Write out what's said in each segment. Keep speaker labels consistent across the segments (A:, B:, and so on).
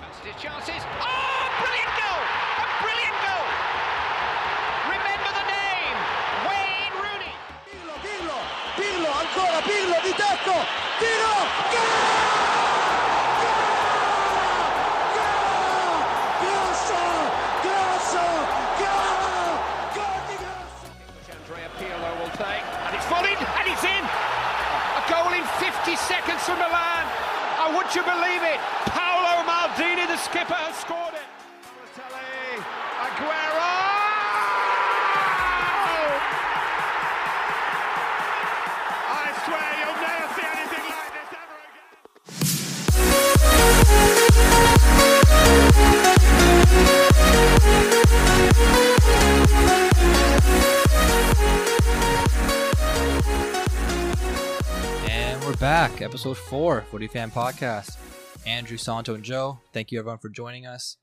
A: wasted his chances. Oh, brilliant goal! A brilliant goal! Remember the name, Wayne Rooney.
B: Pirlo, Pirlo, Pirlo, ancora Pirlo di tecco, tiro, gol! Gol! Grosso, grosso, gol! Gol di grosso!
A: Which Andrea Pirlo will take, and it's volleyed, and it's in! A goal in 50 seconds for Milan! Oh, would you believe it? Paolo Maldini, the skipper, has scored it! Balotelli, Aguero! Oh! I swear you'll never see anything like this ever again!
C: And we're back, episode four, Footy Fan Podcast. Andrew, Santo, and Joe, thank you everyone for joining us.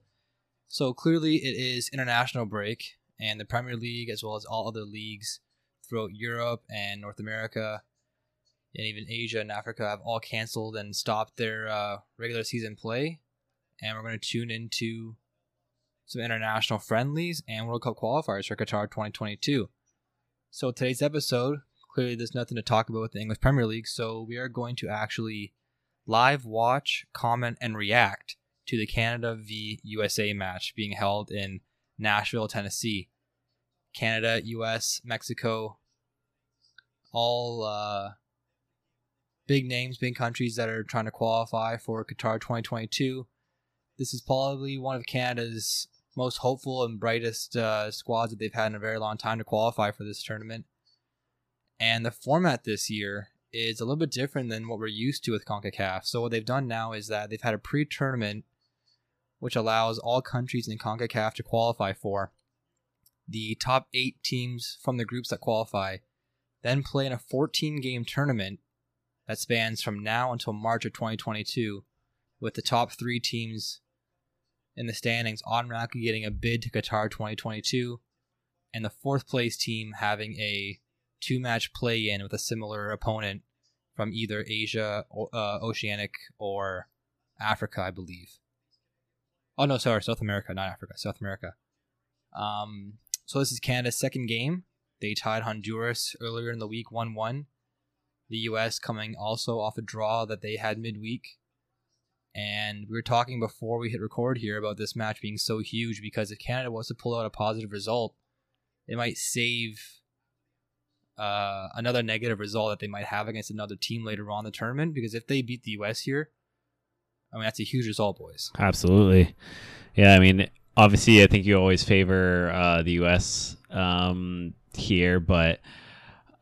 C: So clearly, it is international break, and the Premier League, as well as all other leagues throughout Europe and North America, and even Asia and Africa, have all canceled and stopped their uh, regular season play. And we're going to tune into some international friendlies and World Cup qualifiers for Qatar 2022. So today's episode, clearly there's nothing to talk about with the English Premier League, so we are going to actually live watch, comment, and react to the Canada v USA match being held in Nashville, Tennessee. Canada, US, Mexico, all uh, big names, big countries that are trying to qualify for Qatar 2022. This is probably one of Canada's most hopeful and brightest uh, squads that they've had in a very long time to qualify for this tournament. And the format this year is a little bit different than what we're used to with CONCACAF. So what they've done now is that they've had a pre-tournament which allows all countries in CONCACAF to qualify for. The top 8 teams from the groups that qualify then play in a 14-game tournament that spans from now until March of 2022 with the top 3 teams in the standings automatically getting a bid to Qatar 2022 and the fourth place team having a two match play in with a similar opponent from either Asia, o- uh, Oceanic, or Africa, I believe. Oh no, sorry, South America, not Africa, South America. Um, so this is Canada's second game. They tied Honduras earlier in the week, one-one. The U.S. coming also off a draw that they had midweek. And we were talking before we hit record here about this match being so huge because if Canada was to pull out a positive result, it might save uh, another negative result that they might have against another team later on in the tournament. Because if they beat the U.S. here, I mean that's a huge result, boys.
D: Absolutely. Yeah, I mean, obviously, I think you always favor uh, the U.S. Um, here, but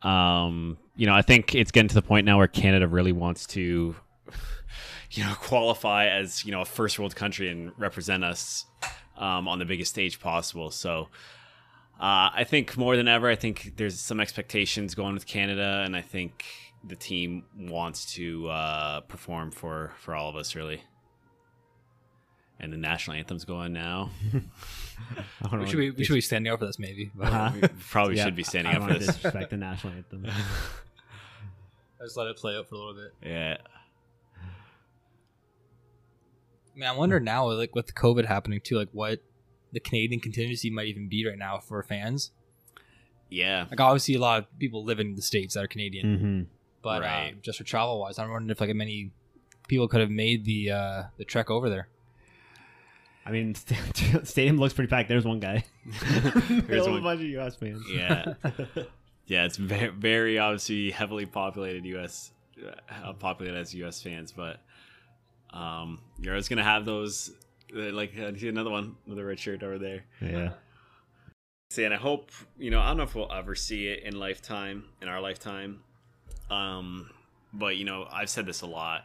D: um, you know, I think it's getting to the point now where Canada really wants to, you know, qualify as you know a first world country and represent us um, on the biggest stage possible. So. Uh, I think more than ever, I think there's some expectations going with Canada, and I think the team wants to uh, perform for for all of us, really. And the national anthem's going now. I
C: We
D: don't know.
C: should be, we should be standing up for this maybe. But
D: Uh-huh. We probably should be standing
E: I
D: up
E: don't
D: for
E: wanna
D: this.
E: Disrespect the national anthem.
C: I just let it play out for a little bit.
D: Yeah.
C: I mean, I wonder now, like with COVID happening too, like what the Canadian contingency might even be right now for fans.
D: Yeah.
C: Like obviously, a lot of people live in the states that are Canadian,
E: mm-hmm.
C: but
D: Right.
C: um, just for travel wise, I'm wondering if like many people could have made the uh, the trek over there.
E: I mean, st- stadium looks pretty packed. There's one guy. There's
D: one-
E: a bunch of U.S. fans.
D: Yeah. Yeah, it's very, very obviously heavily populated U.S. Uh, populated as U.S. fans, but um, you're always gonna have those. uh, Like I see another one with a red shirt over there.
E: yeah.
D: See, and I hope you know. I don't know if we'll ever see it in lifetime, in our lifetime. Um, but you know, I've said this a lot,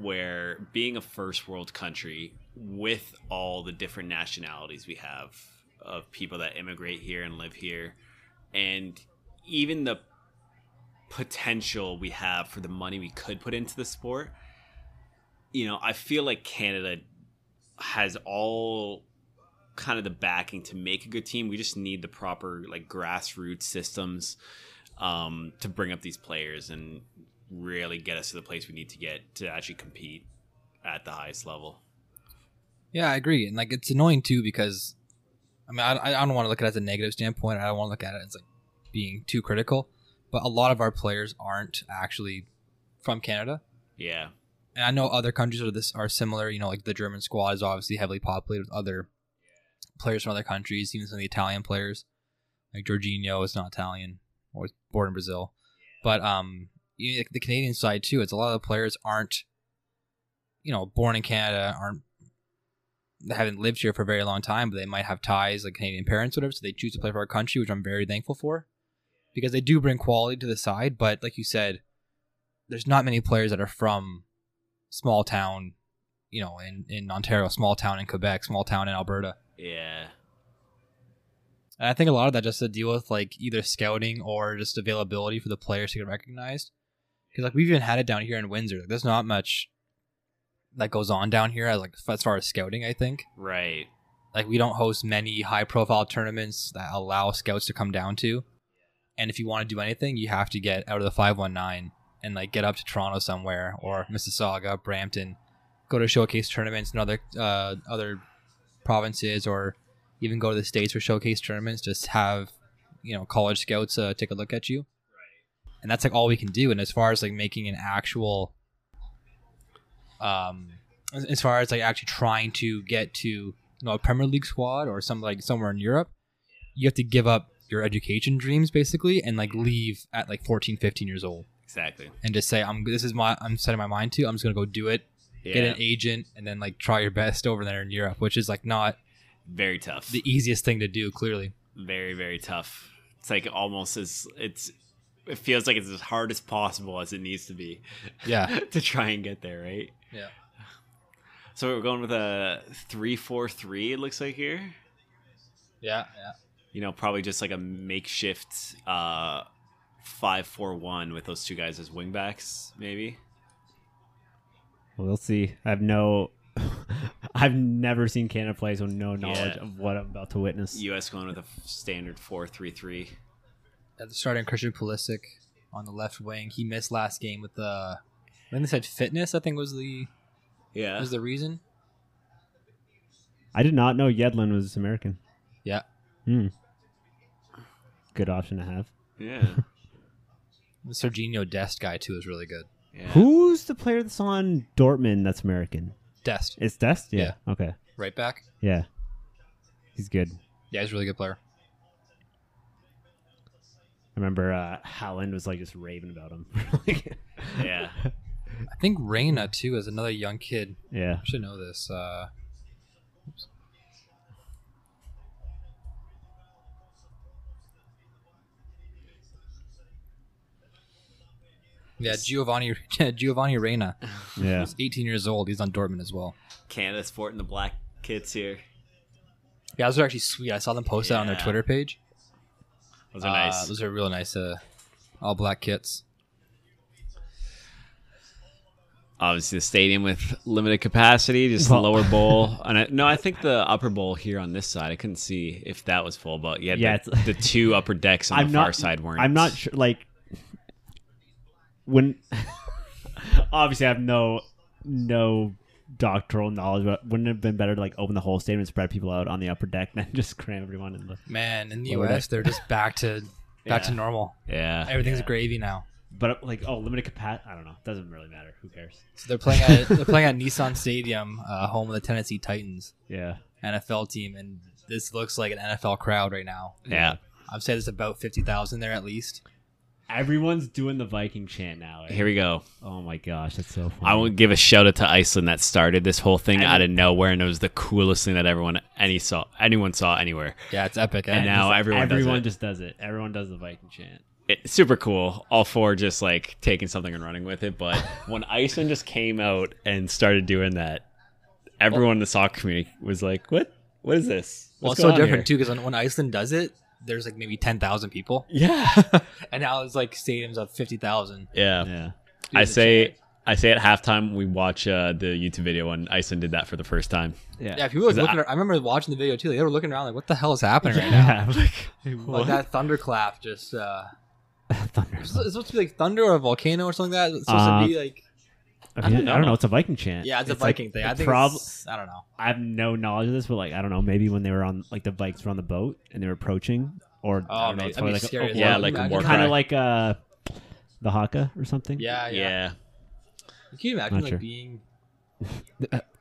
D: where being a first world country with all the different nationalities we have of people that immigrate here and live here, and even the potential we have for the money we could put into the sport, you know, I feel like Canada has all kind of the backing to make a good team. We just need the proper like grassroots systems um, to bring up these players and really get us to the place we need to get to actually compete at the highest level.
C: Yeah, I agree, and like it's annoying too because, I mean, I, I don't want to look at it as a negative standpoint. I don't want to look at it as like being too critical, but a lot of our players aren't actually from Canada,
D: Yeah.
C: and I know other countries are this are similar. You know, like the German squad is obviously heavily populated with other players from other countries, even some of the Italian players. Like Jorginho is not Italian or was born in Brazil, but um, you, like the Canadian side too. It's a lot of the players aren't, you know, born in Canada, aren't they haven't lived here for a very long time, but they might have ties like Canadian parents, whatever. So they choose to play for our country, which I'm very thankful for, because they do bring quality to the side. But like you said, there's not many players that are from small town, you know, in, in Ontario, small town in Quebec, small town in Alberta.
D: Yeah.
C: And I think a lot of that just to deal with like either scouting or just availability for the players to get recognized. Because like we've even had it down here in Windsor. Like, there's not much that goes on down here as like as far as scouting. I think
D: Right.
C: like we don't host many high profile tournaments that allow scouts to come down to. And if you want to do anything, you have to get out of the five one nine and like get up to Toronto somewhere or Mississauga, Brampton, go to showcase tournaments in other uh, other provinces or even go to the states for showcase tournaments. Just have you know college scouts uh, take a look at you, and that's like all we can do. And as far as like making an actual, um, as- as far as like actually trying to get to you know a Premier League squad or some like somewhere in Europe, you have to give up your education dreams basically and like leave at like 14 15 years old
D: Exactly.
C: and just say i'm this is my i'm setting my mind to i'm just gonna go do it
D: Yeah.
C: get an agent and then like try your best over there in Europe, which is like not
D: Very tough.
C: the e easiest thing to do. Clearly,
D: very very tough. It's like almost as it's. It feels like it's as hard as possible as it needs to be
C: yeah,
D: to try and get there, right?
C: yeah.
D: So we're going with a three-four-three. It looks like here.
C: Yeah,
D: You know, probably just like a makeshift uh, five-four-one with those two guys as wingbacks, maybe.
E: Well, we'll see. I have no. I've never seen Canada play, so no knowledge
D: Yeah.
E: of what I'm about to witness.
D: U.S. going with a f- standard four-three-three.
C: At the starting Christian Pulisic on the left wing, he missed last game with uh, I think they said fitness. I think was the
D: Yeah.
C: was the reason.
E: I did not know Yedlin was American.
C: Yeah,
E: Hmm. Good option to have.
D: yeah.
C: the Serginho Dest guy too is really good.
D: Yeah.
E: Who's the player that's on Dortmund that's American?
C: Dest,
E: It's Dest? Okay.
C: right back.
E: Yeah. He's good. I
C: Yeah, he's a really good player.
E: remember uh, Howland was like just raving about him. Like-
D: Yeah.
C: I think Reyna too is another young kid.
E: yeah.
C: I should know this. Uh, oops. Yeah, Giovanni Giovanni Reyna.
E: Yeah.
C: He's 18 years old. He's on Dortmund as well.
D: Canada's sporting the black kits here.
C: Yeah, those are actually sweet. I saw them post that on their
D: Yeah.
C: Twitter page.
D: Those are
C: Uh,
D: nice.
C: Those are real nice. Uh, all black kits.
D: Obviously, the stadium with limited capacity, just the
E: Well-
D: lower bowl. And I, no, I think the upper bowl here on this side. I couldn't see if that was full, but yeah,
E: Yeah,
D: the, the two upper decks on
E: I'm
D: the
E: not,
D: far side weren't.
E: I'm not sure. Like, when. obviously, I have no no doctoral knowledge, but wouldn't it have been better to like open the whole stadium and spread people out on the upper deck than just cram everyone in the.
C: Man, in the
E: Lower
C: U.S.,
E: deck.
C: they're just back to back to
D: Yeah.
C: normal.
D: Yeah,
C: Everything's gravy now.
E: But like, oh, limited capacity. I don't know. Doesn't really matter. Who cares?
C: So they're playing at they're playing at Nissan Stadium, uh, home of the Tennessee Titans.
E: Yeah.
C: NFL team, and this looks like an NFL crowd right now.
D: yeah.
C: I've said it's about fifty thousand there at least.
E: Everyone's doing the Viking chant now. eh?
D: Here we go.
E: Oh my gosh, that's so funny.
D: I want to give a shout out to Iceland that started this whole thing
E: And-
D: out of nowhere, and it was the coolest thing that everyone any saw anyone saw anywhere.
C: Yeah, it's epic.
D: And now everyone, does
E: everyone
D: it.
E: just does it. Everyone does the Viking chant.
D: It- super cool. All four just like taking something and running with it. But when Iceland just came out and started doing that, everyone in the soccer community was like, "What? What is this?"
C: well,
D: What's
C: it's so
D: going on
C: different too because when, when Iceland does it, there's like maybe ten thousand people,
D: here?" Yeah,
C: and now it's like stadiums of fifty thousand.
D: yeah.
E: Yeah.
D: I say, I say at halftime we watch uh, the YouTube video when Iceland did that for the first time.
C: Yeah, people were
D: Is that-
C: looking. I remember watching the video too. They were looking around like, "What the hell is happening right now?"
E: Yeah.
C: Like that thunderclap just. uh
E: Thunder.
C: It's supposed to be like thunder or a volcano or something like that. It's supposed
E: Uh,
C: to be like
E: I, mean, I,
D: don't
E: don't
D: know.
E: know. It's a Viking chant.
C: Yeah, it's, a
E: like
C: Viking thing.
E: the
C: I think
E: prob-
C: it's- I don't know.
E: I have no knowledge of this, but like I don't know, maybe when they were on like the Vikes were on the boat and they were approaching, or
C: Oh,
E: I don't know,
C: maybe. That'd be
E: it's probably like
C: scary as
E: a,
D: yeah,
C: hell.
D: like a
C: Imagine-
D: war
E: kind
D: cry.
E: of like uh, the Haka or something.
C: Yeah, Oh, yeah.
D: yeah.
C: Can you imagine
E: Not
C: like
E: sure.
C: being?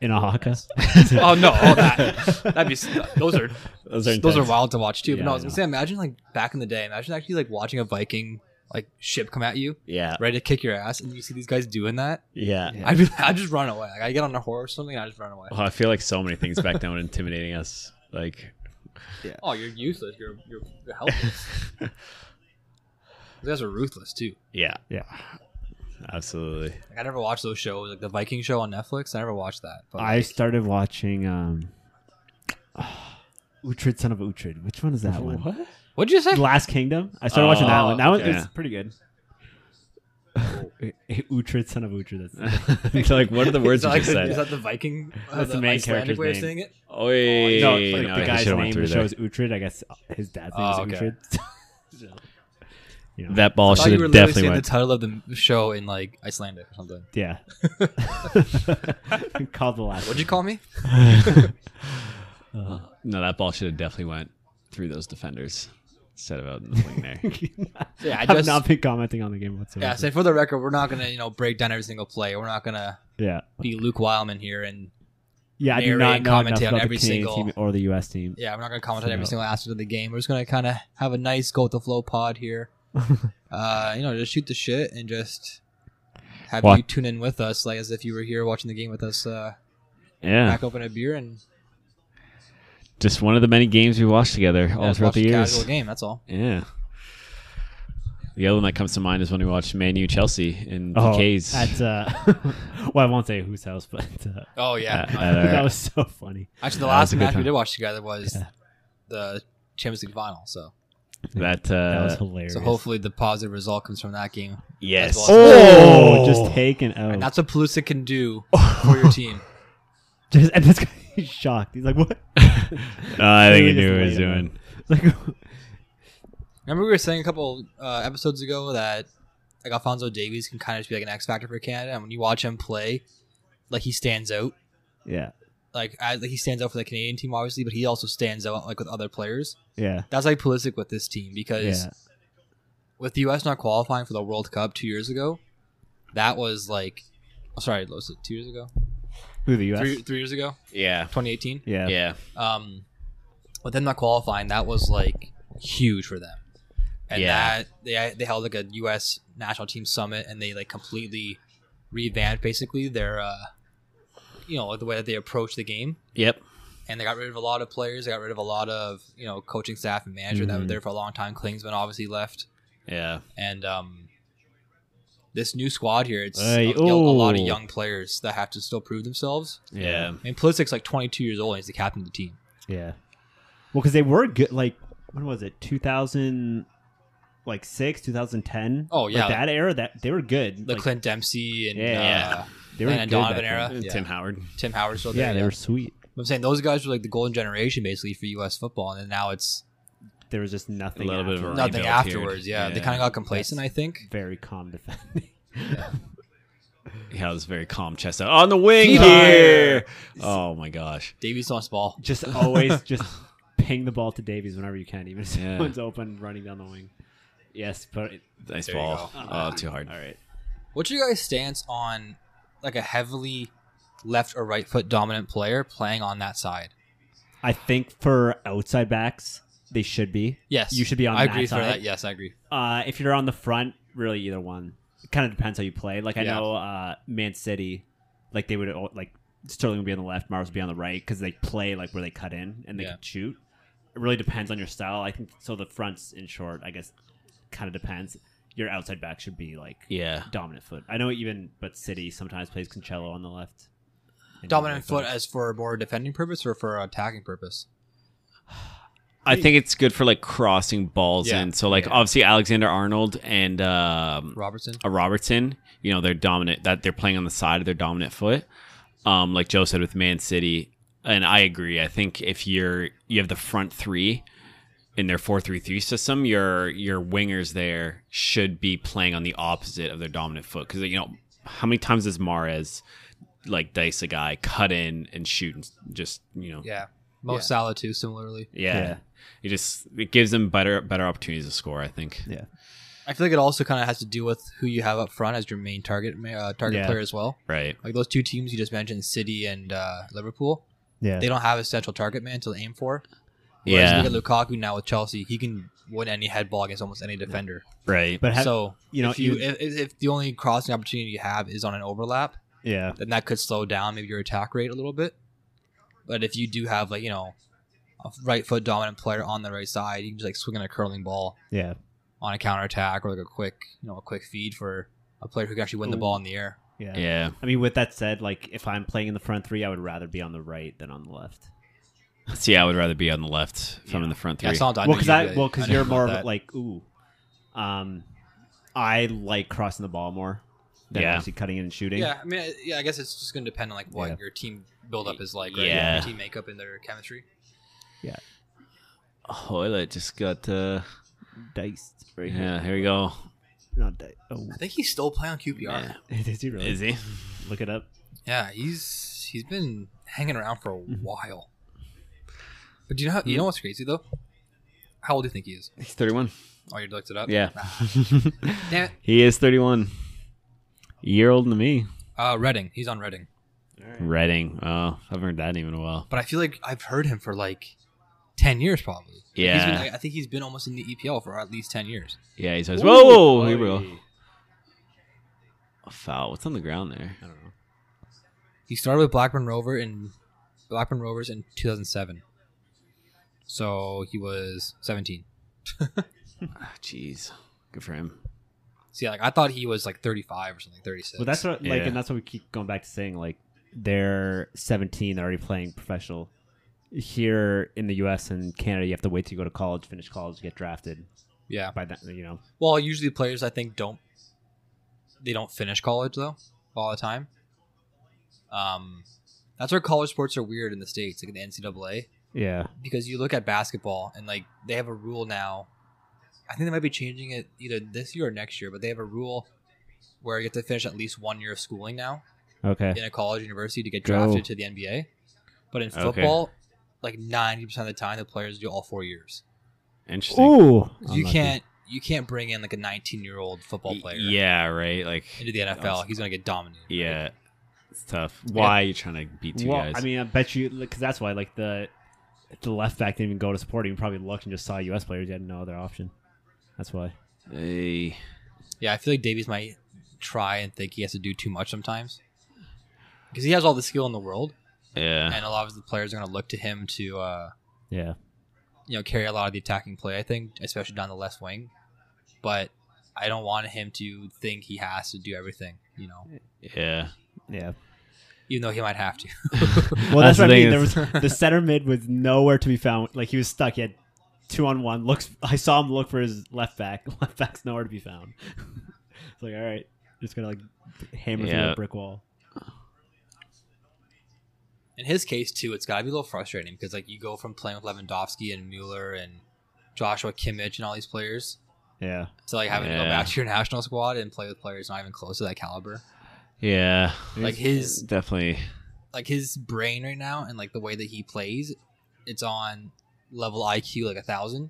E: in a Haka.
C: Oh no, all that. That'd be s- those are
D: Those are
C: those are
D: intense.
C: wild to watch too. but
E: Yeah,
C: no, I
E: I
C: was gonna
E: know.
C: say, imagine like back in the day, imagine actually like watching a Viking like ship come at you,
D: Yeah,
C: ready to kick your ass, and you see these guys doing that.
D: yeah.
E: Yeah.
C: I'd be, I'd just run away. Like I get on a horse or something, and I just run away.
D: Oh, I feel like so many things back then were intimidating us. Like,
C: Oh, you're useless. You're you're, you're helpless. Those guys are ruthless too.
D: yeah,
E: yeah,
D: absolutely.
C: Like I never watched those shows, like the Viking show on Netflix. I never watched that. But
E: I started watching um, Uhtred, son of Uhtred. Which one is that one?
C: what'd you say?
E: Last Kingdom. I started watching that
C: Oh,
E: one. That one
D: okay.
E: is pretty good. Uhtred, son of Uhtred. That's
D: It's like, what are the
C: Is
D: words
C: that,
D: you
C: like,
D: just
C: the, is
D: said?
C: that the Viking? uh,
E: That's the main
C: Icelandic
E: character's
C: way of
E: name.
C: saying it.
D: Oh, yeah,
E: no,
D: yeah,
E: like
D: yeah,
E: the
D: yeah, I
E: guy's
D: should've
E: name
D: went
E: in
D: through
E: the
D: there.
E: show is Uhtred. I guess his dad's name
C: Oh,
E: is
C: okay.
E: Uhtred. So, you know,
D: That ball
C: I thought you
D: should
C: were
D: have
C: literally
D: definitely
C: saying
D: went.
C: the title of the show in like Icelandic or something.
E: yeah. Called the last.
C: What'd you call me?
D: no, that ball should have definitely went through those defenders instead of out in the wing there.
C: Yeah, I
E: I've
C: just
E: not been commenting on the game whatsoever.
C: yeah. So for the record, we're not gonna you know break down every single play. We're not gonna
E: yeah.
C: be Luke Wildman here, and
E: Yeah, I do
C: narrate
E: not
C: and
E: know enough
C: commentate on
E: about
C: every
E: the Canadian
C: single-
E: team or the U.S. team.
C: yeah, we're not gonna comment on every
E: No.
C: single aspect of the game. We're just gonna kind of have a nice go with the flow pod here. uh, you know, just shoot the shit and just have
D: Why-
C: you tune in with us, like as if you were here watching the game with us. Uh,
D: Yeah,
C: Crack open a beer and
D: just one of the many games we watched together all
C: yeah,
D: throughout
C: watch
D: the
C: a
D: years.
C: casual game. That's all.
D: Yeah. The other one that comes to mind is when we watched Man U Chelsea in
E: Oh,
D: PKs.
E: at uh, well, I won't say whose house, but uh,
C: Oh
D: at-
C: yeah,
D: at our-
E: that was so funny.
C: actually, the
D: that was
C: last
D: a good
C: match we
D: time.
C: did watch together was
E: Yeah.
C: the Champions League final. So
D: that,
E: That
D: uh,
E: was hilarious.
C: So hopefully the positive result comes from that game.
D: yes.
C: as well.
E: oh, just taken out.
C: And that's what Pelusa can do for your team.
E: just and this guy is shocked. He's like, "What?"
D: Uh, I think he
E: Really just
D: knew what he
E: laid
D: was
E: it out.
D: doing.
E: Like,
C: Remember we were saying a couple uh, episodes ago that like Alfonso Davies can kind of just be like an X factor for Canada, and when you watch him play, like he stands out.
E: yeah,
C: Like, I, like he stands out for the Canadian team, obviously, but he also stands out like with other players.
E: yeah,
C: That's like Pulisic with this team because
E: yeah.
C: with the U.S. not qualifying for the World Cup two years ago, that was like, oh, sorry, was it two years ago,
E: Who the U.S.
C: three, three years ago,
D: Yeah.
C: 2018.
E: yeah,
D: Yeah.
C: um, with them not qualifying, that was like huge for them. And
D: Yeah.
C: that they they held like a U.S. national team summit, and they like completely revamped basically their, uh, you know, the way that they approach the game.
D: Yep.
C: And they got rid of a lot of players. They got rid of a lot of you know coaching staff and manager that were
E: Mhm.
C: there for a long time. Klingsman obviously left,
D: Yeah.
C: and um, this new squad here, it's
E: Hey,
C: a, a lot of
E: oh.
C: young players that have to still prove themselves.
D: Yeah.
C: I mean, Pulisic's like 22 years old. and He's the captain of the team.
E: Yeah. Well, because they were good. Like when was it? Two thousand, like six, two thousand ten.
C: Oh, yeah.
E: like, that era. That they were good.
C: the
E: like,
C: Clint Dempsey and
E: Yeah.
C: uh,
E: they were
C: Landon
E: good
C: Donovan
E: back then.
C: era.
D: And
C: Uh, Yeah.
D: Tim Howard.
C: Tim Howard's still there.
E: Yeah, they
C: yeah.
E: were sweet.
C: I'm saying those guys were like the golden generation basically for U.S. football, and then now it's
E: There was just nothing.
D: A little bit of a
E: after.
D: Right,
C: nothing
D: Bill,
C: afterwards.
D: dude.
C: Yeah, they
D: Yeah.
C: kind of got complacent, I think.
E: very calm defending.
D: Yeah, it was very calm chest out. On the wing
C: Feet
D: here. Oh my gosh.
C: Davies lost ball.
E: just always just ping the ball to Davies whenever you can, even if
D: Yeah.
E: someone's open running down the wing. Yes, but
D: Nice
C: There you
D: ball.
C: go.
D: Oh, too hard.
E: all right.
C: What's your guys' stance on like a heavily left or right foot dominant player playing on that side?
E: I think for outside backs, they should be.
C: Yes,
E: you should be on.
C: I
E: that
C: agree
E: side.
C: for that. Yes, I agree.
E: Uh, if you're on the front, really either one. It kind of depends how you play. Like I
C: Yeah.
E: know uh, Man City, like they would all- like Sterling would be on the left, Mars would be on the right because they play like where they cut in and they
C: Yeah.
E: can shoot. It really depends on your style. I think so. The fronts, in short, I guess, kind of depends. Your outside back should be like
D: Yeah.
E: dominant foot. I know even but City sometimes plays Concello on the left. And
C: Dominant
E: Ronaldo.
C: foot uh, as for more defending purpose or for attacking purpose?
D: I think it's good for like crossing balls
C: Yeah.
D: in. So like obviously Alexander Arnold and um,
C: Robertson.
D: a Robertson, you know, they're dominant that they're playing on the side of their dominant foot. Um, like Joe said with Man City, and I agree. I think if you're you have the front three in their four three three system, your your wingers there should be playing on the opposite of their dominant foot because you know how many times does Mares like dice a guy, cut in and shoot, and s- just you know,
C: Yeah. Mo
E: Oh. Yeah.
C: Salah too, similarly.
D: yeah.
E: Yeah.
D: It just it gives them better better opportunities to score. I think.
E: Yeah.
C: I feel like it also kind of has to do with who you have up front as your main target ma- uh, target
E: Yeah.
C: player as well.
D: Right.
C: Like those two teams you just mentioned, City and uh, Liverpool,
E: Yeah.
C: they don't have a central target man to aim for. Whereas
D: Yeah.
C: look at Lukaku now with Chelsea, he can win any head ball against almost any defender.
D: Right.
E: but have,
C: so
E: you know,
C: if you
E: even-
C: if, if if the only crossing opportunity you have is on an overlap,
E: yeah,
C: then that could slow down maybe your attack rate a little bit. But if you do have like you know a right foot dominant player on the right side, you can just like swing on a curling ball
E: yeah,
C: on a counter attack or like a quick you know a quick feed for a player who can actually win the ball in the air.
E: yeah,
D: yeah.
E: I mean, with that said, like if I'm playing in the front three, I would rather be on the right than on the left.
D: See, I would rather be on the left if I'm
E: Yeah.
D: in the front three.
C: Yeah, Salah, I
E: well,
C: knew
E: because
C: you'd
E: I
C: be-
E: well because
C: knew
E: you're
C: about
E: more of
C: that.
E: a, like ooh, um, I like crossing the ball more than
D: Yeah.
E: actually cutting in and shooting.
C: yeah. I mean, I- yeah. I guess it's just going to depend on like what
E: Yeah.
C: your team buildup is like, right?
D: Yeah.
C: Your team makeup and their chemistry.
D: Hoylet just got. Uh,
E: diced. Right
D: yeah. Here we go.
E: Not diced. Oh,
C: I think he's still playing on QPR. Yeah,
E: is he really?
D: Is he?
E: Look it up.
C: he's he's been hanging around for a
D: Mhm.
C: while. But do you know how, you
D: Hmm?
C: know what's crazy though? How old do you think he is?
D: He's 31.
C: Oh, you looked it up.
D: Yeah.
C: Damn it.
D: he is 31. A year older than me.
C: Uh, Reading. He's on Reading.
D: Reading. Oh, I haven't heard that name in a while.
C: But I feel like I've heard him for like ten years, probably. Like, He's
D: Yeah.
C: been, I- I think he's been almost in the EPL for at least ten years.
D: Yeah, he's always. Whoa, whoa, whoa, here we go.
E: Oy.
D: A foul. What's on the ground there? I don't know.
C: He started with Blackburn Rover in Blackburn Rovers in 2007. So he was 17.
D: Jeez. Good for him.
C: See, like I thought he was like 35 or something, 36.
E: Well, that's what like,
D: Yeah.
E: and that's what we keep going back to saying. Like, they're 17, they're already playing professional. Here in the U.S. and Canada, you have to wait till you go to college, finish college, get drafted.
C: yeah.
E: By that, you know,
C: Well, usually players I think don't they don't finish college though all the time. Um, that's where college sports are weird in the states, like in the NCAA,
E: yeah,
C: because you look at basketball and like they have a rule now. I think they might be changing it either this year or next year, but they have a rule where you have to finish at least one year of schooling now.
E: okay,
C: in a college university to get
E: Go.
C: drafted to the NBA. But in
D: Okay.
C: football, like ninety percent of the time, the players do all four years.
D: Interesting.
E: ooh,
C: You can't you can't bring in like a nineteen year old football
D: Y-
C: player
D: Yeah, right. Like,
C: into the NFL. He's gonna get dominated.
D: yeah, it's tough. Why are you trying to beat two
E: Well,
D: guys?
E: I mean, I bet you because that's why like the the left back didn't even go to support. He probably looked and just saw U.S. players. He had no other option. That's why.
D: Hey.
C: Yeah, I feel like Davies might try and think he has to do too much sometimes. Because he has all the skill in the world,
D: yeah,
C: and a lot of the players are going to look to him to, uh,
E: Yeah,
C: you know, carry a lot of the attacking play. I think, especially down the left wing. But I don't want him to think he has to do everything. You know,
D: yeah.
E: yeah.
C: even though he might have to.
E: Well,
D: That's
E: that's,
D: the
E: what I mean.
D: thing
E: There
D: is-
E: was the center mid was nowhere to be found. Like he was stuck. He had two on one. Looks. I saw him look for his left back. Left back's nowhere to be found. it's like all right, just gonna like hammer through
D: Yeah.
E: a brick wall.
C: in his case too, it's got to be a little frustrating because like you go from playing with Lewandowski and Mueller and Joshua Kimmich and all these players
E: Yeah.
C: to like having to go
D: Yeah.
C: back to your national squad and play with players not even close to that caliber.
D: Yeah,
C: Like his
D: definitely.
C: like his brain right now and like the way that he plays, it's on level IQ like a thousand,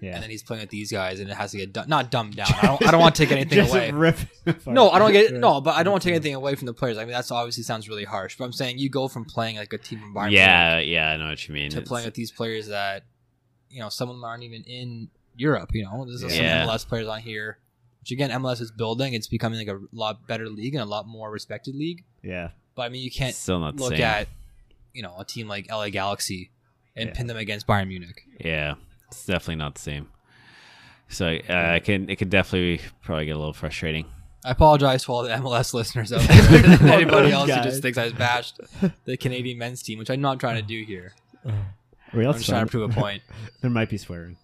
E: Yeah.
C: and then he's playing with these guys and it has to get du- not dumbed down. I don't I don't want to take anything
E: Just
C: away.
E: rip him apart.
C: No, I don't get
E: Yeah.
C: no, but I don't want to take anything away from the players. I mean, that's obviously sounds really harsh, but I'm saying you go from playing like a team environment.
D: Yeah, yeah. I know what you mean.
C: to
D: It's-
C: playing with these players that you know some of them aren't even in Europe. You know, there's
D: Yeah.
C: some MLS players on here. Which again, MLS is building; it's becoming like a lot better league and a lot more respected league.
E: Yeah.
C: But I mean, you can't
D: still not the
C: look
D: same.
C: at you know a team like LA Galaxy and
E: Yeah.
C: pin them against Bayern Munich.
D: Yeah, it's definitely not the same. So uh, it can it can definitely probably get a little frustrating.
C: I apologize to all the MLS listeners out there, and anybody else who
E: Guys.
C: just thinks I bashed the Canadian men's team, which I'm not trying to do here.
E: Are we
C: I'm just trying to prove a point.
E: There might be swearing.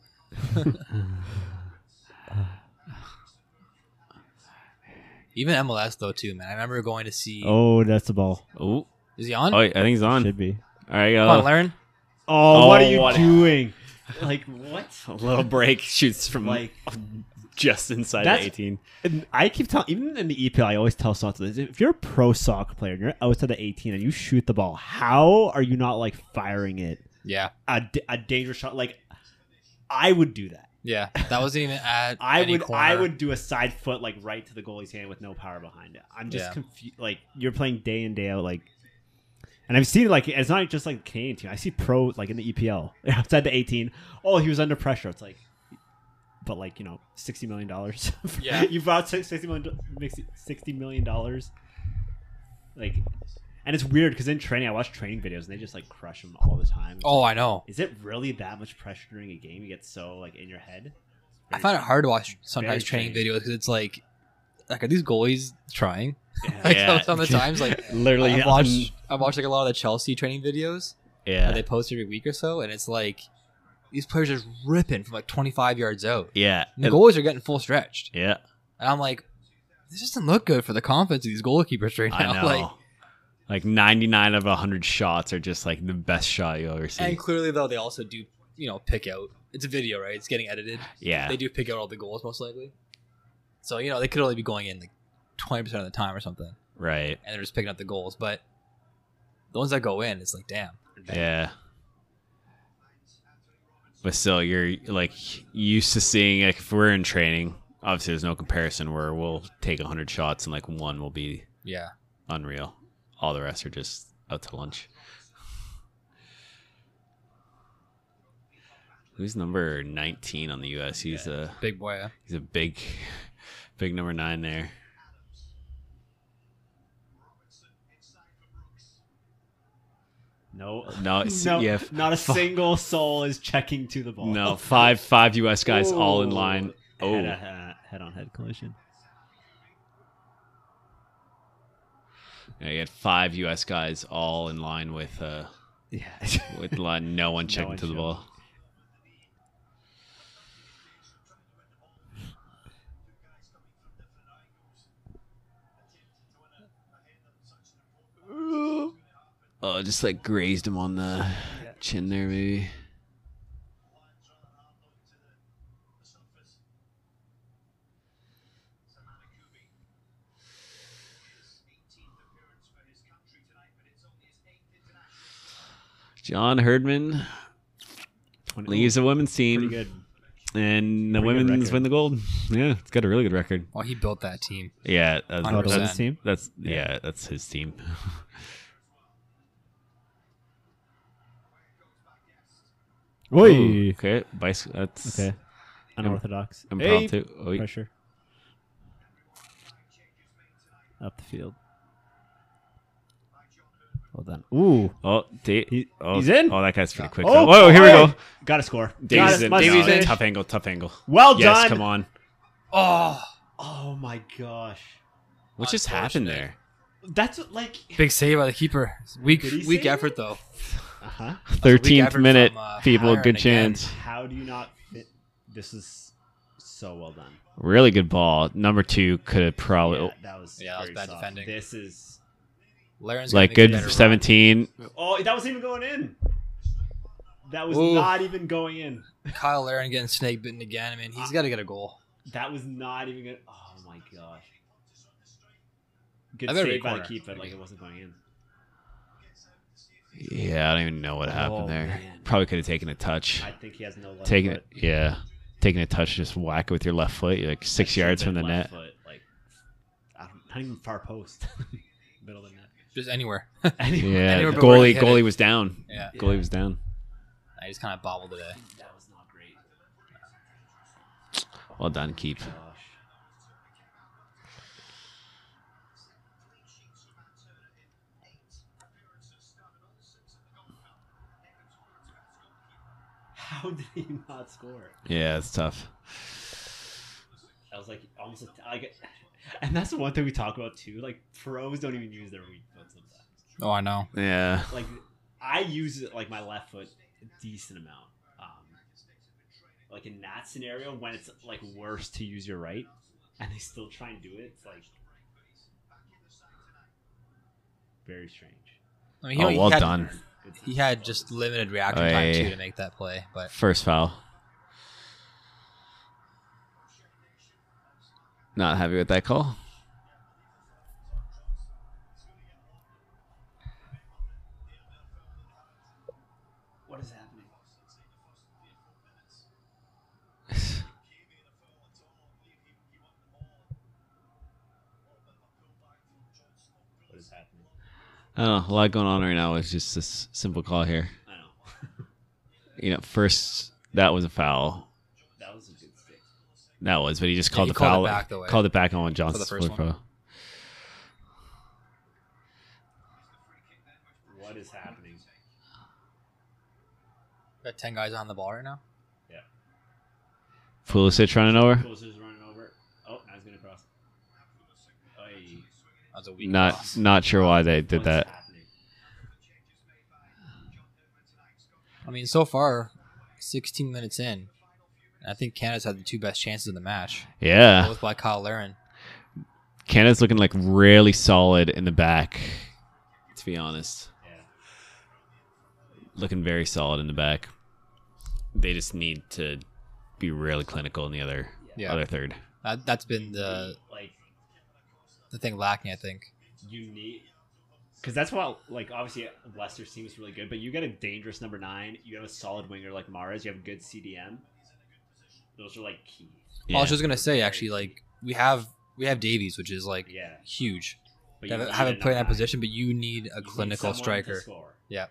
C: Even MLS though, too, man. I remember going to see.
E: Oh, that's the ball.
D: Oh,
C: Is he on?
D: oh, I think he's on.
E: Should be.
D: All right,
C: Come on,
D: go.
C: Laren.
E: Oh, what are
D: Oh,
E: you
D: what-
E: doing?
D: Like what? A little break shoots from like just inside the
E: That's-
D: 18.
E: And I keep telling, even in the EPL, I always tell Santos this: if you're a pro soccer player and you're outside the 18 and you shoot the ball, how are you not like firing it
C: Yeah,
E: a, d- a dangerous shot? Like I would do that.
C: yeah. That wasn't even at.
E: I
C: any
E: would
C: corner.
E: I would do a side foot like right to the goalie's hand with no power behind it. I'm just
C: Yeah.
E: confused. Like you're playing day in day out. Like, and I've seen like it's not just like Canadian team. I see pro like in the EPL outside the 18. Oh, he was under pressure. It's like, but like you know, sixty million dollars.
C: Yeah.
E: you brought six- sixty million do- mix- sixty million dollars. Like, and it's weird because in training I watch training videos and they just like crush them all the time.
C: Oh, I know.
E: Is it really that much pressure during a game? You get so like in your head.
C: I find it hard to watch sometimes
E: Very
C: training
E: strange.
C: videos because it's like, like are these goalies trying?
E: Yeah.
C: Like
D: Yeah.
C: some of the times, like
D: Literally,
C: I watch I watch like a lot of the Chelsea training videos that
D: yeah,
C: they post every week or so, and it's like these players just ripping from like 25 yards out.
D: yeah,
C: And the goalies are getting full stretched,
D: yeah.
C: and I'm like, this doesn't look good for the confidence of these goalkeepers right now.
D: I know.
C: Like,
D: Like, 99 out of 100 shots are just like the best shot you'll ever see.
C: and clearly though, they also do you know pick out. It's a video, right? It's getting edited.
D: yeah,
C: They do pick out all the goals most likely. So you know they could only be going in like 20 percent of the time or something.
D: right.
C: and they're just picking up the goals. But the ones that go in, it's like, damn.
D: Yeah. But still, you're like used to seeing like if we're in training. Obviously, there's no comparison where we'll take 100 shots and like one will be
C: Yeah.
D: unreal. All the rest are just out to lunch. Who's number 19 on the U.S.? He's a
C: Big boy. huh?
D: he's a big, big number nine there.
E: No,
D: No, it's-
E: no,
D: yeah,
E: not a single soul is checking to the ball.
D: No, five five U.S. guys all in line.
E: Oh,
D: Oh,
E: head, on head collision.
D: Yeah, you had five U.S. guys all in line with uh
E: Yeah,
D: with line, no one checking
E: one
D: to the
E: checked.
D: ball. Oh, just like grazed him on the chin there, maybe. John Herdman leaves the women's
E: pretty
D: team,
E: good.
D: and the
E: pretty good
D: women's
E: record.
D: win the gold. Yeah, it's got a really good record.
C: Well, Oh, he built that team.
D: Yeah, uh, that's,
E: Oh, the
C: Hundred
D: that's,
E: women's team.
D: that's yeah, that's his team. Ooh, Oh, okay, bicycle. That's
E: Okay, unorthodox.
D: impromptu. Oh,
E: Hey,
D: yeah.
E: pressure up the field. Well done. Ooh,
D: Oh, da-
E: He-
D: oh,
E: he's in?
D: oh, that guy's pretty quick.
E: Oh,
D: though. Whoa, here we
E: boy!
D: go.
E: got to score.
D: Davies
E: Got
D: in.
E: it. Must
D: No,
E: finish.
D: tough angle, tough angle.
E: Well
D: yes,
E: done.
D: come on.
C: Oh,
E: Oh my gosh,
D: What just happened there?
C: Unfortunate.
E: that's like.
C: big save by the keeper. Weak,
E: Did he
C: weak
E: save
C: effort though.
E: Uh huh.
D: Uh-huh.
C: Thirteenth effort minute,
D: minute,
C: from, uh, people,
D: people.
C: Byron good
D: Good
C: again.
D: chance.
C: chance.
E: How do you not fit? This is so well done.
D: Really good ball. Number two could have probably
E: Yeah, that was
C: Yeah, that was
E: very
C: bad
E: soft.
C: defending.
E: This is
C: Laren's
D: like
C: gonna make a
D: good
C: better
D: seventeen.
E: oh, that wasn't even going in. That was
C: Ooh.
E: not even going in.
C: run. Kyle Laren getting snake bitten again. I mean, he's got to get a goal.
E: That was not even going. Oh my gosh. Good
C: That better be
E: save by the
C: corner.
E: keeper, like it wasn't going in.
D: Yeah, I don't even know what happened
E: Oh,
D: there.
E: man.
D: Probably could have taken a touch.
E: I think he has no left
D: Taking
E: foot.
D: it, yeah, taking a touch, just whack it with your left foot. You're like
E: That
D: six
E: should've
D: yards from the
E: been
D: net.
E: left Foot, like, I don't, not even far post, middle of the net.
C: Just anywhere.
E: Anyway,
D: Yeah,
C: Anywhere but where he
D: goalie,
C: hit it.
D: goalie was down.
C: Yeah.
D: goalie was down.
C: I just kind of bobbled today.
E: that was not great.
D: Well done, keep.
E: Gosh. How did he not score?
D: Yeah, it's tough.
E: I was like almost a- like, and that's the one thing we talk about too. Like pros don't even use their weak foot sometimes.
C: Oh, I know.
D: Yeah,
E: Like I use it like my left foot a decent amount. Um, like in that scenario, when it's like worse to use your right, and they still try and do it, it's like very strange.
C: I mean,
D: Oh,
C: only
D: well
C: had,
D: done.
E: It's-
C: He had just limited reaction
D: Oh, yeah,
C: time
D: yeah,
C: too
D: yeah.
C: to make that play, but
D: first foul. Not happy with that call.
E: What is happening? What is happening?
D: I don't know. A lot going on right now. It's just this simple call here.
E: I know.
D: You know, first that was a foul.
E: That was a good stick.
D: That was, but he just called
C: he
D: the
C: called it
D: foul.
C: back, though, eh?
D: called it back on Johnson.
C: first one.
E: What is happening?
C: Got ten guys on the ball right now.
E: Yeah.
D: Pulisic running over.
E: Closer's running over. Oh, now he's gonna cross. Oy.
C: That was a weak
D: Not
C: loss.
D: not sure why they did
E: What's
D: that.
E: happening?
C: I mean, so far, 16 minutes in, I think Canada's had the two best chances in the match,
D: Yeah,
C: both by Kyle Laren.
D: Canada's looking like really solid in the back. To be honest,
E: Yeah.
D: looking very solid in the back. They just need to be really clinical in the other
C: Yeah.
D: other third.
C: That, that's been the
E: like
C: the thing lacking, I think.
E: you need because that's what like obviously Lester's team is really good, but you get a dangerous number nine. You have a solid winger like Mares. You have a good CDM. Those are like key.
C: I
D: Yeah.
C: was just gonna say, actually, like we have we have Davies, which is like
E: Yeah,
C: huge. They
E: but you
C: haven't-
E: need
C: haven't
E: a
C: played in
E: number
C: that
E: nine.
C: position, but you need a
E: You need
C: clinical
E: someone to
C: striker.
E: score.
C: Yeah,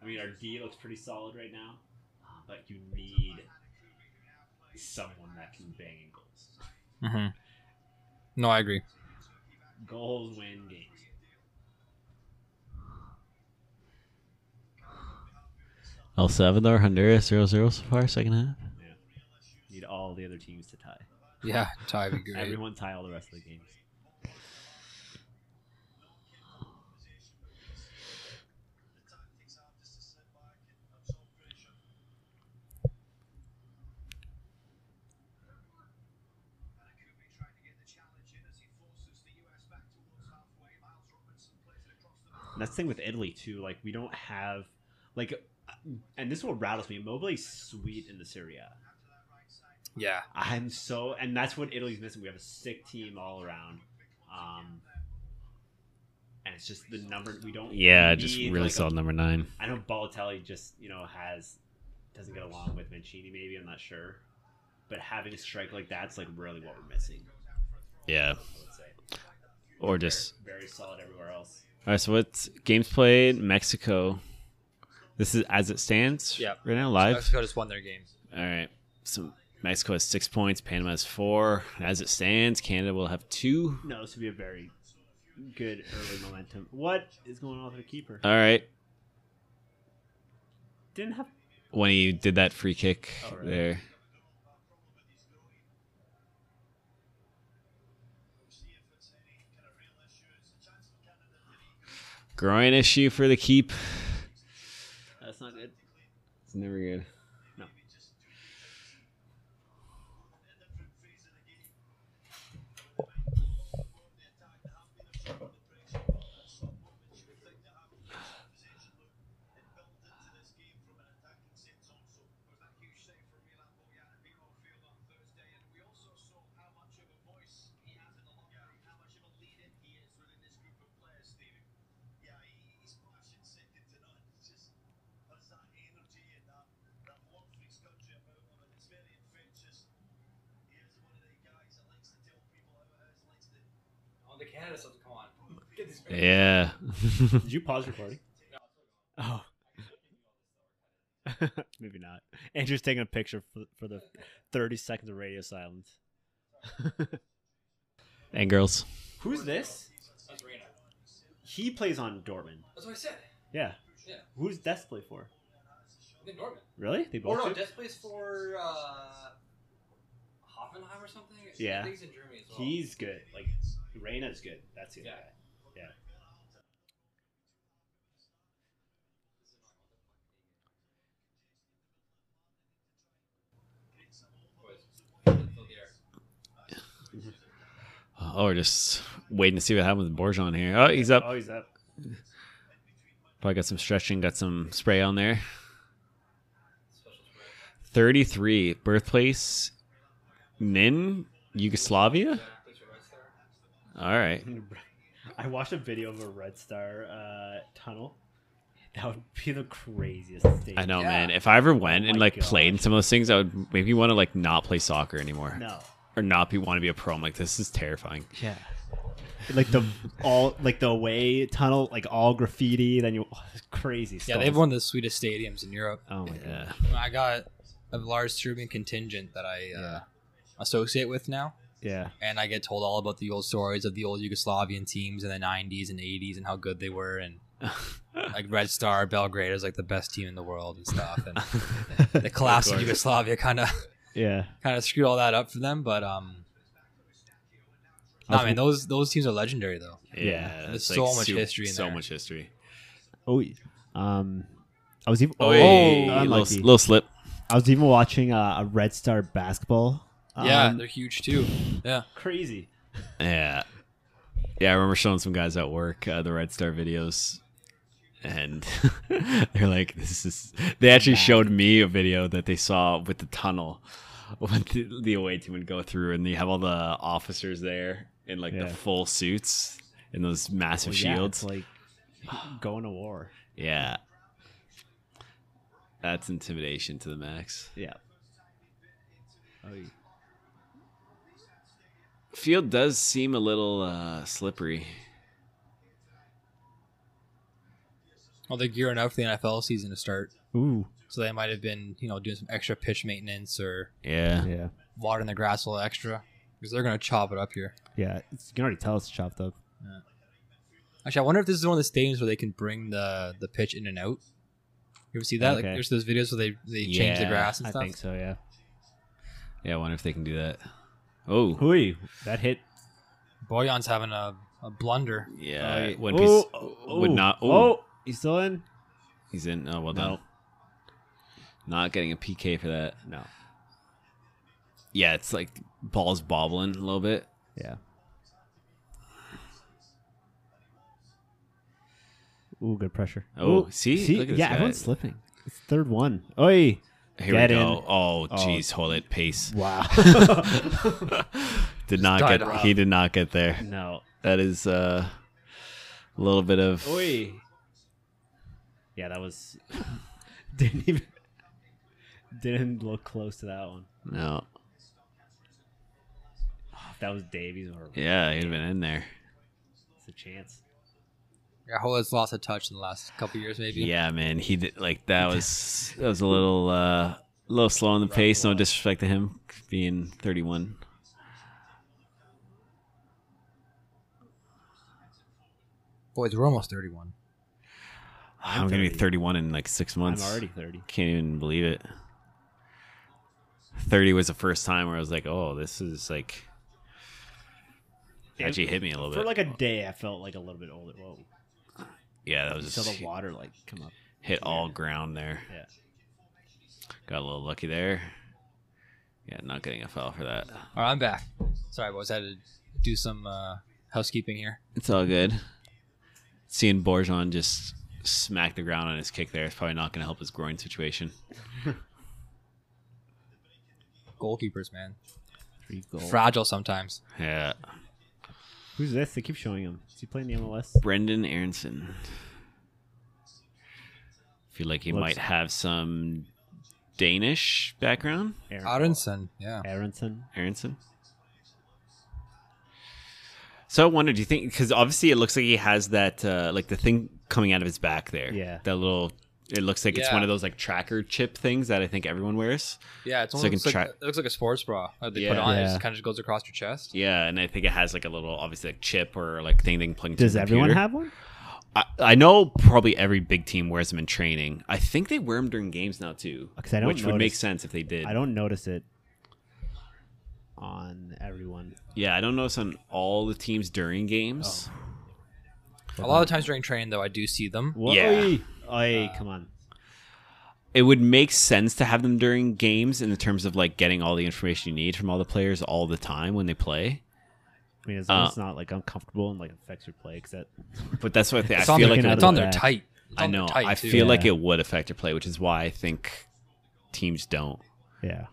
E: I mean, our D looks pretty solid right now, uh, but you need someone that can bang in goals.
C: hmm Mm-hmm. no, I agree.
E: Goals win games.
D: El Salvador, Honduras, 0 0 so far, second half.
E: Yeah. Need all the other teams to tie.
C: Yeah, Ty would be great.
E: Everyone tie all the rest of the games. That's the thing with Italy too. Like we don't have like, uh, and this will rattles me. Mobile's sweet in the Syria.
C: Yeah,
E: I'm so, and that's what Italy's missing. We have a sick team all around, um, and it's just the number we don't.
D: Yeah, just
E: need,
D: really
E: like,
D: solid number nine.
E: I know Balotelli just you know has doesn't get along with Mancini. Maybe I'm not sure, but having a strike like that's like really what we're missing.
D: Yeah,
E: I would say
D: or just
E: very solid everywhere else.
D: all right. So what's games played? Mexico. This is as it stands.
C: Yeah.
D: right now live.
C: Mexico just won their game.
D: All right. So Mexico has six points. Panama has four. As it stands, Canada will have two.
E: No, this would be a very good early momentum. What is going on with our keeper?
D: All right.
E: Didn't have
D: When he did that free kick
E: Oh, right.
D: there. Groin issue for the keep.
E: that's not good.
D: It's never good.
E: No.
C: the Canada stuff, come on. Get this
D: Yeah.
E: Did you pause recording? Oh. Maybe not. Andrew's taking a picture for, for the 30 seconds of radio silence.
D: and girls.
E: Who's this?
C: That's
E: He plays on Dortmund.
C: That's what I said.
E: Yeah.
C: Yeah.
E: Who's Des play for?
C: Norman.
E: Really? They both do?
C: plays for uh, Hoffenheim or something.
E: Yeah. think
C: he's in Germany as
E: He's good. Like, Reina's good. That's the other
C: Yeah.
E: guy. Yeah.
D: Oh, we're just waiting to see what happens with Borjan here. Oh, he's up.
E: Oh, he's up.
D: Probably got some stretching, got some spray on there. 33, birthplace, Nin Yugoslavia? All right.
E: I watched a video of a Red Star uh, tunnel. That would be the craziest thing.
D: I know,
C: Yeah. Oh
D: man. If I ever went and
E: my
D: like
E: gosh.
D: played in some of those things, I would maybe want to like not play soccer anymore,
E: No.
D: or not be want to be a pro. I'm like, this is terrifying.
E: Yeah. Like the all like the away tunnel, like all graffiti. Then you oh, it's crazy.
C: Yeah,
E: Stuff.
C: they have one of the sweetest stadiums in Europe.
E: Oh my god.
D: Yeah.
C: I got a large Serbian contingent that I uh, associate with now,
E: Yeah.
C: and I get told all about the old stories of the old Yugoslavian teams in the '90s and '80s and how good they were, and like Red Star Belgrade is like the best team in the world and stuff. And the collapse of
D: course.
C: Yugoslavia kind of
E: Yeah.
C: kind of screwed all that up for them, but um,
E: I
C: no,
E: was-
C: man, those those teams are legendary though.
D: Yeah,
E: Yeah.
D: it's,
C: There's so much history in
D: so
C: there.
D: much history.
E: Oh. Um. I was even. Oh,
D: Oh, hey, little,
E: unlucky.
D: little slip.
E: I was even watching uh, a Red Star basketball. Um,
C: yeah, they're huge too. Yeah,
E: crazy.
D: Yeah, yeah. I remember showing some guys at work uh, the Red Star videos, and they're like, "This is." They actually showed me a video that they saw with the tunnel, when the, the away team would go through, and they have all the officers there in like
E: Yeah.
D: the full suits and those massive
E: Well, yeah, it's
D: shields.
E: like going to war.
D: Yeah. That's intimidation to the max.
E: Yeah. Oh,
D: Field does seem a little uh, slippery.
C: well, they're gearing up for the NFL season to start,
E: Ooh.
C: so they might have been you know doing some extra pitch maintenance or
D: Yeah.
E: Yeah.
C: watering the grass a little extra because they're gonna chop it up here.
E: Yeah. It's, you can already tell it's chopped up.
C: Actually, I wonder if this is one of the stadiums where they can bring the the pitch in and out. You ever see that? Like,
E: Okay.
C: there's those videos where they they change the
D: Yeah,
C: grass and
E: I
C: stuff.
E: think so. Yeah.
D: Yeah, I wonder if they can do that. Oh.
E: Hooey. That hit.
C: Boyan's having a, a blunder.
D: Yeah.
E: Oh,
D: One
E: oh,
D: Piece
E: oh,
D: would not. Oh.
E: Oh, he's still in.
D: He's in. Oh, well done.
E: No.
D: Not getting a PK for that.
E: No.
D: Yeah, it's like balls bobbling a little bit.
E: Yeah. Ooh, good pressure.
D: Oh,
E: Ooh,
D: see? Look at this
E: yeah,
D: guy.
E: everyone's slipping. It's third one. Oi!
D: Here
E: Get
D: we
E: in.
D: go. Oh, jeez. Hold it. Pace.
E: Wow.
D: Did not
C: died
D: get.
C: off.
D: He did not get there.
E: no.
D: That is uh, a little bit of.
E: Oi! Yeah, that was didn't even didn't look close to that one.
D: No.
E: If that was Davies or
D: Yeah, he'd have been in there.
E: it's a chance.
C: Yeah, Hole's lost a touch in the last couple years, maybe.
D: Yeah, man, he did like that was that was a little uh a little slow on the pace. No disrespect to him, being 31.
C: Boys, we're almost 31.
D: I'm, gonna be
E: 30.
D: 31 in like six months.
E: I'm already thirty.
D: can't even believe it. 30 was the first time where I was like, oh, this is like
E: It-
D: actually hit me a little
E: For
D: bit.
E: like a day, I felt like a little bit older. Whoa!
D: yeah, that
E: You
D: was
E: saw
D: just
E: the water like come up.
D: hit all ground there.
E: Yeah.
D: Got a little lucky there. Yeah, not getting a foul for that.
C: All right, I'm back. Sorry, boys. I had to do some uh, housekeeping here.
D: It's all good. Seeing Borjon just smack the ground on his kick there is probably not going to help his groin situation.
C: Goalkeepers, man.
E: Three goals.
C: Fragile sometimes.
D: Yeah.
E: Who's this? They keep showing him. Is he playing the MLS?
D: Brendan Aronson. Feel like he
E: Looks-
D: might have some Danish background.
E: Aaron-
C: Aronson, yeah.
E: Aronson.
D: Aronson. So I wonder, do you think? Because obviously, it looks like he has that, uh, like the thing coming out of his back there.
E: Yeah.
D: That little. It looks like it's
C: Yeah.
D: one of those like tracker chip things that I think everyone wears.
C: Yeah, it's
D: So
C: one
D: I
C: of those-
D: can
C: like,
D: try-
C: it looks like a sports bra that they put
D: Yeah.
C: on. It
E: Yeah.
C: just kind of just goes across your chest.
D: Yeah, and I think it has like a little obviously like chip or like thing they can plug into.
E: Does
D: the
E: everyone
D: computer.
E: have one?
D: I, I know probably every big team wears them in training. I think they wear them during games now too,
E: 'Cause I don't
D: which would make
E: notice-
D: sense if they did.
E: I don't notice it on everyone. Oh.
D: Yeah, I don't notice on all the teams during games.
C: A lot of times during training, though, I do see them.
E: Whoa.
D: Yeah.
E: Oy, come on.
D: It would make sense to have them during games in the terms of like getting all the information you need from all the players all the time when they play.
E: I mean, as long
D: uh,
E: as it's not like uncomfortable and like affects your play, because that
D: But that's what I think.
C: It's
D: I
C: on,
D: feel
C: their,
D: like
E: it
C: it's
E: would-
C: on their
E: Yeah.
C: tight. It's
D: I
C: on their
D: know.
C: tight,
D: I
C: too.
D: feel
E: Yeah.
D: like it would affect your play, which is why I think teams don't.
E: yeah.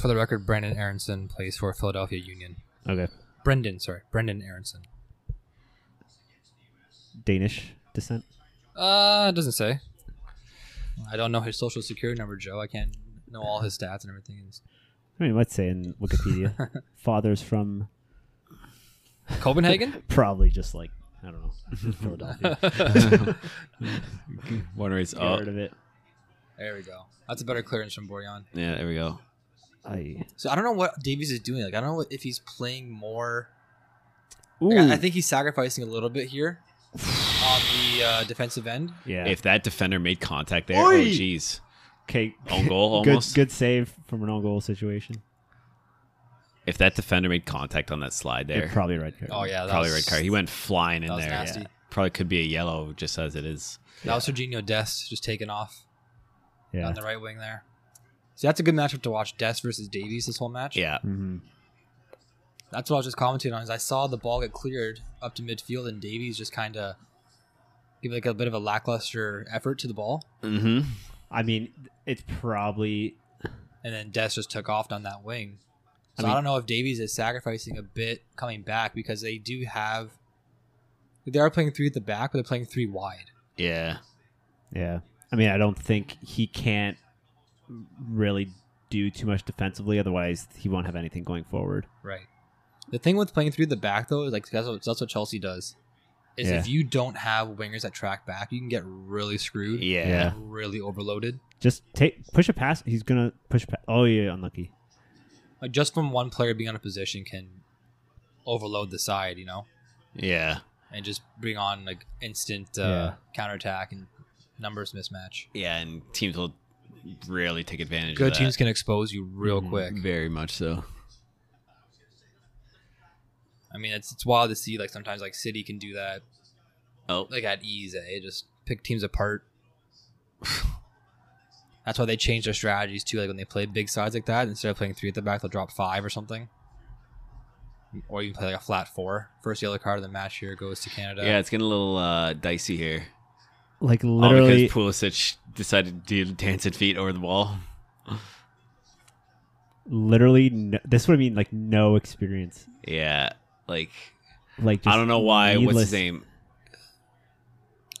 C: For the record, Brandon Aronson plays for Philadelphia Union.
E: Okay.
C: Brendan, sorry, Brendan Aronson.
E: Danish descent.
C: Uh, it doesn't say. I don't know his social security number, Joe. I can't know all his stats and everything. It's-
E: I mean, let's say in Wikipedia, father's from
C: Copenhagen?
E: probably just like I don't know Philadelphia.
C: Uh,
D: One race
E: Get
D: up.
E: rid of it.
C: there we go. That's a better clearance from Borjan.
D: Yeah, there we go.
E: I,
C: So I don't know what Davies is doing. Like I don't know if he's playing more.
E: Ooh.
C: Like, I, I think he's sacrificing a little bit here on the uh, defensive end.
E: yeah.
D: If that defender made contact there, oh
E: Oi!
D: jeez.
E: okay.
D: Own goal
E: good,
D: almost.
E: good save from an own goal situation.
D: If that defender made contact on that slide there,
E: You're probably right. Here.
C: Oh yeah, that
D: probably
C: was,
D: red card. He went flying in
C: That was
D: there.
C: nasty.
D: Yeah. Probably could be a yellow just as it is.
C: That was Serginho Dest just taking off
E: Yeah.
C: on the right wing there. So that's a good matchup to watch. Dest versus Davies this whole match.
D: Yeah.
E: Mhm.
C: That's what I was just commenting on. Is I saw the ball get cleared up to midfield, and Davies just kind of give like a bit of a lackluster effort to the ball,
D: Mm-hmm.
E: I mean, it's probably
C: and then Des just took off on that wing.
E: I
C: So I,
E: mean-
C: don't know if Davies is sacrificing a bit coming back because they do have they are playing three at the back, but they're playing three wide.
D: Yeah.
E: Yeah. I mean, I don't think he can't really do too much defensively. Otherwise, he won't have anything going forward.
C: Right. The thing with playing through the back though is like that's what, that's what Chelsea does. Is if you don't have wingers that track back, you can get really screwed.
D: Yeah.
E: Yeah.
C: and Really overloaded.
E: Just take push a pass. He's gonna push. Pa- oh yeah, unlucky.
C: Like just from one player being on a position can overload the side, you know,
D: Yeah.
C: and just bring on like instant uh,
E: Yeah.
C: counterattack and numbers mismatch.
D: Yeah, and teams will really take advantage
C: Good
D: of that. Mm-hmm.
C: teams can expose you real quick.
D: Very much so.
C: I mean, it's it's wild to see like sometimes like City can do that
D: Oh,
C: like at ease. Eh? Just pick teams apart. That's why they change their strategies too. Like when they play big sides like that, instead of playing three at the back, they'll drop five or something, or you can play like a flat four. First yellow card of the match here goes to Canada.
D: yeah, it's getting a little uh, dicey here.
E: Like
D: All
E: literally,
D: Oh, because Pulisic decided to do dance at feet over the wall.
E: literally. No, this would mean like no experience.
D: Yeah, like
E: Like just
D: I don't know why. What's
E: needless-
D: his name?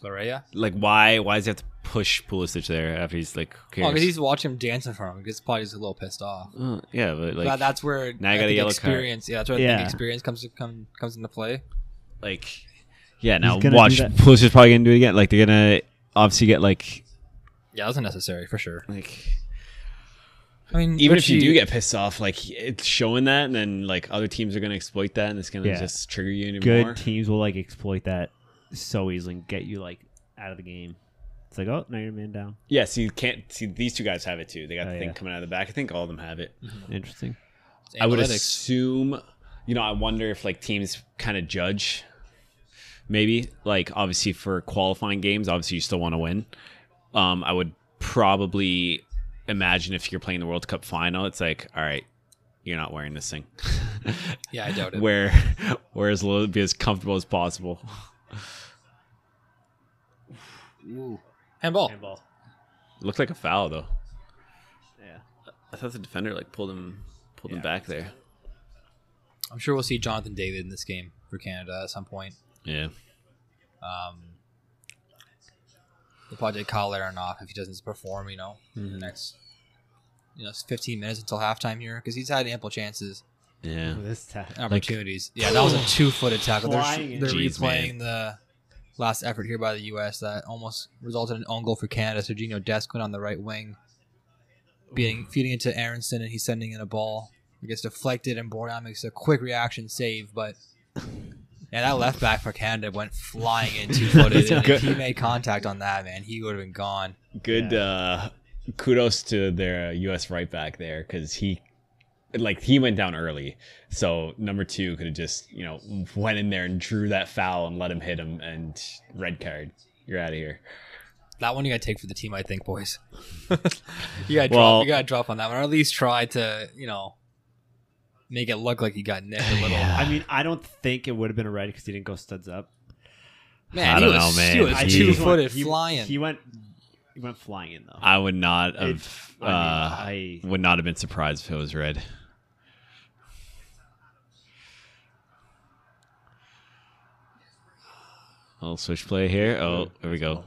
C: Larea.
D: Like why? Why does he have to push Pulisic there after he's like? Who
C: Oh,
D: cares?
C: because he's watching him dancing from him. Because probably just a little pissed off.
D: Uh, yeah, but like
C: That- that's where
D: now I
C: I
D: got a
C: think
D: yellow card.
C: experience. Yeah, that's where I
E: Yeah.
C: think experience comes to come comes into play.
D: like yeah. Now
E: gonna do
D: watch
E: that.
D: Pulisic's probably gonna do it again. Like they're gonna obviously get like
C: Yeah, that's unnecessary for sure.
D: like
C: I mean,
D: even if you
C: Richie-
D: do get pissed off, like it's showing that, and then like other teams are gonna exploit that, and it's gonna
E: Yeah.
D: just trigger you even
E: Good
D: more.
E: teams will like exploit that so easily and get you like out of the game. It's like oh now you're a man down.
D: Yeah, see, you can't see these two guys have it too. They got
E: Oh,
D: the thing
E: yeah.
D: coming out of the back. I think all of them have it.
E: Interesting.
D: I would
C: analytics.
D: assume, you know, I wonder if like teams kind of judge. Maybe like obviously for qualifying games, obviously you still want to win. Um, I would probably imagine if you're playing the World Cup final, it's like, all right, you're not wearing this thing.
C: Yeah, I doubt it.
D: Where, where as little be as comfortable as possible. Oh.
C: handball.
E: Handball.
D: Looked like a foul though.
E: Yeah.
D: I thought the defender like pulled him, pulled him back there.
C: I'm sure we'll see Jonathan David in this game for Canada at some point.
D: Yeah.
C: Um, the project Kyle Aronoff if he doesn't perform, you know, in
D: Mm-hmm.
C: the next you know 15 minutes until halftime here because he's had ample chances,
D: Yeah.
E: This time.
C: opportunities. yeah, that was a two-footed tackle. They're,
E: Flying in.
C: they're
D: Jeez,
C: replaying the last effort here by the U.S. that almost resulted in an own goal for Canada. So Gino Desquin on the right wing, being feeding it to Aronson, and he's sending in a ball. It gets deflected, and Borjan makes a quick reaction save, but. Yeah, that left back for Canada went flying in two footed. and if he made contact on that, man, he would have been gone.
D: good uh kudos to their uh, us right back there because he like he went down early so number two could have just you know went in there and drew that foul and let him hit him and red card you're out of here
C: That one you gotta take for the team, I think, boys. you gotta drop.
D: Well-
C: you gotta drop on that one, or at least try to, you know, make it look like you got nicked a little.
E: I mean, I don't think it would have been a red because he didn't go studs up.
C: Man,
D: I
C: he
D: don't
C: was,
D: know,
C: he
D: man.
C: was
D: I
E: think
D: he-
C: two footed
E: he-
C: flying.
E: He went He went flying in though.
D: I would not have.
E: It's- I mean,
D: uh, would not have been surprised if it was red. I'll switch play here. Oh, here we go.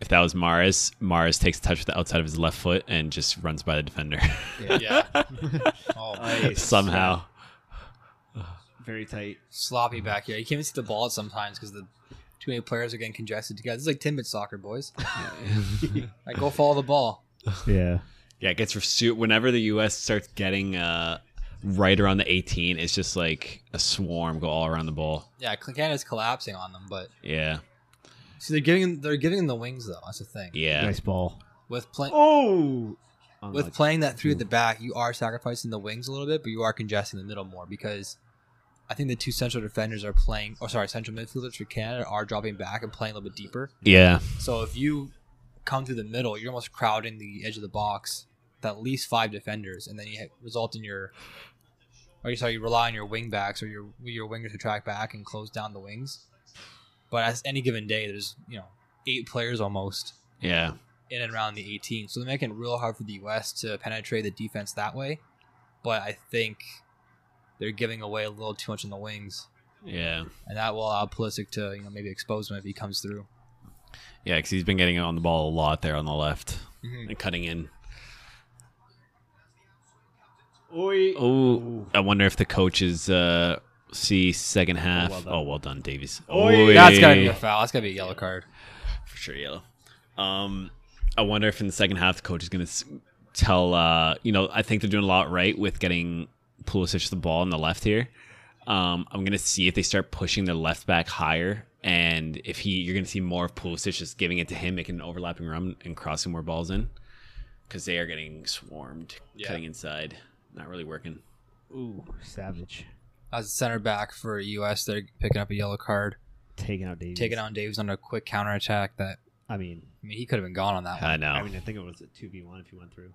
D: If that was Mars, Mars takes touch with the outside of his left foot and just runs by the defender
C: Yeah. oh, man.
E: I-
D: somehow.
E: very tight.
C: sloppy back here. You can't even see the ball sometimes because the too many players are getting congested together. This is like Timbit soccer, boys. like go follow the ball.
E: Yeah.
D: Yeah, it gets resu- whenever the U.S. starts getting uh, right around the 18. It's just like a swarm go all around the ball.
C: Yeah, Canada's collapsing on them, but
D: Yeah,
C: see they're giving they're giving them the wings though. That's the thing.
D: yeah.
E: Nice ball.
C: With playing
E: Oh.
C: with playing that through at the back, you are sacrificing the wings a little bit, but you are congesting the middle more because I think the two central defenders are playing, or sorry, central midfielders for Canada are dropping back and playing a little bit deeper.
D: Yeah.
C: So if you come through the middle, you're almost crowding the edge of the box with at least five defenders, and then you ha- result in your, or you sorry, you rely on your wing backs or your your wingers to track back and close down the wings. But as any given day, there's you know eight players almost
D: Yeah.
C: in and around the 18. So they're making it real hard for the U.S. to penetrate the defense that way. But I think they're giving away a little too much in the wings,
D: Yeah.
C: and that will allow Pulisic to you know maybe expose him if he comes through.
D: Yeah, because he's been getting on the ball a lot there on the left
C: Mhm.
D: and cutting in.
E: Oi.
D: Oh, I wonder if the coaches uh, see second half.
E: well
D: Oh,
E: done.
D: well, done, Davies.
E: Oi.
C: That's gotta be a foul. That's gotta be a yellow card.
D: for sure yellow. Um, I wonder if in the second half the coach is going to tell. Uh, you know, I think they're doing a lot right with getting Pulisic the ball on the left here. Um, I'm going to see if they start pushing their left back higher, and if he, you're going to see more of Pulisic just giving it to him, making an overlapping run and crossing more balls in, because they are getting swarmed,
C: Yeah.
D: cutting inside, not really working.
E: Ooh. Savage.
C: As a center back for U.S., they're picking up a yellow card,
E: Taking out Davies.
C: taking on Davies on a quick counterattack. That
E: I mean,
C: I mean, he could have been gone on that one.
D: I know.
E: I mean, I think it was a two v one if you went through.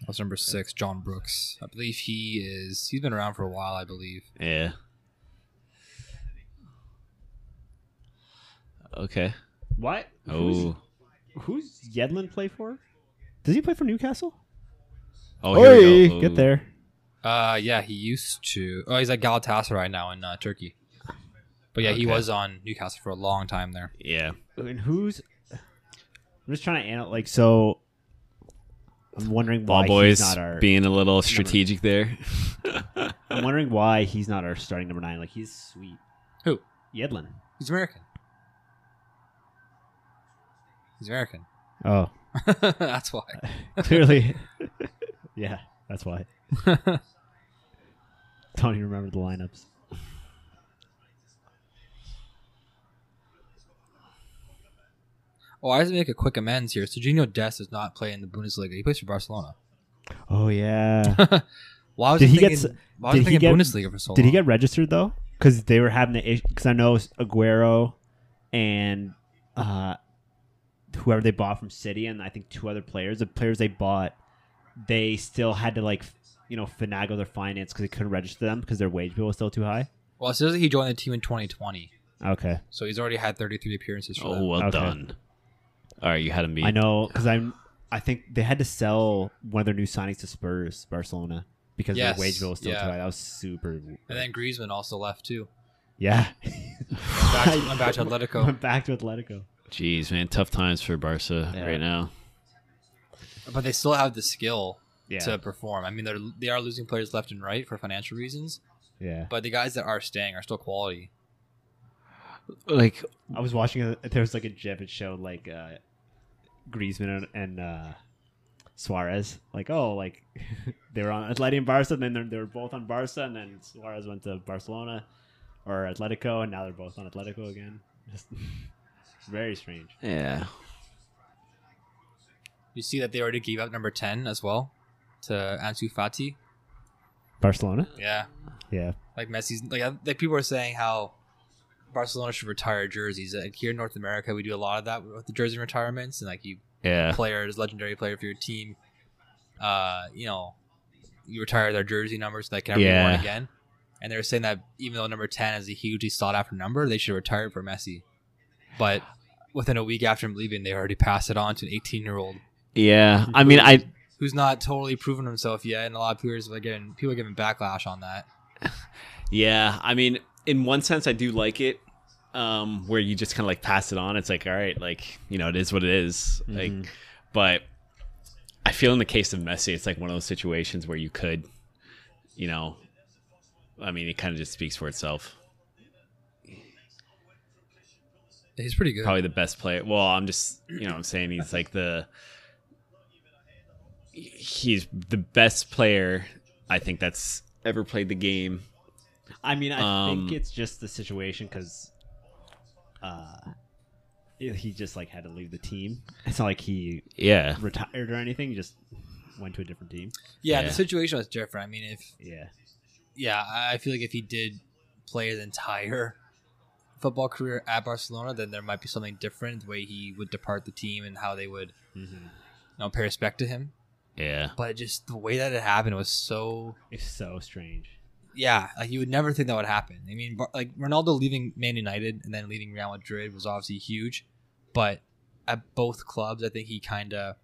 C: That was number six, John Brooks. I believe he is. He's been around for a while. I believe.
D: yeah. Okay.
E: What?
D: Oh.
E: Who's, who's Yedlin play for? Does he play for Newcastle?
D: Oh, here we go.
E: Oi,
D: Ooh.
E: Get there.
C: Uh, yeah, he used to. Oh, he's at Galatasaray now in uh, Turkey. But yeah, he
D: Okay.
C: was on Newcastle for a long time there.
D: Yeah.
E: And who's? I'm just trying to analyze. Like, so I'm wondering why
D: Ball boys
E: he's not our.
D: being a little strategic there.
E: I'm wondering why he's not our starting number nine. Like, he's sweet.
C: Who?
E: Yedlin.
C: He's American. He's American.
E: Oh,
C: That's why.
E: clearly. yeah, that's why. Don't even remember the lineups.
C: Oh, I just make a quick amends here. Sergio Dest does not play in the Bundesliga. He plays for Barcelona.
E: Oh yeah.
C: Why was
E: Did
C: I
E: he get
C: thinking,
E: s-
C: why was I
E: did he
C: thinking
E: get-
C: Bundesliga for so
E: Did
C: long?
E: he get registered though? Because they were having the issue. Because I know Aguero and uh, whoever they bought from City, and I think two other players, the players they bought, they still had to like, f- you know, finagle their finance because they couldn't register them because their wage bill was still too high.
C: well, it says that he joined the team in 2020,
E: Okay,
C: so he's already had 33 appearances for
D: oh,
C: them.
D: well
E: Okay.
D: done. All right, you had him beat.
E: I know because I'm. I think they had to sell one of their new signings to Spurs Barcelona because
C: Yes,
E: their wage bill was still
C: yeah.
E: too high. That was super.
C: And then Griezmann also left too.
E: yeah,
C: Back to, went back to Atletico.
E: went back to Atletico.
D: Jeez, man, tough times for Barca
E: Yeah.
D: right now.
C: But they still have the skill
E: Yeah,
C: to perform. I mean, they're they are losing players left and right for financial reasons,
E: yeah.
C: but the guys that are staying are still quality.
D: Like,
E: I was watching. A, there was like a gif. It showed like uh, Griezmann and, and uh, Suarez. Like oh, like they were on Atleti and Barca, and then they're- they were both on Barca, and then Suarez went to Barcelona or Atletico, and now they're both on Atletico again. Just very strange.
D: yeah,
C: You see that they already gave up number ten as well to Ansu Fati.
E: Barcelona.
C: Yeah,
E: Yeah.
C: like Messi's. Like, I- like people are saying how Barcelona should retire jerseys. Like here in North America, we do a lot of that with the jersey retirements, and like you
D: yeah,
C: players, legendary player for your team, uh, you know, you retire their jersey numbers so they can never be
D: Yeah.
C: worn again. and they were saying that even though number ten is a hugely sought after number, they should retire it for Messi. But within a week after him leaving, they already passed it on to an eighteen year old
D: Yeah, I mean, I
C: who's not totally proven himself yet, and a lot of players are getting people are giving backlash on that.
D: yeah, I mean, in one sense, I do like it, um, where you just kind of like pass it on. It's like, all right, like you know, it is what it is.
E: Mm-hmm.
D: Like, but I feel in the case of Messi, it's like one of those situations where you could, you know, I mean, it kind of just speaks for itself.
C: He's pretty good.
D: Probably the best player. Well, I'm just, you know, I'm saying he's like the he's the best player I think that's ever played the game.
E: I mean, I think
D: Um,
E: it's just the situation because uh, he just like had to leave the team. It's not like he
D: Yeah.
E: retired or anything. He just went to a different team.
C: yeah,
D: yeah.
C: the situation was different. I mean, if
E: Yeah,
C: yeah, I I feel like if he did play his entire football career at Barcelona, then there might be something different the way he would depart the team and how they would
E: Mm-hmm.
C: you know, pay respect to him.
D: Yeah.
C: But just the way that it happened was so
E: it's so strange.
C: yeah, like you would never think that would happen. I mean, Bar- like Ronaldo leaving Man United and then leaving Real Madrid was obviously huge, but at both clubs, I think he kind of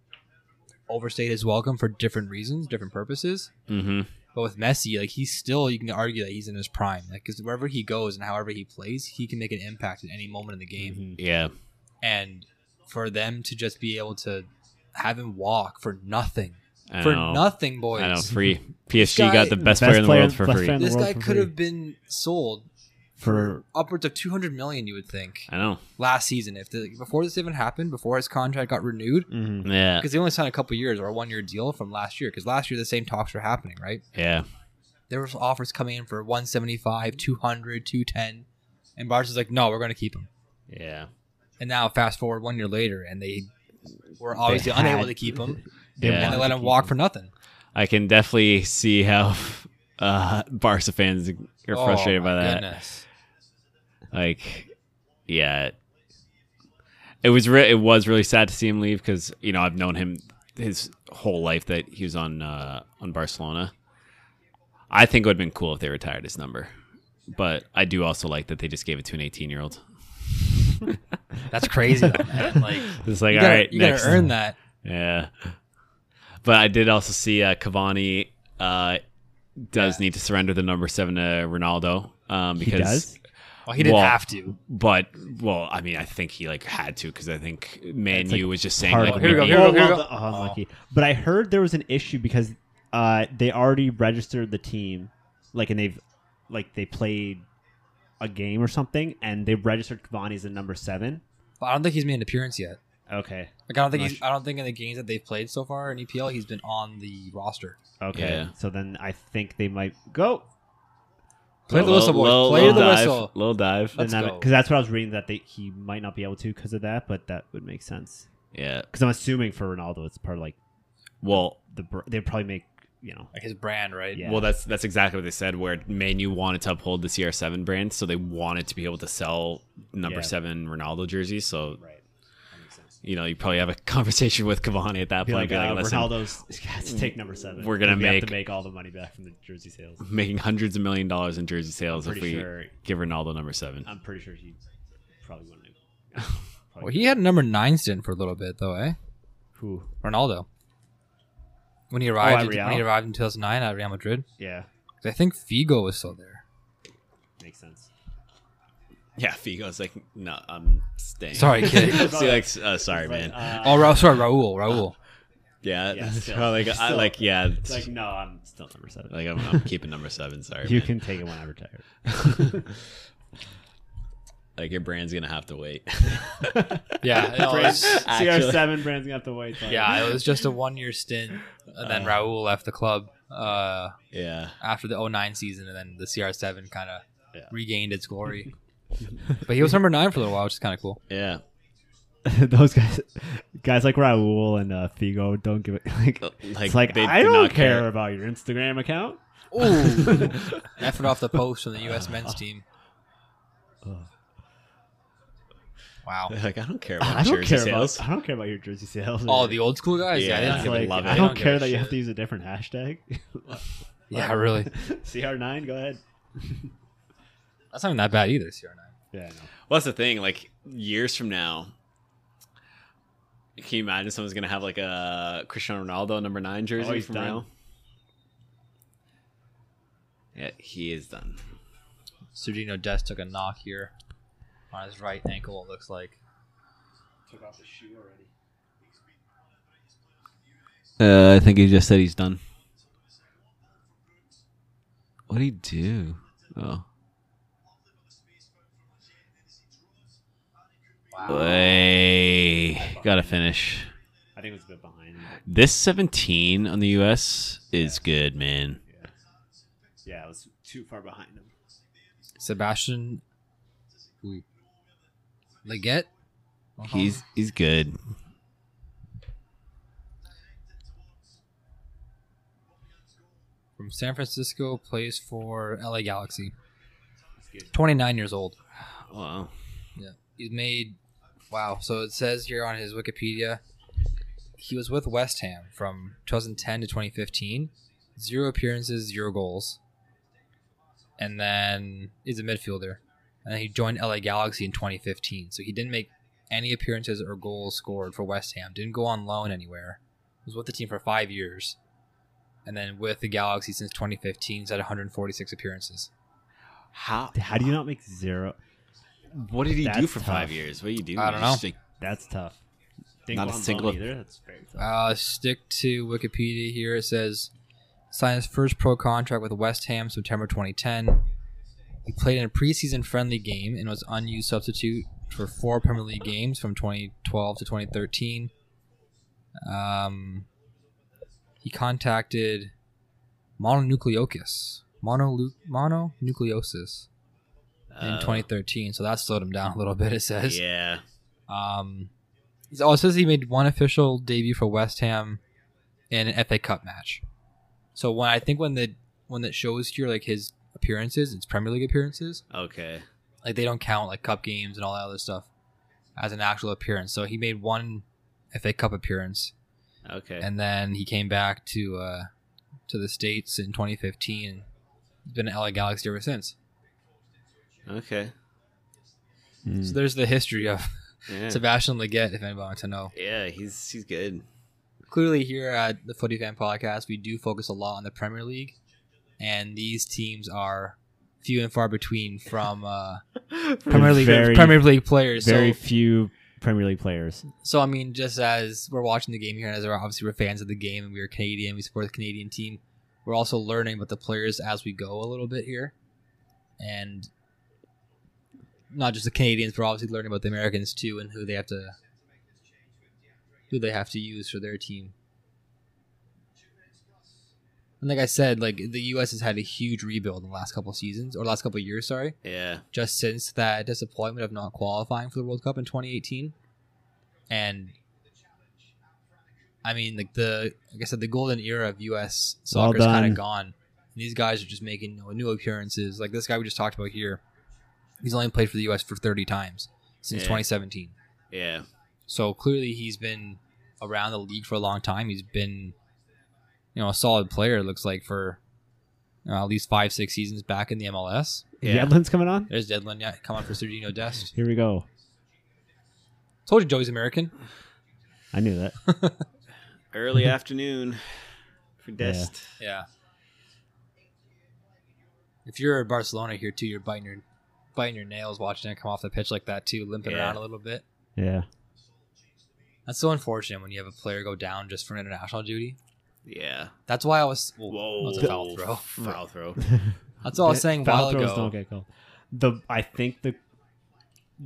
C: overstayed his welcome for different reasons, different purposes.
D: Mhm.
C: But with Messi, like he's still, you can argue that he's in his prime. Like, because wherever he goes and however he plays, he can make an impact at any moment in the game.
E: Mm-hmm.
D: Yeah.
C: And for them to just be able to have him walk for nothing,
D: I
C: for
D: know.
C: nothing, boys.
D: I know. Free. PSG
C: guy-
D: got the best,
E: Best
D: player in the
E: player-
D: world for
E: best
D: free.
E: fan- in the
C: This
E: world
C: guy
E: for
C: could
E: free.
C: have been sold
E: For
C: upwards of 200 million, you would think,
D: I know.
C: last season. If the, before this even happened, before his contract got renewed,
E: mm-hmm.
D: Yeah.
C: because he only signed a couple years or a one year deal from last year, because last year the same talks were happening, right?
D: Yeah.
C: there were offers coming in for 175 200 210 and Barca's like no we're going to keep him
D: Yeah.
C: and now fast forward one year later and they were obviously
E: had-
C: unable to keep him
D: Yeah.
C: and they
E: wanted
C: let
E: to
C: him
E: keep
C: walk for nothing
D: I can definitely see how uh Barca fans are
C: Oh,
D: frustrated by
C: my
D: that.
C: goodness.
D: Like yeah. It was re- it was really sad to see him leave cuz you know, I've known him his whole life that he was on uh on Barcelona. I think it would have been cool if they retired his number. But I do also like that they just gave it to an 18-year-old.
C: that's crazy though, man. like you
D: It's like,
C: gotta,
D: all right,
C: you
D: next.
C: gotta earn that
D: Yeah. But I did also see uh, Cavani uh, does need to surrender the number seven to Ronaldo. Um,
E: he
D: because,
E: does.
C: well he didn't
D: Well,
C: have to
D: But, well, I mean, I think he, like, had to because I think Man
E: It's, like,
D: U was just saying,
E: Hard-
D: like,
C: here we go,
D: we
C: here we
D: need-
E: Oh,
C: go, here we go.
E: well, the- oh, unlucky. But I heard there was an issue because uh, they already registered the team, like, and they've like they played a game or something, and they registered Cavani as the number seven.
C: but I don't think he's made an appearance yet
E: Okay.
C: like I don't think
E: Not
C: he's I don't think in the games that they've played so far in EPL he's been on the roster
E: Okay.
D: Yeah.
E: So then I think they might go.
C: play the whistle boys
D: Little-
C: play
D: little
C: the
D: dive,
C: whistle
D: Little dive.
C: Let's go.
E: Because that's what I was reading that they, he might not be able to because of that, but that would make sense.
D: Yeah.
E: Because I'm assuming for Ronaldo, it's part of like
D: Well,
E: the br- they probably make you know
C: like his brand right
E: Yeah.
D: Well, that's that's exactly what they said. Where Man U wanted to uphold the CR7 brand, so they wanted to be able to sell number
E: Yeah.
D: seven Ronaldo jerseys. So
E: right. That makes sense.
D: you know, you probably have a conversation with Cavani at that
E: Be
D: point.
E: like,
D: be like,
E: uh,
D: "Listen,
E: Ronaldo's got to take number seven.
D: we're gonna
E: We have
D: make-
E: to make all the money back from the jersey sales.
D: making hundreds of million dollars in jersey sales if
E: Pretty
D: we
E: sure. Um,
D: give Ronaldo number seven.
E: I'm pretty sure he probably wouldn't. have- Probably
C: well he had number nine stint for a little bit though eh
E: who?
C: Ronaldo. When he
E: Oh, at
C: arrived,
E: Real?
C: when he arrived in 2009 at Real Madrid,
E: Yeah,
C: 'Cause I think Figo was still there.
E: makes sense.
D: yeah, Figo's like, no, I'm staying.
C: Sorry, kid.
D: See, like, uh, sorry,
E: Like,
D: man.
E: uh,
C: oh, Ra- sorry, Raul, Raul.
D: yeah,
E: yeah,
D: that's
E: still-
D: how, like, I
E: still-
D: like, yeah,
E: it's like no, I'm still number seven.
D: like I'm, I'm keeping number seven. Sorry,
E: you
D: man.
E: can take it when I retire.
D: like your brand's gonna have to wait.
C: Yeah, no, it was,
E: CR7 brand's gonna have to wait. till-
C: yeah, it was just a one-year stint, and
E: Uh.
C: then Raul left the club uh,
D: yeah,
C: after the 09 season, and then the CR7 kind of
E: Yeah.
C: regained its glory. but he was number nine for a little while, which is kind of cool.
D: yeah.
E: those guys, guys like Raul and uh, Figo, don't give it. Like,
D: Like,
E: it's like
D: they
E: I
D: do
E: don't
D: not
E: care, about your Instagram account.
C: Ooh, effort off the post from the U.S. men's team. Wow.
D: Like I don't care about
E: I don't
D: jersey
E: care
D: sales.
E: about. I don't care about your jersey sales.
C: Oh,
E: or-
C: the old school guys. Yeah,
D: Yeah,
C: they don't
D: it's
C: give a-
E: like,
D: love
E: I
D: it.
C: they
E: don't
C: give
E: care
C: a
E: that you
C: shit.
E: have to use a different hashtag.
C: Yeah, really.
E: CR9, go ahead.
C: That's not even that bad either, CR9.
E: Yeah, I know.
D: Well, that's the thing. Like years from now, can you imagine someone's gonna have like a Cristiano Ronaldo number nine jersey
E: Oh, he's
D: from
E: done.
D: Real? Yeah, he is done.
C: Sergino Des took a knock here on his right ankle, it looks like.
E: Took off the shoe already.
D: Uh, I think he just said he's done. What would he do? Oh, way gotta finish.
E: I think it was a bit behind.
D: This 17 on the U.S. is good, man.
E: Yeah, it was too far behind him.
C: Sebastian Leggett? uh-huh,
D: He's he's good.
C: from San Francisco, plays for LA Galaxy.
E: good.
C: 29 years old.
D: Wow.
C: Yeah. He's made wow, so it says here on his Wikipedia he was with West Ham from 2010 to 2015, zero appearances, zero goals. And then he's a midfielder. And then he joined LA Galaxy in 2015. So he didn't make any appearances or goals scored for West Ham. Didn't go on loan anywhere. Was with the team for 5 years. And then with the Galaxy since 2015, he's had 146 appearances.
D: How
E: How do you not make zero?
D: What did he do
E: That's
D: for
E: tough.
D: five years? What do you do?
C: I don't know.
D: Just, like,
E: That's tough. Didn't
D: Not
E: go
D: a
E: on loan
D: single-
E: either. That's very tough.
C: Uh, stick to Wikipedia here. It says signed his first pro contract with West Ham September 2010. He played in a preseason friendly game and was unused substitute for four Premier League games from 2012 to 2013. Um, he contacted mononucleosis, monolu- mononucleosis in
D: uh,
C: 2013, so that slowed him down a little bit. It says.
D: Yeah.
C: Um, he's- oh, it says he made one official debut for West Ham in an FA Cup match. So when I think when the when that shows here like his appearances, it's Premier League appearances.
D: Okay.
C: Like they don't count like cup games and all that other stuff as an actual appearance. So he made one FA Cup appearance,
D: Okay.
C: and then he came back to uh, to the states in 2015. He's been at LA Galaxy ever since.
D: okay.
E: Hmm.
C: So there's the history of
D: Yeah.
C: Sebastian Leggett, if anybody wants to know.
D: yeah. He's he's good.
C: clearly here at the Footy Fan Podcast, we do focus a lot on the Premier League, and these teams are few and far between from uh, Premier League
E: Very-
C: Premier League players.
E: Very
C: so,
E: few Premier League players.
C: so I mean, just as we're watching the game here, and as we're obviously we're fans of the game, and we're Canadian, we support the Canadian team. We're also learning about the players as we go a little bit here, and not just the Canadians. We're obviously learning about the Americans too, and who they have to who they have to use for their team. And like I said, like the U.S. has had a huge rebuild in the last couple seasons or last couple years, sorry
D: Yeah.
C: just since that disappointment of not qualifying for the World Cup in 2018. And I mean, like the like I said, the golden era of U.S.
E: Well
C: soccer is kind
E: done.
C: of gone. these guys are just making you know, new appearances. Like this guy we just talked about here, he's only played for the U.S. for 30 times since
D: Yeah.
C: 2017.
D: Yeah.
C: So clearly, he's been around the league for a long time. He's been, you know, a solid player. It looks like for you know, at least five, six seasons back in the MLS.
D: Yeah.
E: Yedlin's coming on.
C: There's Deadland yeah, coming for Sergino Dest.
E: Here we go.
C: Told you Joey's American.
E: I knew that.
D: Early
C: Mm-hmm.
D: afternoon for Dest.
C: Yeah. If you're in Barcelona here too, you're biting your biting your nails watching it come off the pitch like that too, limping
D: Yeah.
C: around a little bit.
E: Yeah.
C: That's so unfortunate when you have a player go down just for an international duty.
D: Yeah.
C: That's why I was well,
D: Whoa.
C: That's a foul throw.
D: Foul throw.
C: That's all I was
E: Yeah,
C: saying a
E: foul
C: while
E: throws
C: ago.
E: Don't get called. The I think the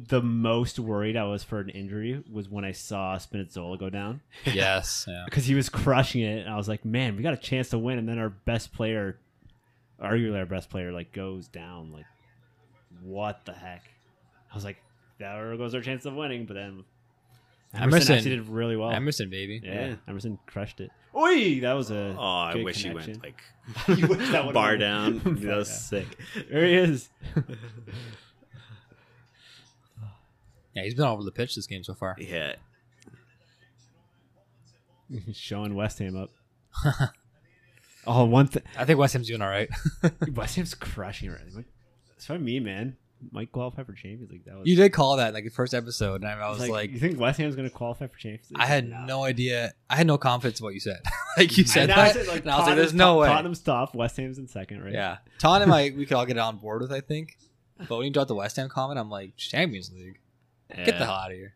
E: the most worried I was for an injury was when I saw Spinazzola go down
C: Yes. Yeah.
E: because he was crushing it, and I was like, "Man, we got a chance to win." And then our best player, arguably our best player, like goes down. Like, what the heck? I was like, "There goes our chance of winning." But then Emerson,
C: Emerson.
E: actually did really well.
C: Emerson, baby.
E: yeah,
D: Yeah.
E: Emerson crushed it. Oi, that was a.
D: Oh, I
E: good
D: wish he
E: connection.
D: went like
E: You wish that would've
D: bar
E: been-
D: down.
E: Fuck
D: that was
E: yeah.
D: sick.
E: There he is.
C: Yeah, he's been all over the pitch this game so far.
D: Yeah.
E: Showing West Ham up. Oh, one thing.
C: I think West Ham's doing all right.
E: West Ham's crushing right now. That's what I mean, man. Might qualify for Champions League. That was
C: you did call that like the first episode, and I
E: I
C: was like,
E: you think West Ham's going to qualify for Champions League?
C: I had no idea. I had no confidence in what you said. like you said
E: And I
C: that,
E: said, like,
C: and I was like,
E: Tottenham's
C: "There's no
E: top-
C: way."
E: Tottenham's top. West Ham's in second, right?
C: Yeah, Tottenham, I we could all get on board with. I think, but when you dropped the West Ham comment, I'm like, Champions League, get the hell out of here.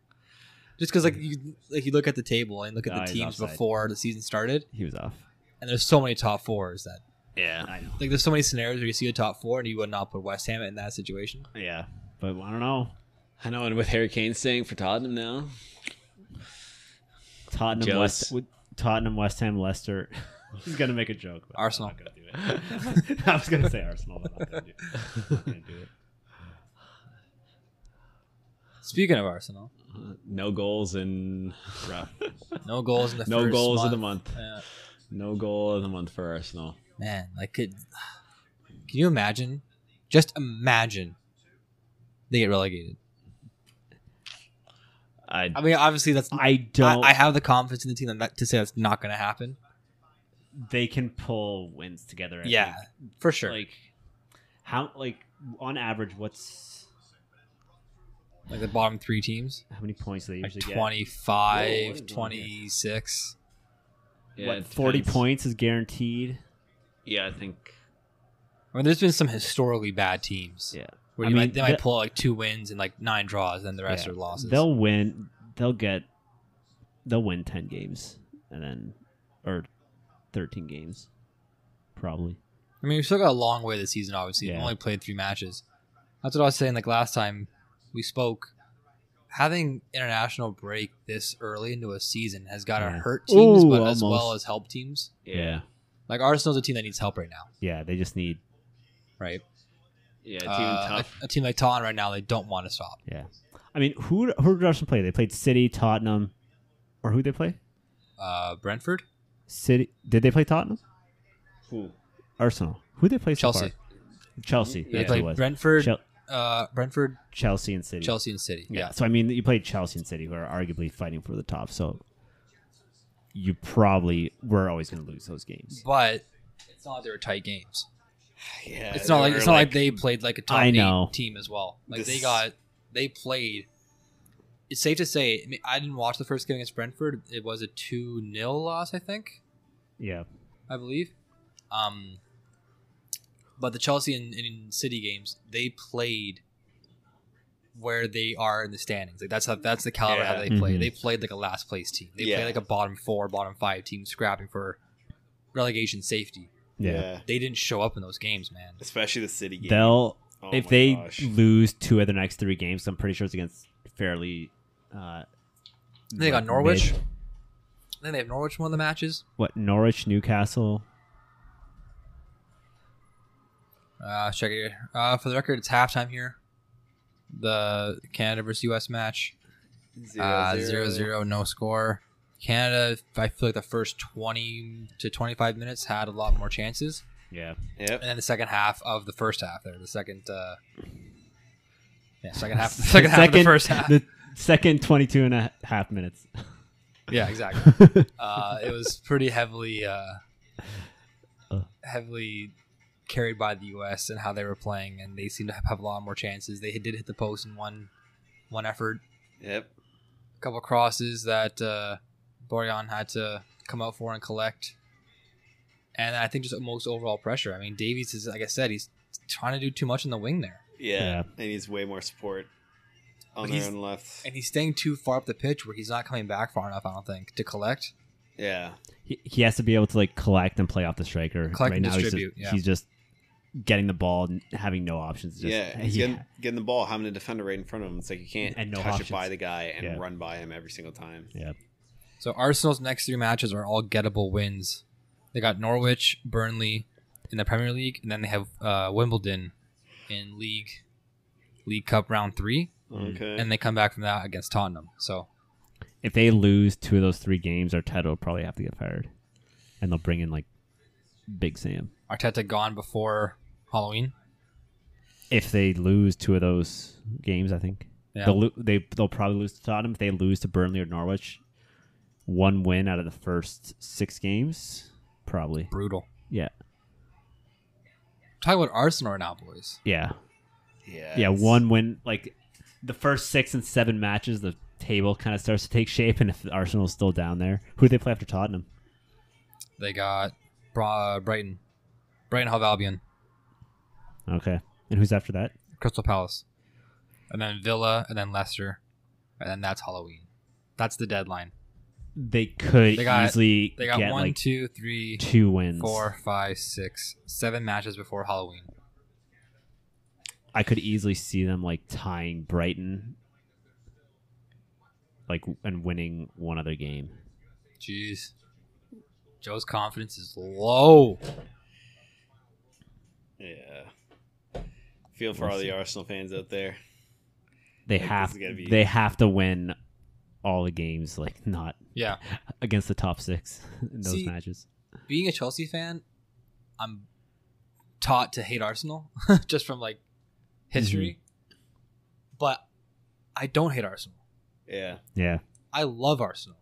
C: Just because like you like you look at the table and look at
E: Ah,
C: the
E: he's
C: teams
E: offside.
C: before the season started,
E: He was off.
C: and there's so many top fours that
D: Yeah.
E: I know.
C: like there's so many scenarios where you see a top four and you would not put West Ham in that situation.
E: Yeah. But I don't know.
D: I know, and with Harry Kane staying for Tottenham now,
E: Tottenham,
D: Jealous.
E: West, with Tottenham, West Ham, Leicester. I was gonna make a joke. But
C: Arsenal.
E: I'm not gonna do it. I was gonna say Arsenal, but I'm not gonna do it. I'm not gonna do it.
C: Speaking of Arsenal,
D: no goals and
C: no goals in the
D: No
C: first
D: goals
C: month.
D: of the month.
C: Yeah.
D: no goal of the month for Arsenal.
C: Man, like could can you imagine? Just imagine they get relegated.
D: I
C: I mean, obviously that's
E: I
C: I,
E: don't.
C: I have the confidence in the team that, to say that's not going to happen.
E: they can pull wins together. I
C: yeah,
E: think.
C: for sure. Like,
E: Like how? Like on average, what's
C: the bottom three teams,
E: how many points do they
C: like
E: usually get?
C: 25,
E: Whoa, what is wrong here?
C: 26.
D: yeah,
E: what
D: it
E: forty
D: depends.
E: points is guaranteed?
D: Yeah, I think
C: I mean, there's been some historically bad teams. Where
E: I
C: you
E: mean,
C: might, they might
E: the-
C: pull out, like two wins and like nine draws, and the rest
E: Yeah.
C: are losses.
E: They'll win. They'll get. They'll win ten games, and then or thirteen games, probably.
C: I mean, we've still got a long way this season, obviously.
E: Yeah.
C: We've only played three matches. That's what I was saying like last time we spoke. Having international break this early into a season has got to
E: Yeah.
C: hurt teams,
E: Ooh,
C: but as well as
E: almost.
C: help teams.
D: yeah,
C: Like Arsenal's a team that needs help right now,
E: Yeah, they just need.
C: right?
D: yeah, team
C: Uh,
D: tough.
C: A, a team like Tottenham right now, they don't want to stop.
E: Yeah, I mean, who who did Arsenal play? They played City, Tottenham, or who they play?
C: Uh, Brentford,
E: City. Did they play Tottenham?
D: Who?
E: Arsenal. Who did they play? so
C: Chelsea.
E: far? Chelsea.
D: They
C: they
E: That's who
C: play
E: it was.
C: Brentford,
E: Chel-
C: uh, Brentford,
E: Chelsea and City.
C: Chelsea, and City.
E: Yeah.
C: Yeah,
E: So I mean, you played Chelsea and City, who are arguably fighting for the top. So you probably were always going to lose those games.
C: but it's not like they were tight games.
D: Yeah,
C: it's not
D: they
C: like
D: were
C: it's not like, they played like a top
E: I
C: eight
E: know.
C: team as well. Like they
D: This-
C: got they played. It's safe to say I, mean, I didn't watch the first game against Brentford. It was a two 0 loss, I think,
E: Yeah.
C: I believe. Um, but the Chelsea and, and City games they played where they are in the standings. Like that's how that's the caliber how
D: Yeah.
C: they play.
E: Mhm.
C: They played like a last place team. They
D: Yeah.
C: played like a bottom four, bottom five team scrapping for relegation safety.
E: Yeah.
C: They didn't show up in those games, man.
D: especially the city game.
E: They'll
D: Oh
E: if
D: my
E: they
D: gosh.
E: lose two of their next three games. I'm pretty sure it's against fairly. Uh,
C: They got
E: mid-
C: Norwich. Then they have Norwich in one of the matches.
E: what Norwich, Newcastle.
C: Uh, check it. here. Uh, for the record, it's halftime here. The Canada versus U.S. match.
D: Zero,
C: Uh, zero zero, no score. Canada, I feel like the first twenty to twenty five minutes had a lot more chances,
E: Yeah.
D: Yep.
C: and then the second half of the first half there, the second, uh, yeah, second half, second, half of the first half.
E: The second 22 and a half minutes.
C: Yeah, exactly. uh, it was pretty heavily, uh, heavily carried by the U.S. and how they were playing, and they seemed to have, have a lot more chances. They did hit the post in one, one effort,
D: Yep.
C: a couple crosses that uh, Borjan had to come out for and collect, and I think just most overall pressure. I mean, Davies is like I said, he's trying to do too much in the wing there,
D: Yeah.
E: Yeah.
D: They needs way more support
C: But
D: on their
C: he's-
D: own left.
C: and he's staying too far up the pitch where he's not coming back far enough. I don't think to collect.
D: Yeah.
E: He, he has to be able to like collect and play off the striker.
C: Collect
E: right
C: and
E: now
C: distribute,
E: he's just,
C: yeah.
E: he's just getting the ball and having no options. Just,
D: yeah. He's Getting, getting the ball, having a defender right in front of him. It's like you can't
E: And no
D: touch
E: options.
D: it by the guy and
E: Yeah.
D: run by him every single time.
E: yeah.
C: So Arsenal's next three matches are all gettable wins. They got Norwich, Burnley in the Premier League, and then they have uh, Wimbledon in League League Cup round three,
D: Okay.
C: and they come back from that against Tottenham. So
E: If they lose two of those three games, Arteta will probably have to get fired, and they'll bring in like Big Sam.
C: Arteta gone before Halloween.
E: If they lose two of those games, I think
C: Yeah.
E: they'll lo- they they'll probably lose to Tottenham. If they lose to Burnley or Norwich, one win out of the first six games, probably.
C: Brutal.
E: Yeah.
C: Talk about Arsenal right now, boys.
E: Yeah.
C: Yeah.
E: Yeah. One win, like the first six and seven matches, the table kind of starts to take shape. And if Arsenal's still down there, who do they play after Tottenham?
C: They got Bra- uh, Brighton, Brighton Hove Albion,
E: Okay. And who's after that?
C: Crystal Palace, and then Villa, and then Leicester, and then that's Halloween. That's the deadline.
E: They could
C: They got-
E: easily
C: They got
E: get
C: one,
E: like
C: two, three,
E: two wins.
C: four, five, six, seven matches before Halloween.
E: I could easily see them like tying Brighton, like and winning one other game.
C: Jeez. Joe's confidence is low.
D: Yeah. Feel for all the Arsenal fans out there.
E: They
D: Like, this
E: have
D: is gonna be-
E: they have to win all the games, like not
C: Yeah.
E: against the top six in those
C: See-
E: matches.
C: Being a Chelsea fan, I'm taught to hate Arsenal just from like history.
E: Mm-hmm.
C: But I don't hate Arsenal.
D: Yeah.
E: Yeah,
C: I love Arsenal.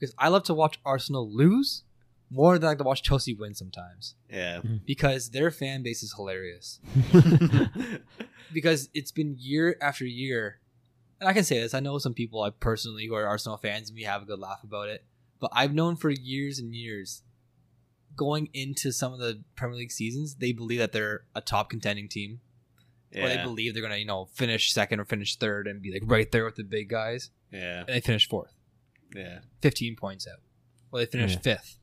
C: Because I love to watch Arsenal lose more than I like to watch Chelsea win sometimes.
D: Yeah.
C: Because their fan base is hilarious. because it's been year after year, and I can say this. I know some people I personally who are Arsenal fans, and we have a good laugh about it. But I've known for years and years, going into some of the Premier League seasons, they believe that they're a top contending team, or they
D: Yeah.
C: believe they're gonna you know finish second or finish third and be like right there with the big guys,
D: Yeah.
C: and they finish fourth,
D: Yeah.
C: fifteen points out, or they finish
E: Yeah.
C: fifth,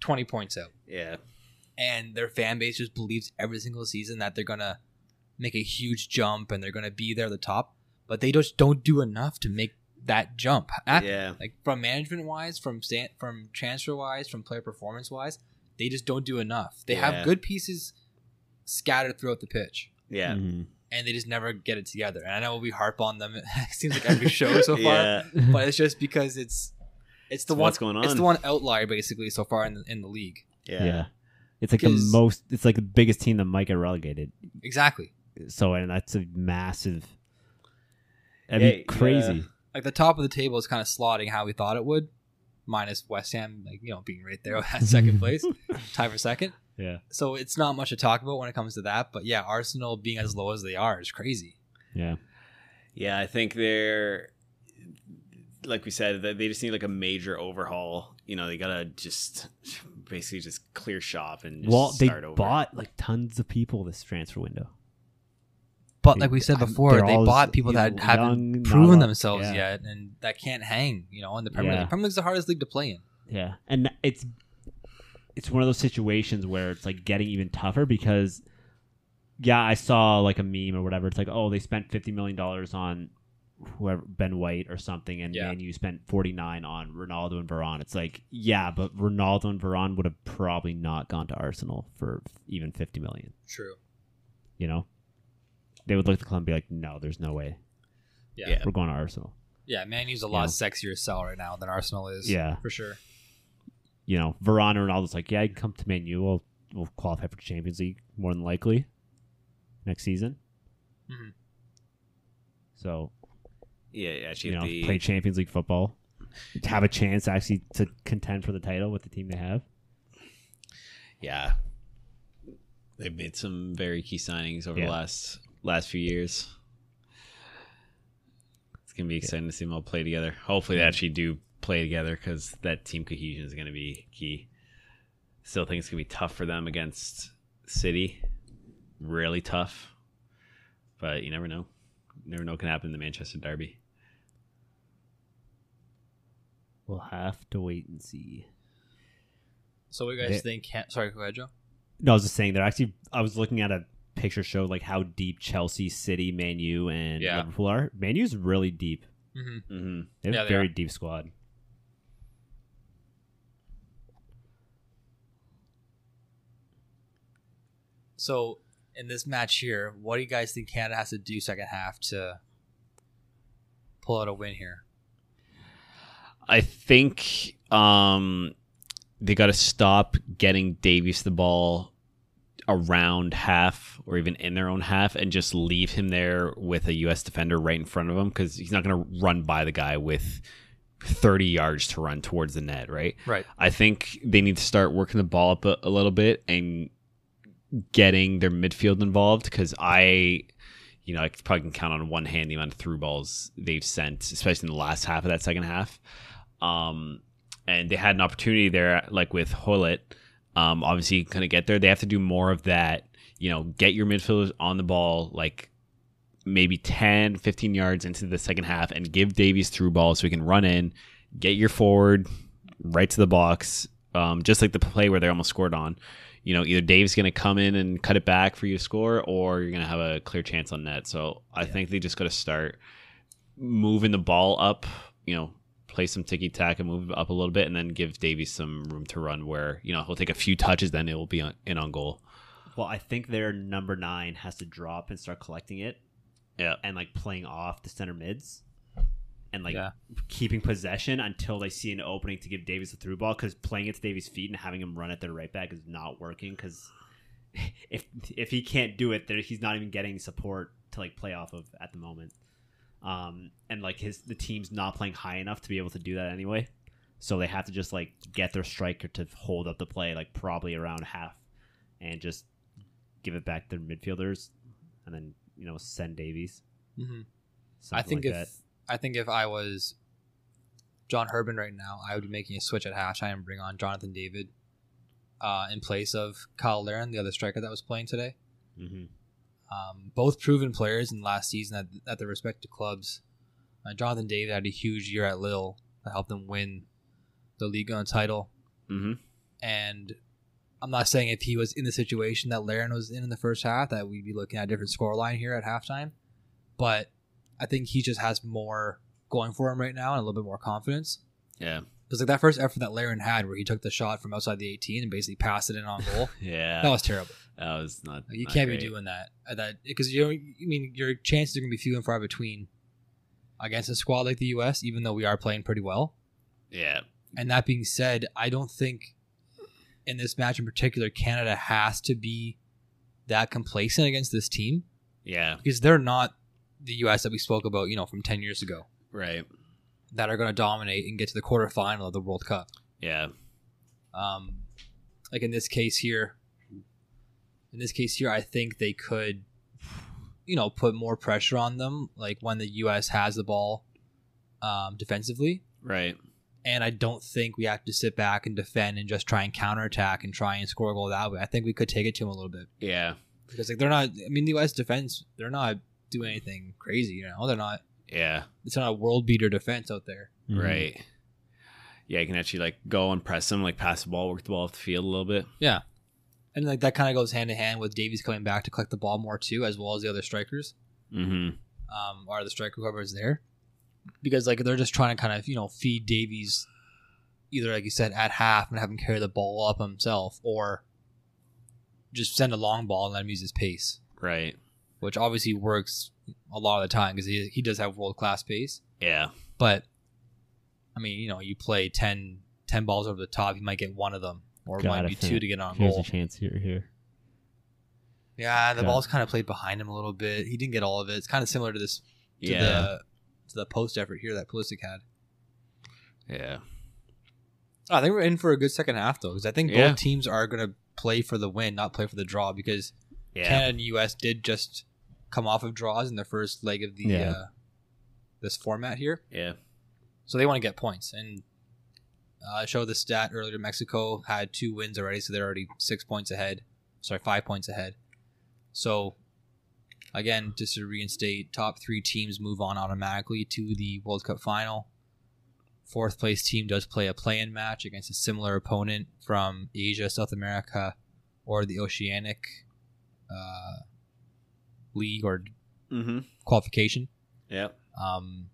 C: twenty points out
D: Yeah.
C: and their fan base just believes every single season that they're gonna make a huge jump and they're gonna be there at the top, but they just don't do enough to make that jump. At-
D: Yeah.
C: Like from management wise, from stand, from transfer wise, from player performance wise, they just don't do enough. They
D: Yeah.
C: have good pieces scattered throughout the pitch,
D: Yeah.
E: Mhm.
C: and they just never get it together. And I know we harp on them. It seems like every show so far,
D: Yeah.
C: but it's just because it's it's the one
D: It's what's going
C: It's
D: on.
C: the one outlier basically so far in the, in the league.
E: yeah.
D: Yeah.
E: It's like the
C: Because-
E: most. It's like the biggest team that might get relegated.
C: Exactly.
E: So and that's a massive. That'd
D: Yeah,
E: be crazy.
C: like the top of the table is kind of slotting how we thought it would, minus West Ham, like you know being right there at second place, tie for second.
E: Yeah.
C: So it's not much to talk about when it comes to that. But yeah, Arsenal being as low as they are is crazy.
E: Yeah.
D: Yeah, I think they're like we said that they just need like a major overhaul. You know, they gotta just basically just clear shop and just
E: Well, they
D: start over.
E: bought like tons of people this transfer window.
C: But
E: They-
C: like we said
E: I'm-
C: before,
E: they're
C: they
E: all
C: bought
E: s-
C: people that
E: young,
C: haven't
E: not
C: proven
E: a-
C: themselves
E: yeah.
C: yet, and that can't hang. You know, in the Premier
E: Yeah.
C: League, Premier League's the hardest league to play in.
E: Yeah, and it's it's one of those situations where it's like getting even tougher because yeah, I saw like a meme or whatever. It's like oh, they spent fifty million dollars on whoever Ben White or something, and
C: Yeah.
E: Man U spent forty nine on Ronaldo and Varane. It's like yeah, but Ronaldo and Varane would have probably not gone to Arsenal for even fifty million.
C: True.
E: You know, they would look at the club and be like, no, there's no way
C: Yeah.
D: Yeah.
C: Yeah.
E: we're going to Arsenal.
C: Man U's a lot
E: Yeah.
C: sexier sell right now than Arsenal is.
E: Yeah.
C: For sure.
E: you know, Verona and all this, like, yeah, I can come to Man U. We'll, we'll qualify for Champions League more than likely next season.
C: Mhm.
E: So,
D: Yeah,
E: you
D: actually
E: know,
D: the
E: play Champions League football, have a chance actually to contend for the title with the team they have.
D: yeah. They've made some very key signings over
E: Yeah.
D: the last last few years. It's gonna be exciting to see them all play together. Hopefully, they actually do play together because that team cohesion is gonna be key. Still think it's gonna be tough for them against City, really tough. But you never know. You never know what can happen in the Manchester Derby.
E: We'll have to wait and see.
C: So what do you guys think? Sorry, go ahead, Joe.
E: No, I was just saying that actually, I was looking at a picture show like how deep Chelsea, City, Man U, and
C: Yeah.
E: Liverpool are. Man U's really deep.
C: Mm-hmm.
D: hmm
E: They have
C: Yeah,
E: a
C: they
E: very
C: are.
E: deep squad.
C: So in this match here, what do you guys think Canada has to do second half to pull out a win here?
D: I think um, they got to stop getting Davies the ball around half or even in their own half and just leave him there with a U.S. defender right in front of him because he's not going to run by the guy with 30 yards to run towards the net, right?
C: Right.
D: I think they need to start working the ball up a, a little bit and getting their midfield involved because I, you know, I probably can count on one hand the amount of through balls they've sent, especially in the last half of that second half. Um, and they had an opportunity there, like with Hoylett. Um, obviously, couldn't get there. They have to do more of that. You know, get your midfielders on the ball, like maybe 10, 15 yards into the second half and give Davies through ball so he can run in, get your forward right to the box, um, just like the play where they almost scored on. You know, either Dave's going to come in and cut it back for you to score, or you're going to have a clear chance on net. So I think they just got to start moving the ball up, you know, play some ticky tack and move it up a little bit, and then give Davies some room to run where, you know, he'll take a few touches, then it will be on, in on goal.
E: Well, I think their number nine has to drop and start collecting it
D: Yeah.
E: and like playing off the center mids and like
C: Yeah.
E: keeping possession until they see an opening to give Davies a through ball because playing it to Davies' feet and having him run at their right back is not working because if if he can't do it, there he's not even getting support to like play off of at the moment. Um, and like his the team's not playing high enough to be able to do that anyway, so they have to just like get their striker to hold up the play like probably around half, and just give it back to their midfielders, and then you know send Davies.
C: Mm-hmm. I
E: something
C: think
E: like
C: if
E: that.
C: I think if I was John Herbin right now, I would be making a switch at halftime and bring on Jonathan David uh, in place of Kyle Laren, the other striker that was playing today.
E: Mm-hmm.
C: um, both proven players in last season at, at their respective clubs. Uh, Jonathan David had a huge year at Lille that helped them win the league on title.
D: Mm-hmm.
C: And I'm not saying if he was in the situation that Laren was in in the first half that we'd be looking at a different scoreline here at halftime. But I think he just has more going for him right now and a little bit more confidence.
D: Yeah.
C: Because like that first effort that Laren had where he took the shot from outside the 18 and basically passed it in on goal,
D: Yeah.
C: that was terrible.
D: That was not.
C: Like, you
D: not
C: can't
D: great.
C: be doing that. uh, That because you don't. I mean, your chances are going to be few and far between against a squad like the U.S. Even though we are playing pretty well.
D: Yeah,
C: And that being said, I don't think in this match in particular, Canada has to be that complacent against this team
D: yeah,
C: because they're not the U.S. that we spoke about, you know, from ten years ago
D: right.
C: that are going to dominate and get to the quarterfinal of the World Cup.
D: Yeah,
C: um, like in this case here in this case here i think they could you know put more pressure on them like when the us has the ball um, defensively
D: right.
C: and i don't think we have to sit back and defend and just try and counterattack and try and score a goal that way i think we could take it to them a little bit
D: Yeah,
C: because like they're not i mean the us defense they're not doing anything crazy you know they're not
D: yeah,
C: it's not a world beater defense out there
D: right. Yeah, you can actually like go and press them, like pass the ball, work the ball off the field a little bit.
C: and like that kind of goes hand in hand with davies coming back to collect the ball more too as well as the other strikers
D: Mm-hmm.
C: um, or the striker, whoever is there, because like they're just trying to kind of you know feed Davies, either like you said at half and have him carry the ball up himself, or just send a long ball and let him use his pace,
D: Right.
C: which obviously works a lot of the time because he he does have world class pace.
D: Yeah.
C: But I mean, you know, you play 10, 10 balls over the top, you might get one of them, or it
E: God,
C: might
E: I
C: be
E: think-
C: two to get
D: um,
C: on
E: Here's
C: goal.
E: a chance here. Here.
C: yeah, the
E: God.
C: ball's kind of played behind him a little bit. He didn't get all of it. It's kind of similar to this to
D: Yeah.
C: the to the post effort here that Pulisic had.
D: Yeah.
C: I think we're in for a good second half though, because I think
D: Yeah.
C: both teams are going to play for the win, not play for the draw, because
D: Yeah.
C: Canada and U.S. did just come off of draws in the first leg of the
E: Yeah.
C: uh, this format here,
D: yeah.
C: so they want to get points. And uh, I showed the stat earlier. Mexico had two wins already, so they're already six points ahead. Sorry, five points ahead. So again, just to reinstate, top three teams move on automatically to the World Cup final. Fourth place team does play a play-in match against a similar opponent from Asia, South America, or the Oceanic uh, league or
D: Mm-hmm.
C: qualification.
D: Yeah.
C: Um,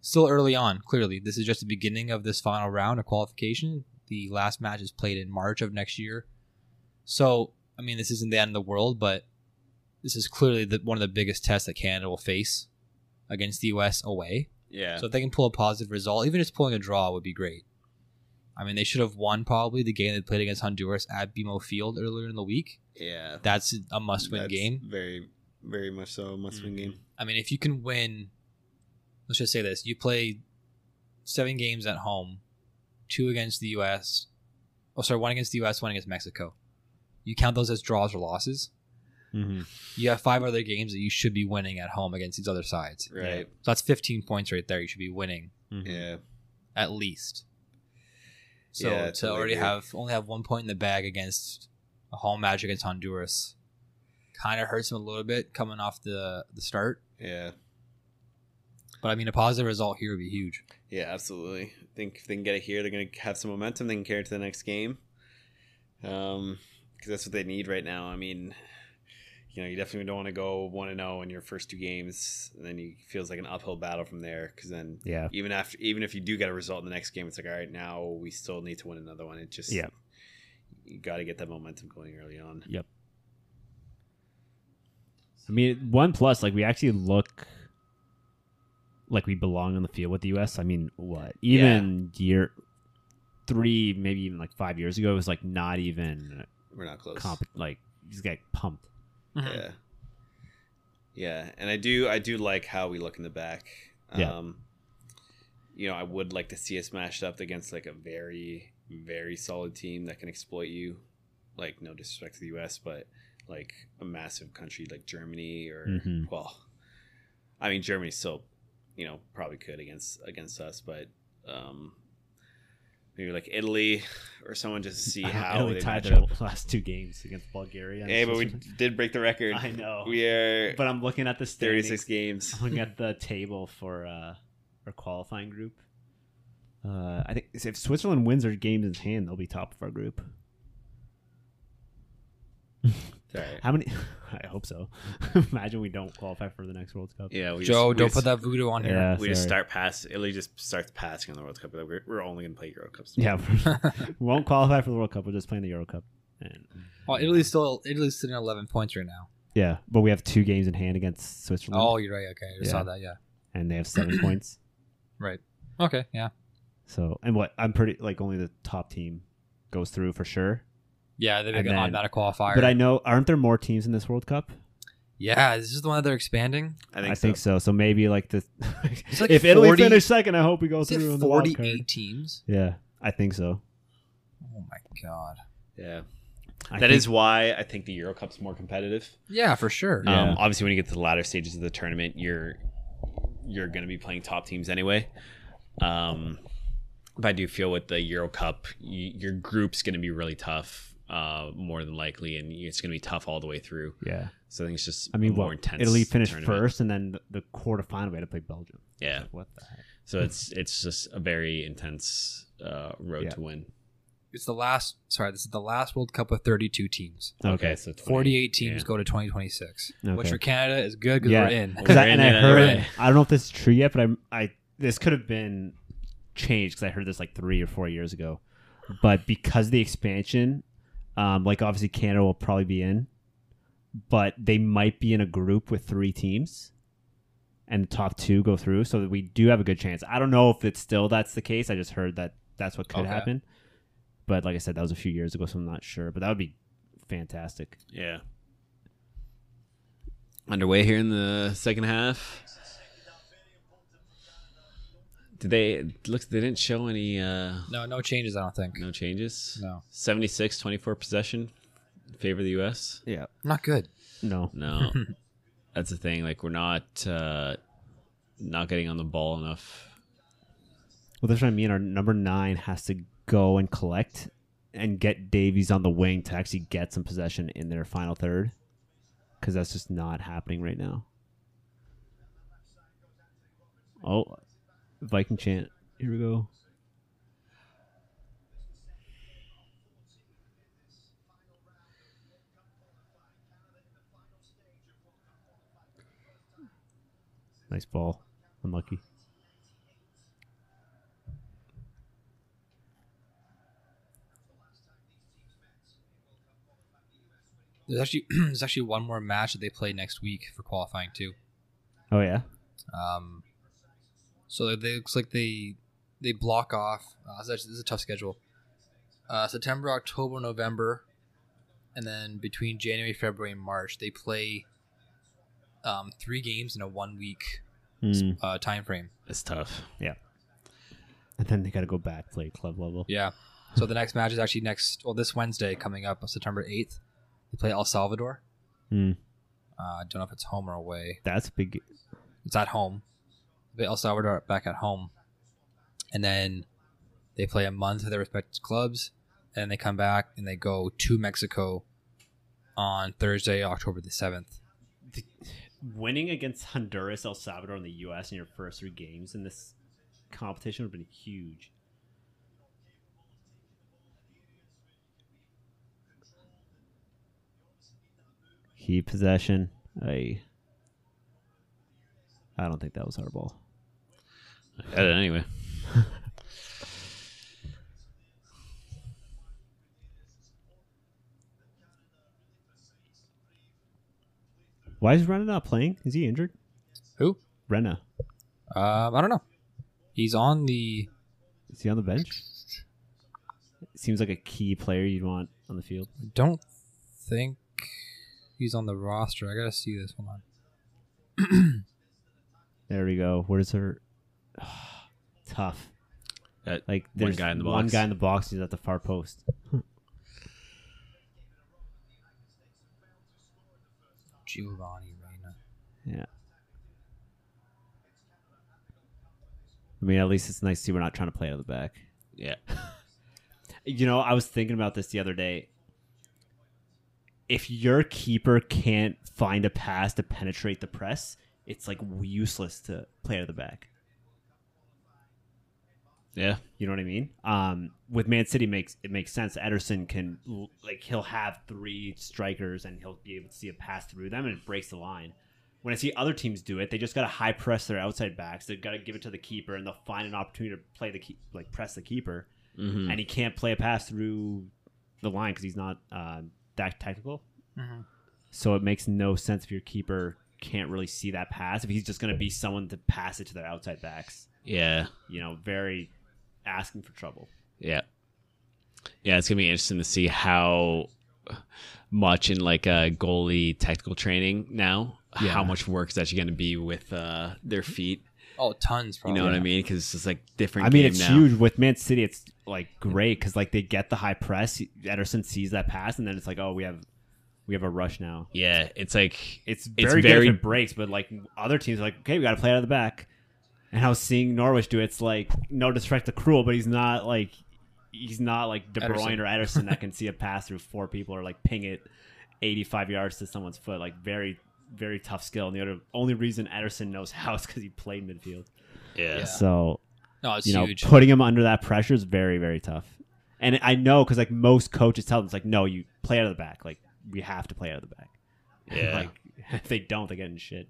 C: still early on, clearly. This is just the beginning of this final round of qualification. The last match is played in March of next year. So, I mean, this isn't the end of the world, but this is clearly the, one of the biggest tests that Canada will face against the U.S. away.
D: Yeah.
C: So, if they can pull a positive result, even just pulling a draw would be great. I mean, they should have won probably the game they played against Honduras at BMO Field earlier in the week.
D: yeah.
C: That's a must win game.
D: Very, very Mm-hmm. much so. Must win game.
C: I mean, if you can win, let's just say this: you play seven games at home, two against the U.S. Oh, sorry, one against the U.S., one against Mexico. You count those as draws or losses.
E: Mm-hmm.
C: You have five other games that you should be winning at home against these other sides.
D: Right.
C: So that's 15 points right there. You should be winning
D: Yeah. Mm-hmm.
C: at least. So
D: Yeah, I
C: to
D: totally
C: already
D: agree.
C: have only have one point in the bag against a home match against Honduras, kind of hurts him a little bit coming off the the start.
D: Yeah.
C: But I mean, a positive result here would be huge.
D: Yeah, absolutely. I think if they can get it here, they're going to have some momentum. They can carry it to the next game. Um, because that's what they need right now. I mean, you know, you definitely don't want to go one and zero in your first two games, and then you it feels like an uphill battle from there. Because then,
E: Yeah.
D: even after, even if you do get a result in the next game, it's like, all right, now we still need to win another one. It just,
E: Yeah.
D: you got to get that momentum going early on.
E: Yep. I mean, one plus, like we actually look like we belong on the field with the U.S. I mean, what even year three, maybe even like five years ago, it was like not even
D: We're not close.
E: comp- like you just got pumped.
C: Mm-hmm.
E: Mm-hmm.
D: yeah yeah and i do i do like how we look in the back um
E: Yeah.
D: you know i would like to see us matched up against like a very very solid team that can exploit you like no disrespect to the us but like a massive country like germany or
E: Mhm.
D: well i mean germany still you know probably could against against us but um maybe like italy or someone just to see
E: I don't-
D: how
E: Italy
D: they match
E: tied their
D: up.
E: last two games against Bulgaria. and
D: hey but we
E: Switzerland.
D: did break the record
E: I know,
D: we are
E: but I'm looking at the standings.
D: 36 games.
E: I'm looking at the table for uh, our qualifying group. Uh, I think if Switzerland wins their games in hand, they'll be top of our group. How many? I hope so. Imagine we don't qualify for the next World Cup.
D: Yeah, we
C: Joe, don't
D: just, we
C: put
D: just,
C: that voodoo on here.
E: Oh, Yeah,
D: We just
E: sorry.
D: start pass. Italy just starts passing on the World Cup. but We're, we're only gonna play Euro Cups.
E: Yeah, we won't qualify for the World Cup. We're just playing the Euro Cup. And,
C: Well, Italy's Oh, still Italy's sitting at 11 points right now.
E: yeah, but we have two games in hand against Switzerland,
C: Oh, you're right. Okay, I just
E: Mm-hmm. Yeah.
C: saw that. Yeah.
E: and they have seven points.
C: Right. Okay. Yeah.
E: So, and what I'm pretty like only the top team goes through for sure.
C: Yeah, they make
E: And
C: an
E: then-
C: automatic qualifier.
E: But I know aren't there more teams in this World Cup?
C: yeah, is this the one that they're expanding?
D: I think, so.
E: so. So maybe like the
C: like
E: if Italy
C: 40
E: finished second, I hope we go
C: Is it
E: through in the wild card.
C: 48 teams?
E: Yeah, I think so.
C: Oh my god.
D: Yeah,
E: I
D: that
E: think-
D: is why I think the Euro Cup's more competitive.
C: Yeah, for sure.
E: Yeah.
D: Um, obviously, when you get to the latter stages of the tournament, you're you're gonna be playing top teams anyway. Um, but I do feel with the Euro Cup, y- your group's gonna be really tough, uh, more than likely, and it's gonna be tough all the way through.
E: Yeah,
D: So I think it's just
E: I mean,
D: a more
E: what?
D: intense.
E: Italy finished
D: tournament.
E: first, and then the, the quarterfinal we had to play Belgium.
D: Yeah.
E: What the heck?
D: So it's it's just a very intense uh, road
E: Yeah.
D: to win.
C: It's the last sorry, this is the last World Cup with 32 teams.
D: Okay, so 20
C: 48 teams
D: yeah.
C: go to 2026, which
E: Okay.
C: for Canada is good because
E: Yeah.
C: we're in.
E: Because I, and I
D: Right, right,
E: heard,
D: right.
E: I don't know if this is true yet, but I, I this could have been changed because I heard this like three or four years ago. But because of the expansion, um, like obviously Canada will probably be in, but they might be in a group with three teams, and the top two go through, so that we do have a good chance. I don't know if it's still that's the case. I just heard that that's what could
C: Okay.
E: happen. But like I said, that was a few years ago, so I'm not sure. But that would be fantastic.
D: Yeah. Underway here in the second half. Did they look? They didn't show any uh,
C: No, no changes, I don't think.
D: no changes.
C: No.
D: 76, 24 possession, in favor of the U.S.
E: Yeah.
C: Not good.
E: No.
D: No, that's the thing. Like we're not uh, not getting on the ball enough.
E: Well, that's what I mean. Our number nine has to go and collect and get Davies on the wing to actually get some possession in their final third because that's just not happening right now. Oh, Viking chant. Here we go. Nice ball. Unlucky.
C: There's actually there's actually one more match that they play next week for qualifying too.
E: Oh, yeah.
C: Um, so they- they looks like they they block off. Uh, this is actually- this is a tough schedule. Uh, September, October, November, and then between January, February, and March, they play um, three games in a one week
E: Mm.
C: uh, time frame.
D: It's tough.
E: Yeah. and then they got to go back play club level.
C: Yeah. So the next match is actually next, well, this Wednesday coming up, September 8th. They play El Salvador.
E: Hmm.
C: Uh, I don't know if it's home or away.
E: That's a big.
C: It's at home. They play El Salvador back at home. And then they play a month at their respective clubs. And they come back and they go to Mexico on Thursday, October the 7th.
E: Winning against Honduras, El Salvador, and the U.S. in your first three games in this competition would have been huge. Heat possession. I. I don't think that was our ball.
D: anyway.
E: Why is Renna not playing? Is he injured?
C: Who?
E: Renna.
C: Um, I don't know. He's on the.
E: Is he on the bench? Seems like a key player you'd want on the field.
C: I don't think he's on the roster. I gotta see this. Hold on.
E: There we go. Where's her? Tough.
D: That
E: Like
D: Uh, one
E: there's
D: guy in the
E: One
D: box.
E: guy in the box. He's at the far post.
C: Giovanni Reyna.
E: Yeah. I mean, at least it's nice to see we're not trying to play out of the back.
D: yeah.
E: You know, I was thinking about this the other day. If your keeper can't find a pass to penetrate the press, it's like useless to play out of the back.
D: Yeah.
E: You know what I mean? Um, with Man City makes it makes sense. Ederson can l- like he'll have three strikers and he'll be able to see a pass through them and it breaks the line. When I see other teams do it, they just got to high press their outside backs. They've got to give it to the keeper and they'll find an opportunity to play the keep like press the keeper
D: Mm-hmm.
E: and he can't play a pass through the line because he's not uh, that technical.
C: Mhm.
E: So it makes no sense if your keeper can't really see that pass if he's just going to be someone to pass it to their outside backs.
D: Yeah.
E: You know, very asking for trouble.
D: Yeah. Yeah, it's gonna be interesting to see how much in like a goalie technical training now, how much work is actually gonna be with uh, their feet.
C: Oh, tons.
D: You
C: Probably.
D: know what I mean? Because it's just like different.
E: I mean,
D: game
E: it's
D: now.
E: huge with Man City. It's like great because like they get the high press. Ederson sees that pass, and then it's like, oh, we have we have a rush now.
D: Yeah, it's like
E: It's
D: It's
E: very good
D: very-
E: if it breaks, but like other teams, are like okay, we got to play out of the back. And I was seeing Norwich do it. it's like no disrespect to Cruel, but he's not like he's not like De Bruyne
C: Ederson.
E: or Ederson that can see a pass through four people or like ping it eighty five yards to someone's foot. Like very very tough skill. And the other only reason Ederson knows how is because he played midfield.
D: yeah,
C: Yeah.
E: So
C: No, it's
E: you know,
C: huge.
E: putting him under that pressure is very, very tough. And I know because like most coaches tell them, it's like, no, you play out of the back. Like we have to play out of the back.
D: yeah.
E: like if they don't, they get in shit.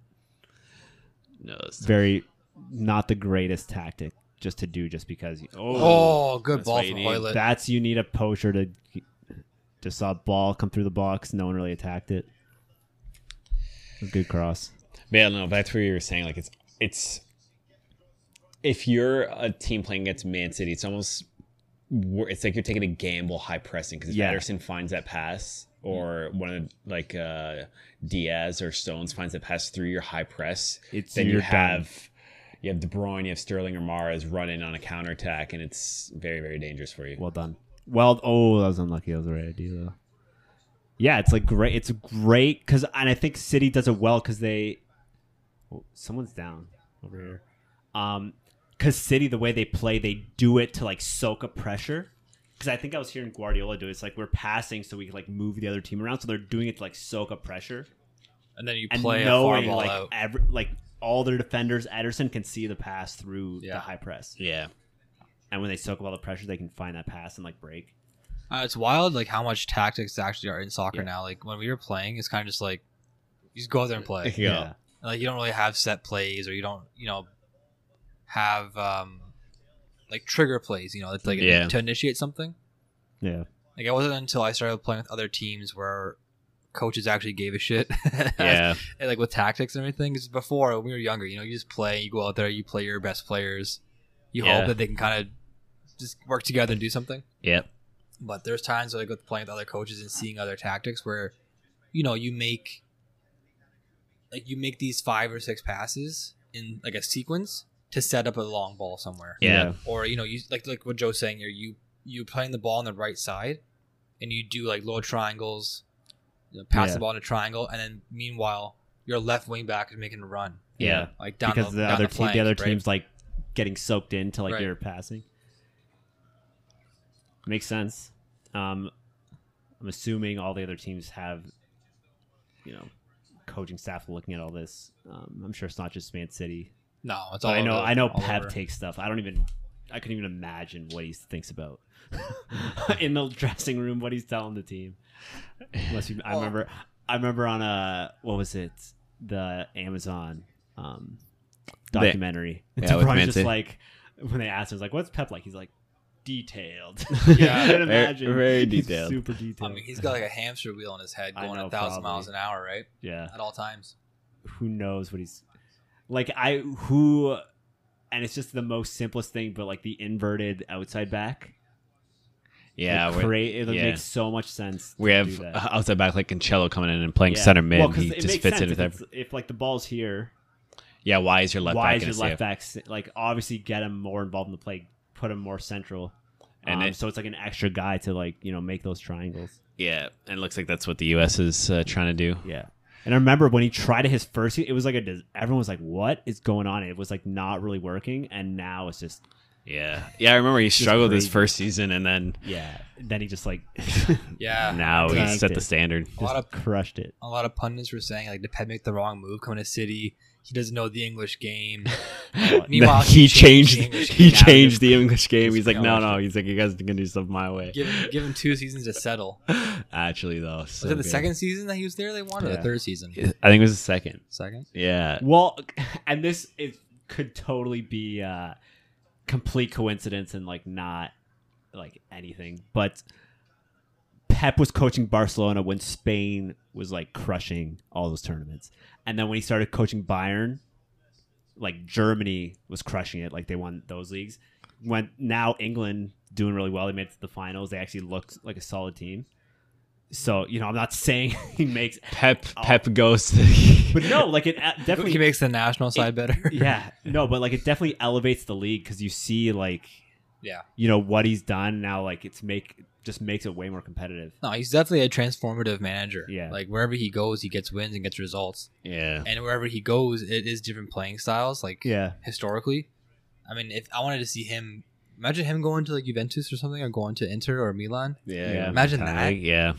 D: no, it's-
E: Very, not the greatest tactic just to do just because. You,
C: oh, good
D: That's
C: ball
D: what you
C: from
D: need.
C: Hoylet.
E: that's you need a poacher to. Just saw a ball come through the box. No one really attacked it. It was a good cross.
D: But yeah, no, back to what you were saying. Like it's it's if you're a team playing against Man City, it's almost wor- it's like you're taking a gamble high pressing because if
E: Yeah.
D: Ederson finds that pass or one of the, like uh, Diaz or Stones finds that pass through your high press,
E: It's
D: then you
E: you're done.
D: have you have De Bruyne, you have Sterling or Mares running on a counter attack, and it's very very dangerous for you.
E: Well done. Well, oh, that was unlucky. That was the right idea though. Yeah, it's like great. It's great because, and I think City does it well because they. Oh, someone's down over here. Um, because City, the way they play, they do it to like soak up pressure. Because I think I was hearing Guardiola do it. it's like we're passing so we can like move the other team around. So they're doing it to like soak up pressure
C: and then you
E: and
C: play a far
E: knowing
C: ball
E: like
C: out.
E: every, like all their defenders, Ederson can see the pass through the
C: Yeah.
E: high press,
D: yeah,
E: and when they soak up all the pressure, they can find that pass and like break.
C: Uh, it's wild, like how much tactics actually are in soccer now. Like when we were playing, it's kind of just like you just go out there and play.
D: yeah,
C: like you don't really have set plays, or you don't, you know, have um like trigger plays. You know, it's like
D: Yeah.
C: to initiate something.
E: Yeah.
C: Like it wasn't until I started playing with other teams where coaches actually gave a shit.
D: yeah,
C: and, like with tactics and everything. 'Cause before when we were younger, you know, you just play, you go out there, you play your best players, you
D: Yeah.
C: hope that they can kind of just work together and do something.
D: yeah,
C: But there's times where I go playing with other coaches and seeing other tactics where, you know, you make like you make these five or six passes in like a sequence, to set up a long ball somewhere.
D: Yeah.
C: Or you know, you like like what Joe's saying here, you you playing the ball on the right side, and you do like little triangles, you know, pass
E: Yeah.
C: the ball in a triangle, and then meanwhile your left wing back is making a run,
D: Yeah.
C: like down
E: Because
C: the,
E: the
C: down
E: other
C: the
E: team,
C: flank,
E: the other
C: right?
E: team's like getting soaked into like
C: Right.
E: your passing. Makes sense. Um, I'm assuming all the other teams have, you know, coaching staff looking at all this. Um, I'm sure it's not just Man City.
C: No, it's all
E: But I know
C: over-
E: I know
C: all
E: Pep
C: over.
E: takes stuff. I don't even I couldn't even imagine what he thinks about in the dressing room what he's telling the team. Unless you, I
C: Well-
E: remember I remember on a what was it the Amazon um,
D: The-
E: documentary.
D: Yeah,
E: It's
D: with
E: probably
D: Man
E: just
D: City.
E: like when they asked him like what's Pep like he's like detailed.
C: Yeah.
E: I can
D: Very-
E: imagine.
D: very
E: He's
D: detailed.
E: super
C: I
E: detailed.
C: mean, he's got like a hamster wheel in his head
E: I
C: going
E: know,
C: a thousand
E: probably.
C: miles an hour, right?
E: yeah.
C: At all times.
E: who knows what he's like i who and it's just the most simplest thing but like the inverted outside back
D: Yeah,
E: like,
D: we're-
E: create, it
D: yeah.
E: makes so much sense
D: we
E: to
D: have
E: do that.
D: uh, outside back like Cancelo coming in and playing
E: Yeah.
D: center mid.
E: Well,
D: and
E: 'cause
D: he
E: it
D: just
E: makes
D: fits
E: sense
D: in
E: if,
D: with
E: it's-
D: every-
E: if like the ball's here
D: Yeah, why is your left
E: why
D: back
E: is
D: in
E: your
D: a CF?
E: left back s- like obviously get him more involved in the play put him more central
D: And
E: and
D: it-
E: so it's like an extra guy to like you know make those triangles
D: Yeah, and it looks like that's what the U.S. is uh, trying to do.
E: Yeah. And I remember when he tried it his first, it was like a dis- everyone was like, "What is going on?" It was like not really working, and now it's just
D: Yeah, yeah. I remember he struggled his
E: crazy.
D: first season, and then
E: yeah. Then he just like
C: Yeah.
D: now
E: Tanked
D: he set
E: it.
D: the standard.
C: A lot
E: just
C: of-
E: crushed it.
C: A lot of pundits were saying like, did Pep make the wrong move coming to City? He doesn't know the English game. Meanwhile,
D: he
C: he
D: changed.
C: changed the English
D: he
C: game. Now
D: changed
C: just-
D: the English game.
C: just
D: He's like, no,
C: gosh.
D: no. He's like, you guys can do stuff my way.
C: give him, give him two seasons to settle.
D: Actually, though,
C: was
D: so
C: it the
D: good.
C: second season that he was there? They won or the
E: Yeah.
C: third season?
D: I think it was the second.
C: Second.
D: Yeah,
E: Well, and this is could totally be uh complete coincidence and like not like anything, but Pep was coaching Barcelona when Spain was like crushing all those tournaments. And then when he started coaching Bayern, like Germany was crushing it, like they won those leagues. When now England doing really well, they made it to the finals. They actually looked like a solid team. So, you know, I'm not saying he makes
D: Pep.
E: Oh.
D: Pep goes. To
E: but no, like it uh, definitely
C: He makes the national side better.
E: yeah no but like it definitely elevates the league because you see like
C: Yeah.
E: you know what he's done now like it's make just makes it way more competitive
C: No, he's definitely a transformative manager.
E: Yeah.
C: Like wherever he goes, he gets wins and gets results.
D: yeah,
C: And wherever he goes, it is different playing styles. Like
E: yeah
C: historically. I mean, if I wanted to see him, imagine him going to like Juventus or something, or going to Inter or Milan,
D: yeah.
E: Yeah.
C: Imagine that.
D: Yeah,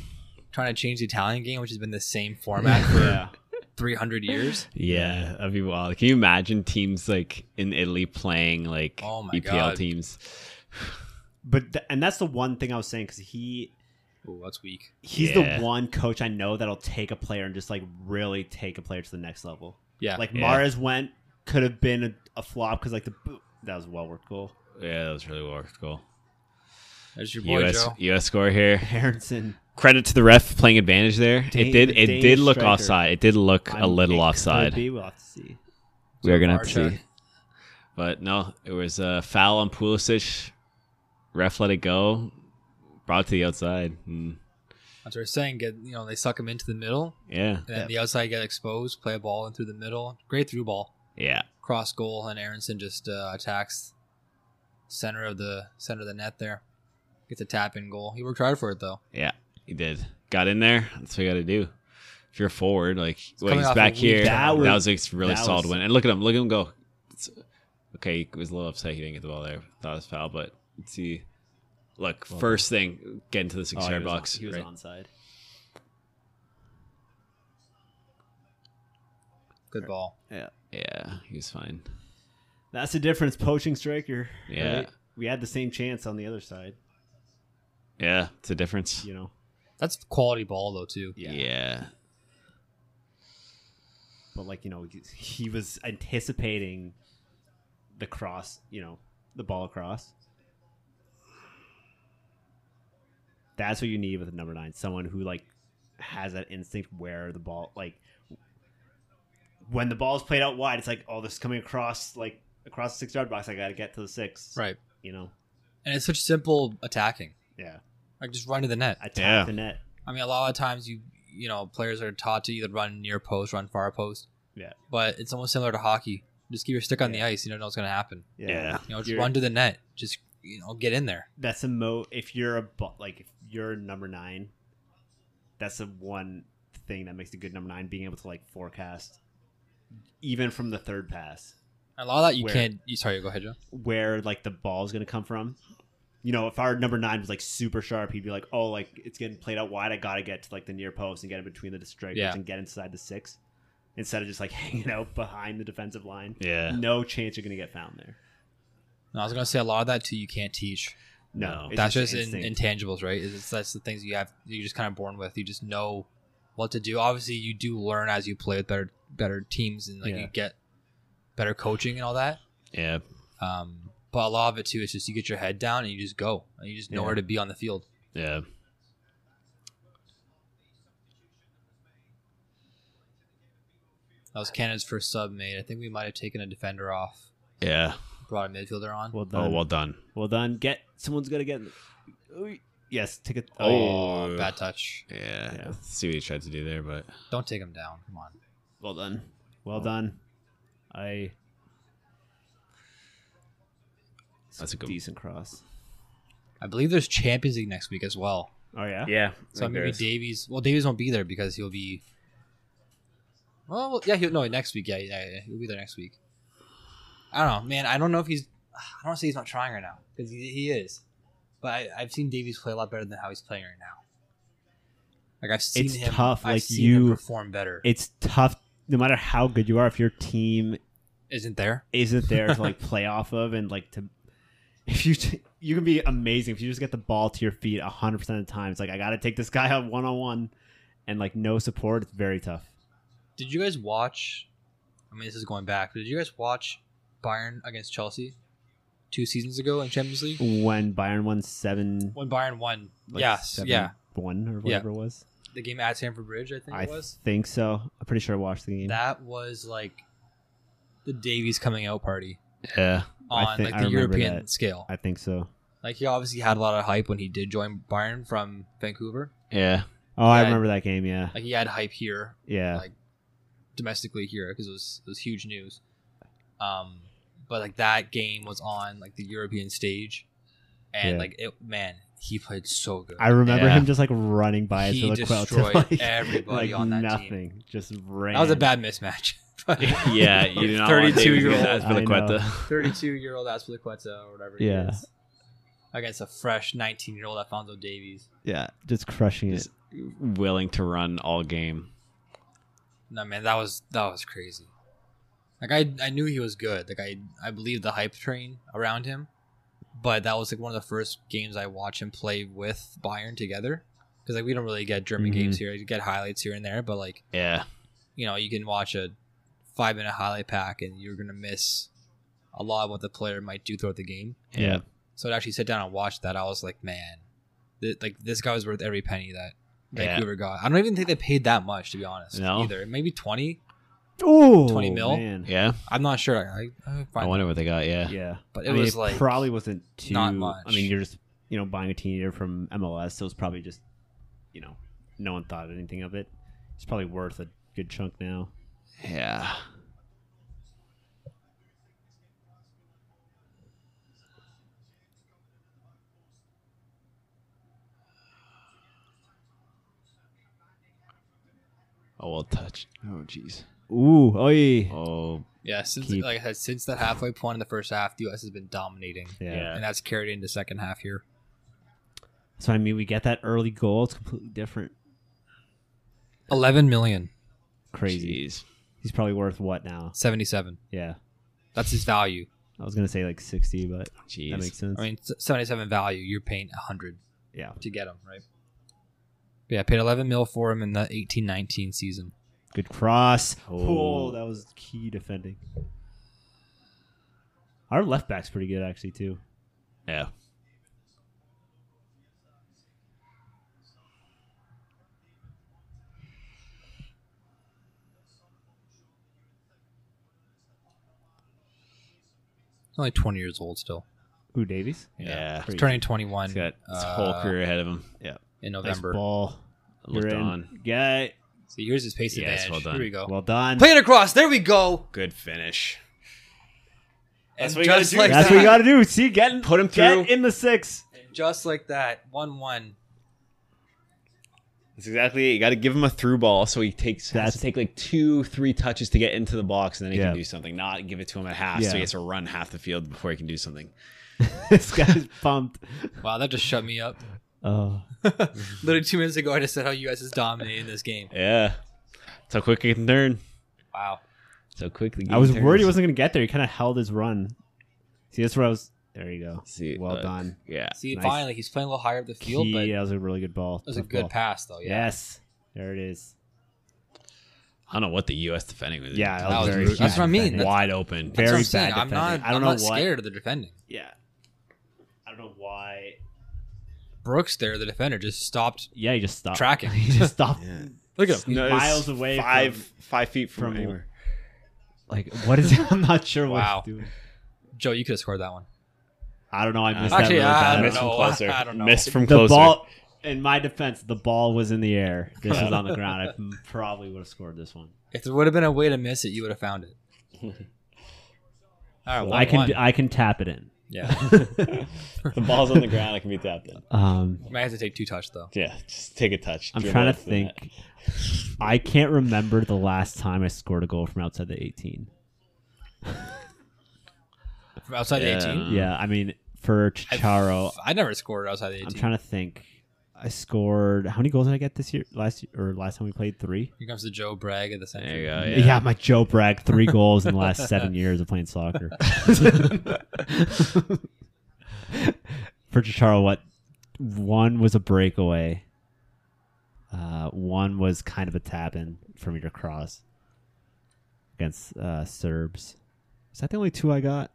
C: trying to change the Italian game, which has been the same format for
E: yeah
C: 300 years.
D: yeah. That'd be wild. Can you imagine teams like in Italy playing like
C: Oh my
D: EPL
C: God.
D: teams?
E: but th- and that's the one thing i was saying because he
C: Oh, that's weak.
E: he's
D: Yeah.
E: the one coach i know that'll take a player and just like really take a player to the next level
C: Yeah.
E: like
D: Yeah.
E: mares went could have been a, a flop because like the that was a well worked goal
D: Yeah, that was really worth goal.
C: there's your boy
D: U.S.
C: Joe.
D: U.S. score here.
E: Aronson
D: Credit to the ref playing advantage there.
E: Dan-
D: it did.
E: the
D: It
E: Danish
D: did look
E: striker.
D: offside. It did look a
E: I'm- it
D: little
E: could
D: offside.
E: be, we'll have to see
D: We are gonna have to
C: Barca.
D: see. But no, it was a foul on Pulisic. Ref let it go. Brought to the outside. Mm.
C: That's what we're saying. Get you know they suck him into the middle,
D: Yeah,
C: and then the outside get exposed. Play a ball in through the middle. Great through ball,
D: yeah.
C: cross goal, and Aronson just uh, attacks center of the center of the net there. Gets a tap in goal. He worked hard for it though.
D: Yeah, he did. Got in there. That's what you got to do. If you're forward, like well,
C: coming
D: he's
C: off a
D: back
C: weak
D: here. That
E: That
D: was,
E: was-
D: a really
E: that
D: solid
E: was-
D: win. And look at him. Look at him go. It's- okay, he was a little upset he didn't get the ball there. That was foul. But let's see, look, first thing, get into the six
E: Oh, he
D: yard
E: was on-
D: box.
E: he was
D: right?
E: onside
C: Good ball.
D: Yeah, he was fine.
E: That's the difference, poaching striker.
D: Yeah.
E: We had the same chance on the other side,
D: Yeah, it's a difference.
E: you know.
C: That's quality ball though too.
E: Yeah.
D: yeah.
E: But like, you know, he was anticipating the cross, you know, the ball across. That's what you need with a number nine, someone who like has that instinct where the ball like when the ball is played out wide, it's like, oh, this is coming across like across the six yard box, I gotta get to the six.
C: Right.
E: You know?
C: And it's such simple attacking.
E: Yeah.
C: Like just run to the net.
E: Attack
D: Yeah.
E: the net.
C: I mean, a lot of times you you know players are taught to either run near post, run far post.
E: Yeah.
C: But it's almost similar to hockey. Just keep your stick on the ice. You don't know what's going to happen.
E: Yeah.
C: You know, just
E: You're-
C: run to the net. Just you know, get in there.
E: That's a mo. If you're a bu- like, if you're number nine, that's the one thing that makes a good number nine being able to like forecast, even from the third pass,
C: A lot of that you
E: Where-
C: can't. You sorry, go ahead, Joe.
E: where like the ball's gonna come from. You know, if our number nine was like super sharp, he'd be like, "Oh, like it's getting played out wide. I gotta get to like the near post and get in between the strikers
C: Yeah.
E: and get inside the six, instead of just like hanging out behind the defensive line.
F: Yeah.
E: No chance you're gonna get found there.
C: No, I was going to say a lot of that too. You can't teach.
E: No, it's
C: that's just, in,
E: instinct.
C: intangibles, right? It's, that's the things you have. You're just kind of born with. You just know what to do. Obviously, you do learn as you play with better better teams and like
E: Yeah.
C: you get better coaching and all that.
F: Yeah.
C: Um, but a lot of it too is just you get your head down and you just go and you just know
E: Yeah.
C: where to be on the field.
F: Yeah.
C: That was Canada's first sub made. I think we might have taken a defender off,
F: Yeah.
C: brought a midfielder on.
E: Well done.
F: Oh, well
E: well,
F: done.
E: done. Get someone's gonna get. Ooh, Yes, take a.
F: Oh.
C: oh, bad touch.
F: Yeah.
E: Yeah.
F: Let's see what he tried to do there, but
C: Don't take him down. Come on.
F: well done.
E: well done. I.
F: That's a good-
E: decent cross.
C: I believe there's Champions League next week as well.
E: Oh yeah.
D: Yeah.
C: So maybe Davies. Well, Davies won't be there because he'll be. Well, yeah, he'll no next week. Yeah, yeah, yeah, he'll be there next week. I don't know, man. I don't know if he's. I don't wanna say he's not trying right now because he, he is, but I, I've seen Davies play a lot better than how he's playing right now. Like I've seen
E: It's
C: him.
E: tough,
C: I've
E: like,
C: seen him
E: you-
C: perform better.
E: It's tough. No matter how good you are, if your team
C: Isn't there?
E: isn't there to like play off of and like to, if you t- you can be amazing if you just get the ball to your feet hundred percent of the time. It's like I got to take this guy out one on one, and like no support, it's very tough.
C: Did you guys watch? I mean, this is going back. But did you guys watch Bayern against Chelsea two seasons ago in Champions League
E: When Bayern won seven,
C: when Bayern won?
E: like
C: yes,
E: seven,
C: yeah,
E: one or whatever it was.
C: the game at Stamford Bridge. I think
E: I
C: it was.
E: think so. I'm pretty sure I watched the game.
C: That was like the Davies coming out party
F: Yeah.
E: I
C: on
E: think-
C: like
E: I
C: the
E: remember
C: European
E: that.
C: scale.
E: I think so.
C: Like he obviously had a lot of hype when he did join Bayern from Vancouver.
F: Yeah.
E: Oh, I
C: Yeah.
E: remember that game. Yeah,
C: Like he had hype here,
E: yeah.
C: like domestically here, because it was it was huge news. Um, but like that game was on like the European stage, and
E: Yeah.
C: like it, man, he played so good.
E: I remember
F: Yeah.
E: him just like running by us
C: He
E: with a quilt to,
C: destroyed
E: like,
C: everybody
E: like
C: on that team.
E: nothing. Just ran.
C: that was a bad mismatch. But
F: Yeah. You do not
C: 32 year old.
F: That's for
E: I
F: the
E: know.
C: thirty-two year old Aspilicueta or whatever.
E: Yeah.
C: He is, against a fresh nineteen year old Alfonso Davies.
E: Yeah, just crushing it.
F: Just- willing to run all game.
C: No man, that was that was crazy. Like I I knew he was good. Like I I believed the hype train around him, but that was like one of the first games I watched him play with Bayern together. Because like we don't really get German
E: Mhm.
C: games here. You get highlights here and there, but like
F: Yeah.
C: you know you can watch a five minute highlight pack and you're gonna miss a lot of what the player might do throughout the game.
F: Yeah.
C: So to actually sit down and watch that, I was like, man, th- like this guy was worth every penny that
F: Yeah.
C: Vancouver got. I don't even think they paid that much to be honest.
F: No.
C: either maybe twenty.
E: Ooh,
C: 20 mil?
E: Oh, Man.
F: Yeah.
C: I'm not sure. I, I, I
F: I
C: find
F: wonder what they got. Yeah.
E: Yeah,
C: But it
E: I mean,
C: was, like,
E: probably wasn't too.
C: not much.
E: I mean, you're just you know buying a teenager from MLS, so it's probably just you know no one thought anything of it. It's probably worth a good chunk now.
F: Yeah. Oh, well, touch. Oh, jeez.
E: Ooh, oh yeah.
F: Oh,
C: yeah. Since
E: Keep-
C: like I said, since that halfway point in the first half, the U.S. has been dominating,
E: yeah.
C: and that's carried into second half here.
E: So I mean, we get that early goal. It's completely different.
C: Eleven million
E: Crazy.
F: Jeez.
E: He's probably worth what now?
C: seventy-seven.
E: Yeah,
C: That's his value.
E: I was gonna say like sixty, but
F: Jeez.
E: that makes sense.
C: I mean, s- seventy-seven value. You're paying hundred
E: yeah,
C: to get him, right? But yeah, paid eleven mil for him in the eighteen nineteen season.
E: good cross.
F: Oh.
E: Oh. that was key defending. Our left back's pretty good actually too.
F: yeah.
C: Only twenty years old still.
E: Ooh, Davies.
F: Yeah.
E: Pretty
C: turning 21
F: He's got his
C: uh,
F: whole career ahead of him.
C: in
E: nice
C: November.
E: ball.
F: Looked
E: You're in.
F: on.
E: Yeah, it.
C: so here's his pace
F: Yes,
C: advantage.
F: well done.
C: Here we go.
E: well done.
C: Play it across. There we go.
F: Good finish.
D: That's
C: And
D: what you gotta
C: just
D: do.
C: like
E: That's
C: that-
E: what you got to do. See, get in-
F: Put him
E: get
F: through.
E: in the six.
C: Just like that, one-one.
F: That's exactly it. You got to give him a through ball, so he takes has
E: That's-
F: to take like two, three touches to get into the box, and then he
E: Yeah.
F: can do something. Not give it to him at half, so
E: Yeah.
F: he has to run half the field before he can do something.
E: this guy's pumped.
C: Wow, that just shut me up.
E: Oh,
C: Literally two minutes ago, I just said how you guys is dominating this game.
F: Yeah, so quick it can turn.
C: Wow.
F: So quickly.
E: I was worried he wasn't gonna get there. He kind of held his run. See, that's where I was. There you go.
F: See,
E: well
F: uh,
E: done.
F: Yeah,
C: See,
E: Nice.
C: finally, he's playing a little higher up the field,
E: Key,
C: but
E: that
C: it
E: was a really good ball.
C: was a
E: Tough
C: good
E: ball.
C: pass, though. Yeah.
E: Yes, there it is.
F: I don't know what the U.S. defending was.
E: Yeah,
C: That was
E: very
C: brutal. That's
E: bad
C: what I mean.
E: defending.
F: wide open.
C: That's what I'm
E: Very
C: saying.
E: bad
C: I'm not,
E: defending. I don't
C: I'm
E: know
C: not
E: why-
C: scared of the defending.
E: Yeah, I don't know why.
C: Brooks there, the defender, just stopped.
E: Yeah, he just stopped
C: Tracking.
E: He just stopped.
F: Yeah.
C: Look at him.
E: No, it's Miles away
F: five
E: from-
F: five feet from,
E: from-
F: anywhere.
E: Like, what is? I'm not sure what
C: Wow.
E: he's doing.
C: Joe, you could have scored that one.
E: I don't know. I missed
C: Actually, I
E: that
C: don't
F: Missed
E: really bad.
F: from
C: know.
F: closer.
C: I don't know.
F: Missed from
E: The
F: closer.
E: ball. In my defense, the ball was in the air. This is on the ground. I probably would have scored this one.
C: If there would have been a way to miss it, you would have found it. All right,
E: I can
C: one.
E: I can tap it in.
C: yeah,
F: the ball's on the ground. I can be tapped in.
E: Um,
C: might have to take two touch though.
F: Yeah, just take a touch.
E: I'm
F: dribble
E: trying
F: up
E: to
F: the net.
E: think. I can't remember the last time I scored a goal from outside the 18.
C: From outside
F: Yeah.
C: the 18.
E: Yeah, I mean for Chicharo,
C: I never scored outside the 18.
E: I'm trying to think. I scored how many goals did I get this year? Last year, or last time we played three.
C: Here comes the Joe Bragg of the
F: There you
C: century.
F: go.
E: Mm, Yeah.
F: Yeah.
E: my Joe Bragg, three goals in the last seven years of playing soccer. for Chicharo, what one was a breakaway. Uh, one was kind of a tap in from your cross against uh, Serbs. Is that the only two I got?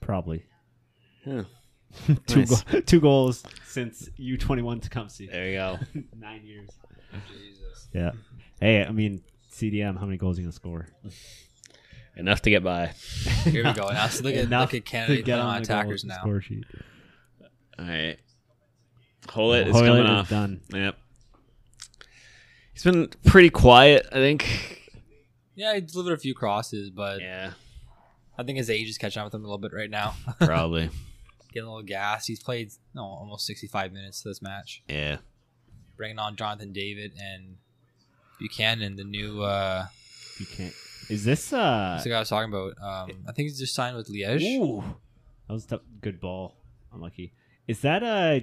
E: Probably.
F: Huh.
E: two,
F: Nice.
E: go- two goals since U21 Tecumseh.
F: There you go.
E: Nine years. Jesus. Yeah. Hey, I mean, CDM, how many goals are you going to score?
F: Enough to get by.
C: Here we go. Now, so look, at,
E: Enough
C: look at Canada
E: to get
C: playing on
E: the
C: attackers
E: goals
C: now.
E: Score sheet.
F: All right. Holet is
E: Hoylett
F: coming
E: is
F: off.
E: done.
F: Yep. He's been pretty quiet, I think.
C: Yeah, he delivered a few crosses, but
F: Yeah,
C: I think his age is catching up with him a little bit right now.
F: probably.
C: Getting a little gas. He's played no, almost 65 minutes this match.
F: yeah.
C: Bringing on Jonathan David and Buchanan, the new uh,
E: You can't. Is this uh?
C: what's the guy I was talking about. Um, I think he's just signed with Liège.
E: Ooh, that was a tough- good ball. Unlucky. Is that uh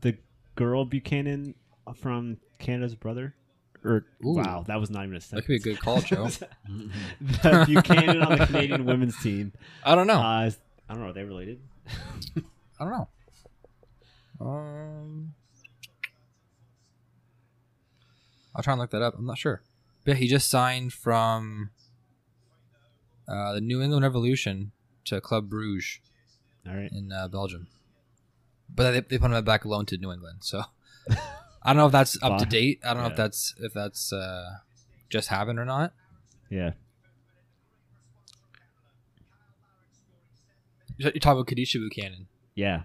E: the girl Buchanan from Canada's brother? Or
C: Ooh.
E: wow, that was not even a
C: That
E: sentence.
C: could be a good call, Joe.
E: the Buchanan on the Canadian women's team.
C: I don't know.
E: Uh, is- I don't know. Are they related?
C: I don't know. Um, I'll try and look that up. I'm not sure. But yeah, he just signed from uh, the New England Revolution to Club Bruges
E: All right.
C: in uh, Belgium. But they, they put him back alone to New England. So I don't know if that's up to
E: Fine.
C: date. I don't know if
E: Yeah.
C: that's if that's uh, just happened or not.
E: Yeah.
C: You're you're talking about Kadisha Buchanan.
E: Yeah. Are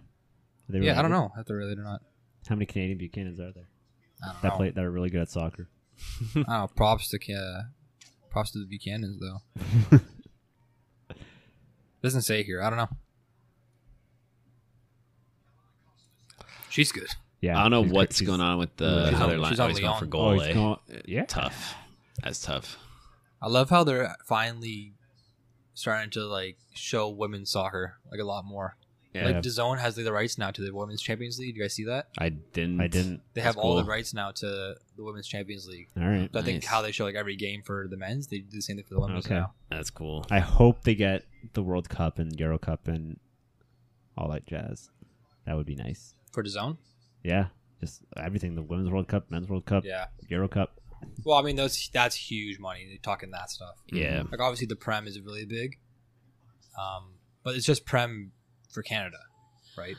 E: they
C: Yeah, I
E: related?
C: don't know if they're related or not.
E: How many Canadian Buchanans are there
C: I don't
E: that
C: know.
E: play that are really good at soccer?
C: I don't know. Props to uh, props to the Buchanans though. Doesn't say here. I don't know. She's good.
E: Yeah.
F: I don't know
E: she's-
F: what's
E: she's-
F: going on with the
C: She's
F: other
C: on-
F: line.
C: she's on
F: oh, he's going for
C: Leon.
F: goal.
E: Oh, he's
F: eh?
E: going. Yeah.
F: Tough. That's tough.
C: I love how they're finally starting to like show women's soccer like a lot more.
F: Yeah.
C: Like DAZN has like, the rights now to the Women's Champions League. Do you guys see that?
F: I didn't.
E: I didn't.
C: They
F: That's
C: have all the
F: cool.
C: rights now to the Women's Champions League.
E: All right.
C: So I think
F: Nice.
C: how they show like every game for the men's, they do the same thing for the women's
E: Okay.
C: now.
F: That's cool.
E: I hope they get the World Cup and Euro Cup and all that jazz. That would be nice.
C: For DAZN?
E: Yeah, just everything: the Women's World Cup, Men's World Cup,
C: Yeah.
E: Euro Cup.
C: Well, I mean, those that's huge money. They're talking that stuff.
F: Yeah.
C: Like obviously the prem is really big, um, but it's just prem for Canada, right?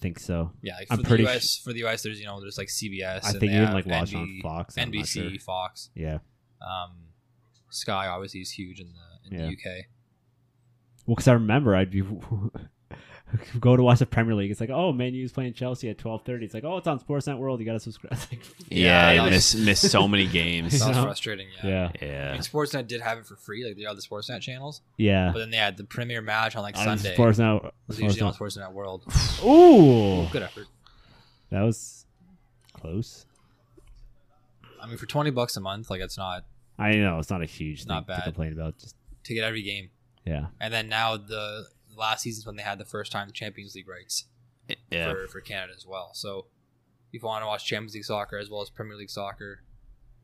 E: Think so.
C: Yeah, like for
E: I'm
C: the
E: pretty
C: US, for the US, there's you know there's like CBS.
E: I
C: and
E: think
C: they
E: even
C: have
E: like watch on
C: NB
E: Fox. I'm not
C: NBC,
E: sure.
C: Fox,
E: Yeah.
C: um, Sky obviously is huge in the in
E: Yeah.
C: the UK.
E: Well, because I remember I'd be. go to watch the Premier League. It's like, oh, Man U's playing Chelsea at twelve thirty. It's like, oh, it's on Sportsnet World. You got to subscribe. It's like,
D: Yeah,
C: Yeah,
D: I
C: it
D: miss miss so many games.
C: That was
E: No.
C: frustrating. Yeah.
E: yeah,
C: I
D: yeah,
C: mean, Sportsnet did have it for free, like they are the Sportsnet channels.
E: yeah.
C: But then they had the premier match on like
E: On
C: Sunday. It
E: Sportsnet.
C: was usually on
E: Sportsnet.
C: Sportsnet World.
E: Ooh,
C: Good effort.
E: that was close.
C: I mean, for twenty bucks a month, like it's not
E: I know it's not a huge
C: Not bad.
E: thing to complain about. Just
C: to get every game.
E: yeah,
C: And then now the last season's when they had the first time Champions League rights
D: yeah.
C: for, for Canada as well. So if you want to watch Champions League soccer as well as Premier League soccer,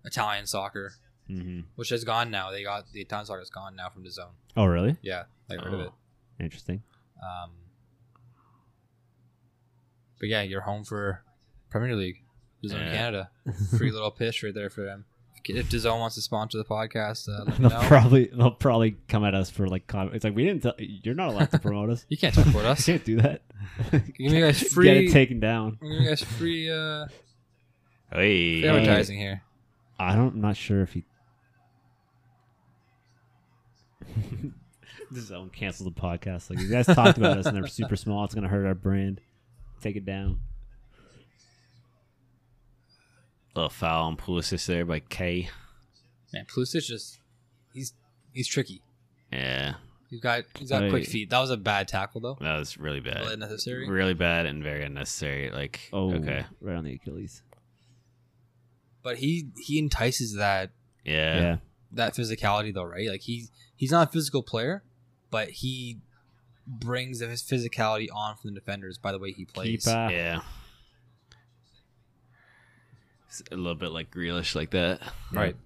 C: Italian soccer,
E: hmm
C: which has gone now. They got the Italian soccer is gone now from the zone.
E: Oh, really?
C: Yeah, they got rid of
D: Oh.
C: it.
E: Interesting.
C: Um, but yeah, you're home for Premier League, DAZN
D: Yeah.
C: Canada. Free little pitch right there for them. If DAZN wants to sponsor the podcast, uh, let me
E: They'll
C: know.
E: probably they'll probably come at us for like comment. It's like we didn't. Tell, you're not allowed to promote us.
C: you can't talk about us.
E: You can't do that.
C: Give me guys
E: Get it
C: free.
E: taken down.
C: give you guys free uh,
D: Hey.
C: advertising here.
E: I don't. I'm not sure if he. this own cancel the podcast. Like you guys talked about us, and they're super small. It's gonna hurt our brand. Take it down.
D: little foul on Pulisic there by K.
C: Man, Pulisic just he's he's tricky.
D: Yeah,
C: He's got he's got quick
D: Right.
C: feet. That was a bad tackle though.
D: that was really bad.
C: Really necessary.
D: Really bad and very unnecessary. Like,
E: Oh,
D: okay,
E: right on the Achilles.
C: But he he entices that
D: yeah,
E: Yeah,
C: that physicality though, right? Like he's he's not a physical player, but he brings his physicality on from the defenders by the way he plays.
E: keep uh,
D: yeah. It's a little bit like Grealish, like that.
C: Right.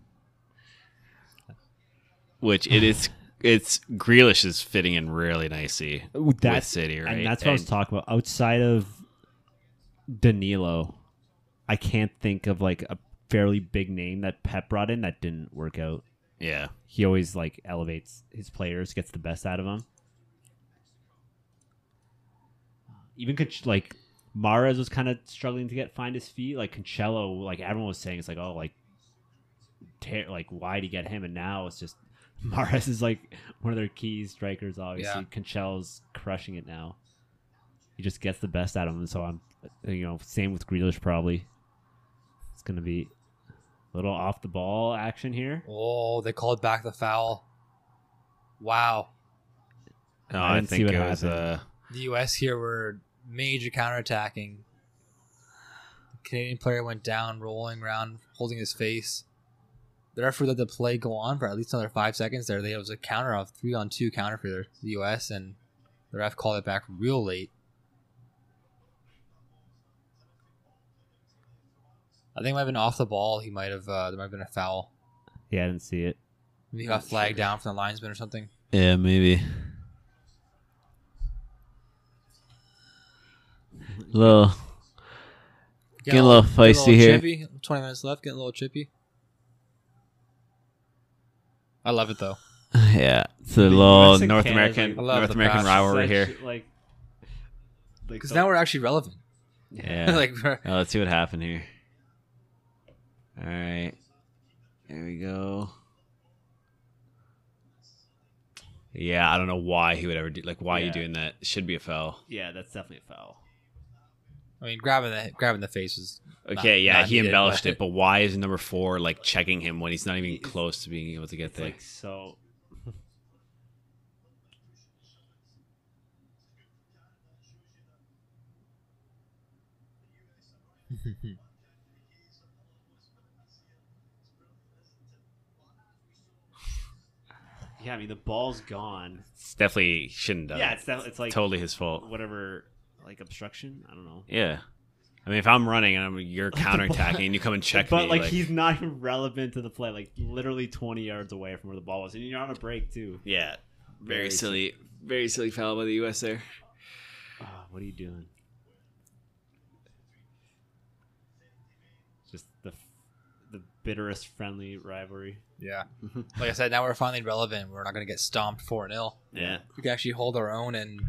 D: Which it is. It's Grealish is fitting in really nicely
E: Ooh,
D: with
E: that's
D: City, right?
E: and that's what I was talking about. Outside of Danilo, I can't think of like a fairly big name that Pep brought in that didn't work out.
D: Yeah,
E: He always like elevates his players, gets the best out of them. Uh, Even Conch- like Mares was kind of struggling to get find his feet. Like Concello, like everyone was saying, it's like oh like, tear, like why did he get him? And now it's just Mares is like one of their key strikers. Obviously,
C: Yeah.
E: Concello's crushing it now. He just gets the best out of him. So I'm, you know, same with Grealish probably. It's gonna be a little off the ball action here.
C: Oh, they called back the foul. Wow.
D: no,
E: I
D: I,
E: didn't see
D: think
E: what
D: it was.
E: happened.
D: Uh,
C: The US here were major counterattacking. The Canadian player went down, rolling around, holding his face. The referee let the play go on for at least another five seconds there. There was a counter of three on two counter for the- the US, and the ref called it back real late. I think it might have been off the ball. He might have, uh, there might have been a foul.
E: Yeah, I didn't see it.
C: Maybe he got flagged down from the linesman or something.
D: yeah, maybe. Little Getting a little feisty here.
C: Chippy. Twenty minutes left. Getting a little chippy. I love it though.
D: Yeah, it's a
E: US
D: little
E: and
D: North
E: Canada's
D: American
E: like- I
C: love
D: North
C: the
D: American
C: passes.
D: rivalry here.
E: Like, like
C: Because now we're actually relevant.
D: Yeah.
C: like we're-
D: Oh, let's see what happened here. All right, there we go. Yeah, I don't know why he would ever do like why you
E: Yeah.
D: doing that. It should be a foul.
E: yeah, that's definitely a foul.
C: I mean, grabbing the grabbing the face is
D: Okay, yeah,
C: not
D: he
C: needed,
D: embellished
C: but-
D: it, but why is number four like checking him when he's not even close to being able to get
E: It's
D: there?
E: like so. Yeah, I mean the ball's gone.
D: It's definitely shouldn't have done.
E: yeah,
D: it.
E: it's def- it's like
D: totally his fault.
E: whatever, like obstruction. I don't know.
D: Yeah, I mean, if I'm running and I'm you're counterattacking and you come and check
E: but
D: me,
E: like, he's not even relevant to the play. Like literally twenty yards away from where the ball was, and you're on a break too.
D: Yeah. Very,
E: Very
D: silly. Very silly foul by the US there.
E: Ah, what are you doing? Just the the bitterest friendly rivalry.
C: Yeah. like I said, now we're finally relevant. We're not going to get stomped four 0
D: Yeah.
C: We can actually hold our own and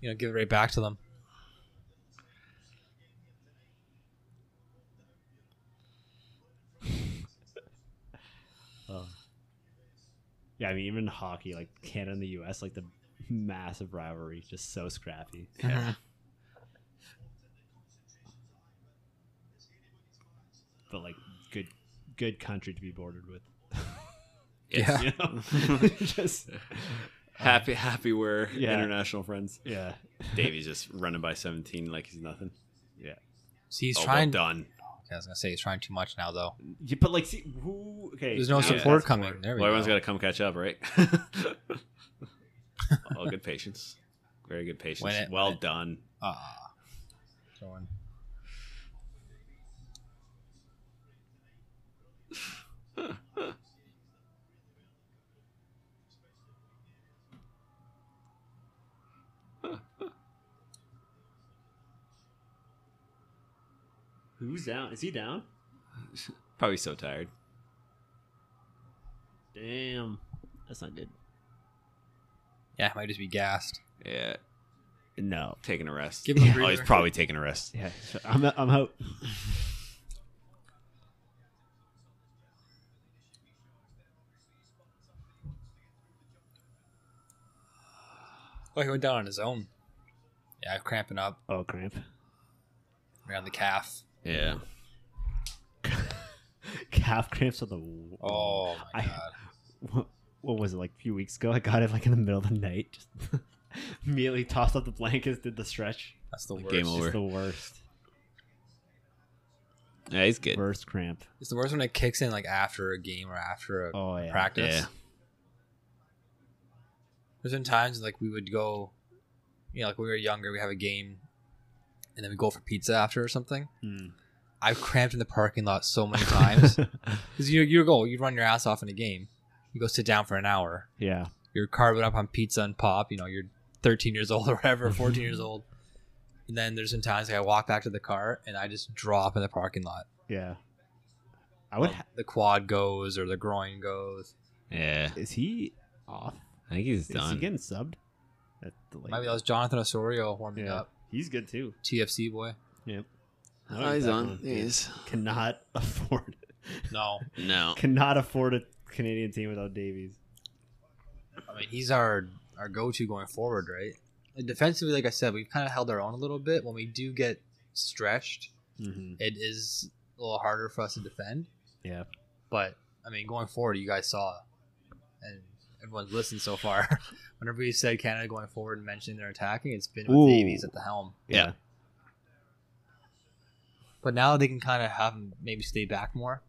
C: you know give it right back to them.
E: Oh. Yeah, I mean even hockey, like Canada and the U.S., like the massive rivalry, just so scrappy.
C: Uh-huh.
E: But like good, good country to be bordered with.
C: Yeah.
E: You know? just
F: Happy, happy we're
E: Yeah.
F: international friends.
E: yeah,
F: Davey's just running by 17 like he's nothing.
C: See, he's
F: oh,
C: trying.
F: well done.
C: Okay, I was gonna say he's trying too much now, though.
E: yeah. But like, see who? Okay,
C: There's no
E: yeah,
C: support
E: that's
C: coming.
E: more-
C: There we
F: Well, everyone's got
C: go.
F: to come catch up, right? All good patience. Very good patience.
C: When it-
F: well
C: when it-
F: done.
C: Ah. Going.
E: Who's down? Is he down?
F: Probably so tired.
E: Damn, that's not good.
C: Yeah, might just be gassed.
F: Yeah.
E: No.
F: Taking a rest.
C: Give him
F: oh,
C: a
F: he's
C: breather.
F: probably taking a rest.
E: Yeah, I'm I'm out.
C: Oh, he went down on his own. Yeah, cramping up
E: Oh cramp.
C: around the calf.
F: Yeah.
E: Calf cramps on the.
C: Oh my
E: I-
C: god.
E: what, what was it like a few weeks ago? I got it like in the middle of the night. Just immediately tossed up the blankets, did the stretch.
C: That's the worst.
F: game
E: It's
F: over.
E: the worst,
F: Yeah, he's good.
E: worst cramp.
C: It's the worst when it kicks in like after a game or after a
E: Oh yeah,
C: practice.
F: Yeah.
C: There's been times like we would go, you know, like when we were younger, we have a game, and then we go for pizza after or something.
E: Mm.
C: I've cramped in the parking lot so many times because you you go you run your ass off in a game, you go sit down for an hour,
E: yeah.
C: you're carving up on pizza and pop. You know, you're 13 years old or whatever, 14 years old. And then there's been times like I walk back to the car and I just drop in the parking lot.
E: Yeah. I would.
C: Well,
E: Ha-
C: the quad goes or the groin goes.
F: Yeah.
E: is he off?
F: I think he's
E: Is he
F: done.
E: getting subbed? At the late-
C: Maybe that was Jonathan Osorio warming
E: yeah.
C: up.
E: He's good too.
C: TFC boy.
E: Oh, he's on. He is. Cannot afford.
C: No,
F: No.
E: Cannot afford a Canadian team without Davies.
C: I mean he's our our go to going forward, right? Like, defensively, like I said, we've kind of held our own a little bit. When we do get stretched,
E: Mm-hmm.
C: it is a little harder for us to defend.
E: Yeah.
C: But I mean, going forward, you guys saw, and everyone's listened so far. Whenever we said Canada going forward and mentioning their attacking, it's been with
E: Ooh.
C: Davies at the helm.
F: Yeah.
C: But now they can kind of have him maybe stay back more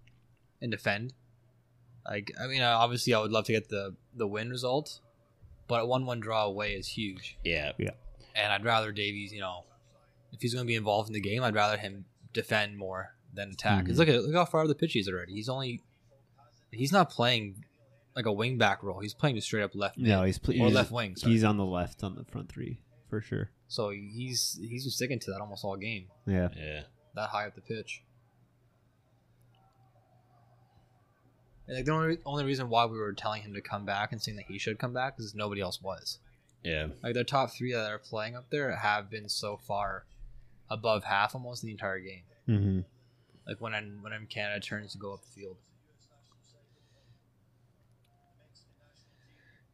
C: and defend. Like, I mean, I- obviously, I would love to get the the win result, but a one-one draw away is huge.
F: Yeah.
C: And I'd rather Davies, you know, if he's going to be involved in the game, I'd rather him defend more than attack.
E: Mhm.
C: Because look at look how far the pitch he's already. He's only he's not playing like a wing back role. He's playing just straight up left
E: No,
C: mid
E: he's pl-
C: or
E: he's,
C: left wing. Sorry.
E: he's on the left on the front three for sure.
C: so he's he's been sticking to that almost all game.
E: Yeah.
F: Yeah.
C: that high up the pitch. And like the only, only reason why we were telling him to come back and saying that he should come back is nobody else was.
F: Yeah.
C: Like their top three that are playing up there have been so far above half almost the entire game.
E: Mm-hmm.
C: Like when I'm, when I'm Canada turns to go up the field.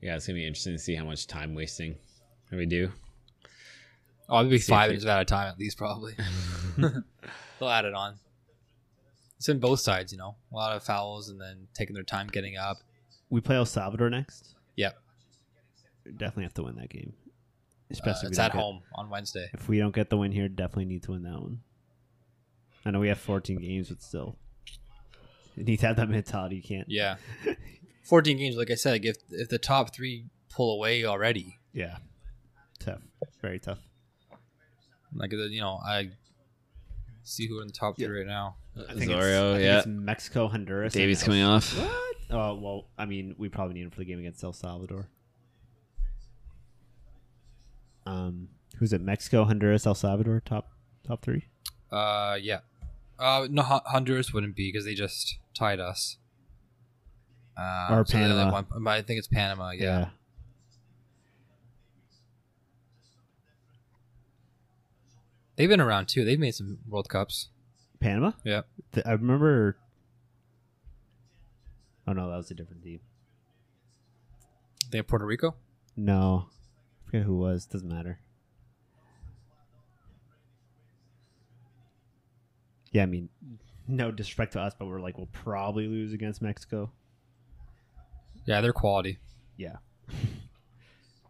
F: Yeah. It's gonna be interesting to see how much time wasting we do.
C: Oh, it'd be
F: See if
C: five
F: we-
C: minutes at a time at least, probably. They'll add it on. It's in both sides, you know, a lot of fouls and then taking their time getting up.
E: We play El Salvador next.
C: Yep,
E: definitely have to win that game.
C: uh,
E: Especially if
C: it's
E: we don't
C: at
E: get-
C: home on Wednesday.
E: If we don't get the win here, definitely need to win that one. I know we have 14 games, but still, you need to have that mentality. You can't.
C: Yeah. 14 games, like I said, if, if the top three pull away already,
E: Yeah. Tough. Very tough.
C: like, you know, I see who are in the top three
E: Yeah.
C: right now.
F: Zorio,
E: it's, I
F: yeah.
E: Think it's Mexico, Honduras. and
F: Davey's
E: El-
F: coming off.
E: What? Oh well, I mean, we probably need him for the game against El Salvador. Um, who's it? Mexico, Honduras, El Salvador, top top three.
C: Uh, yeah. Uh, no, Hon- Honduras wouldn't be because they just tied us. Uh,
E: Or
C: so they're like
E: Panama.
C: one- but I think it's Panama, yeah. They've been around too. They've made some World Cups.
E: Panama.
C: Yeah.
E: Th- I remember. Oh no, that was a different team.
C: They have Puerto Rico.
E: No, forget who it was. Doesn't matter. Yeah, I mean, no disrespect to us, but we're like we'll probably lose against Mexico.
C: Yeah, they're quality.
E: Yeah.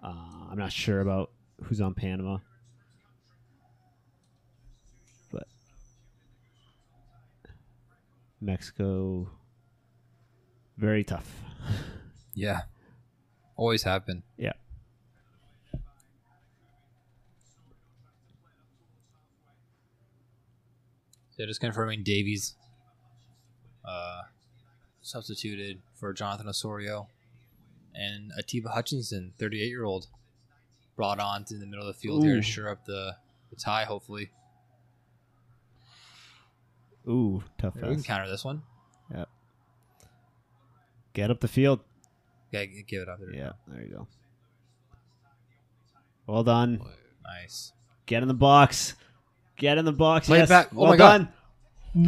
E: Uh, I'm not sure about who's on Panama. But Mexico, very tough.
C: Yeah. Always have been.
E: Yeah.
C: They're just confirming Davies uh, substituted for Jonathan Osorio and Atiba Hutchinson, 38 year old, brought on to the middle of the field here to
E: Ooh.
C: shore up the, the tie, hopefully.
E: Ooh, tough.
C: We can
E: ass.
C: counter this one.
E: Get up the field.
C: Yeah, g- give it up there.
E: Yeah, there you go. Well done.
C: Nice.
E: Get in the box. Get in the box.
C: Play it
E: yes.
C: back. Oh
E: well
C: my God.
E: done.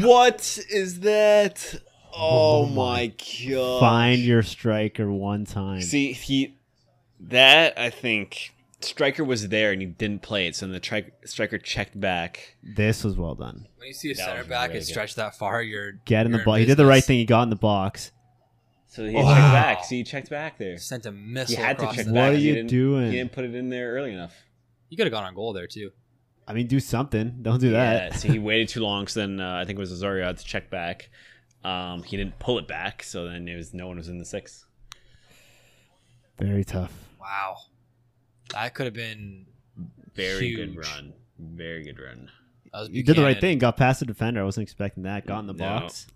D: What is that? Oh, my god!
E: Find your striker one time.
D: See, he that I think striker was there and he didn't play it, so the tri- striker checked back.
E: This was well done.
C: When you see a
D: That
C: center
D: was
C: back
D: really
C: is
D: good.
C: stretched that far, you're
E: Get in
C: you're
E: the box. He did the
C: business.
E: right thing. He got in the box.
D: So he
E: Wow.
D: checked back. So he checked back there.
C: Sent a
D: He
C: missile
D: had to
C: across
D: check
C: the
D: back.
E: What are
D: He
E: you
D: didn't-
E: doing?
D: He didn't put it in there early enough.
C: You could have gone on goal there too.
E: I mean, do something. Don't do
D: Yeah,
E: that.
D: so he waited too long. So then uh, I think it was Azario had to check back. Um, he didn't pull it back. So then it was no one was in the six.
E: Very tough.
C: Wow, that could have been.
D: Very good
C: Huge.
D: run. Very good run.
C: That was
E: You did the right
C: Buchanan.
E: thing. Got past the defender. I wasn't expecting that. Got in the
D: No.
E: box.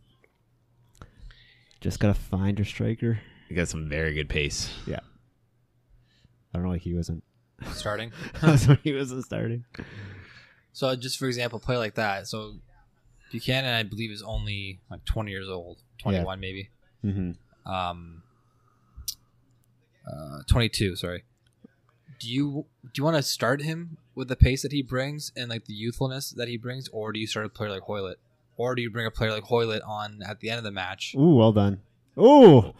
E: Just gotta find your striker.
D: He got some very good pace.
E: Yeah. I don't know why he wasn't.
C: Starting.
E: That's why he wasn't starting.
C: So just for example, play like that. So Buchanan, I believe, is only like 20 years old, 21 maybe,
E: Mm-hmm.
C: um, uh, 22. Sorry. Do you do you want to start him with the pace that he brings and like the youthfulness that he brings, or do you start a player like Hoylett, or do you bring a player like Hoylett on at the end of the match?
E: Ooh, well done. Ooh.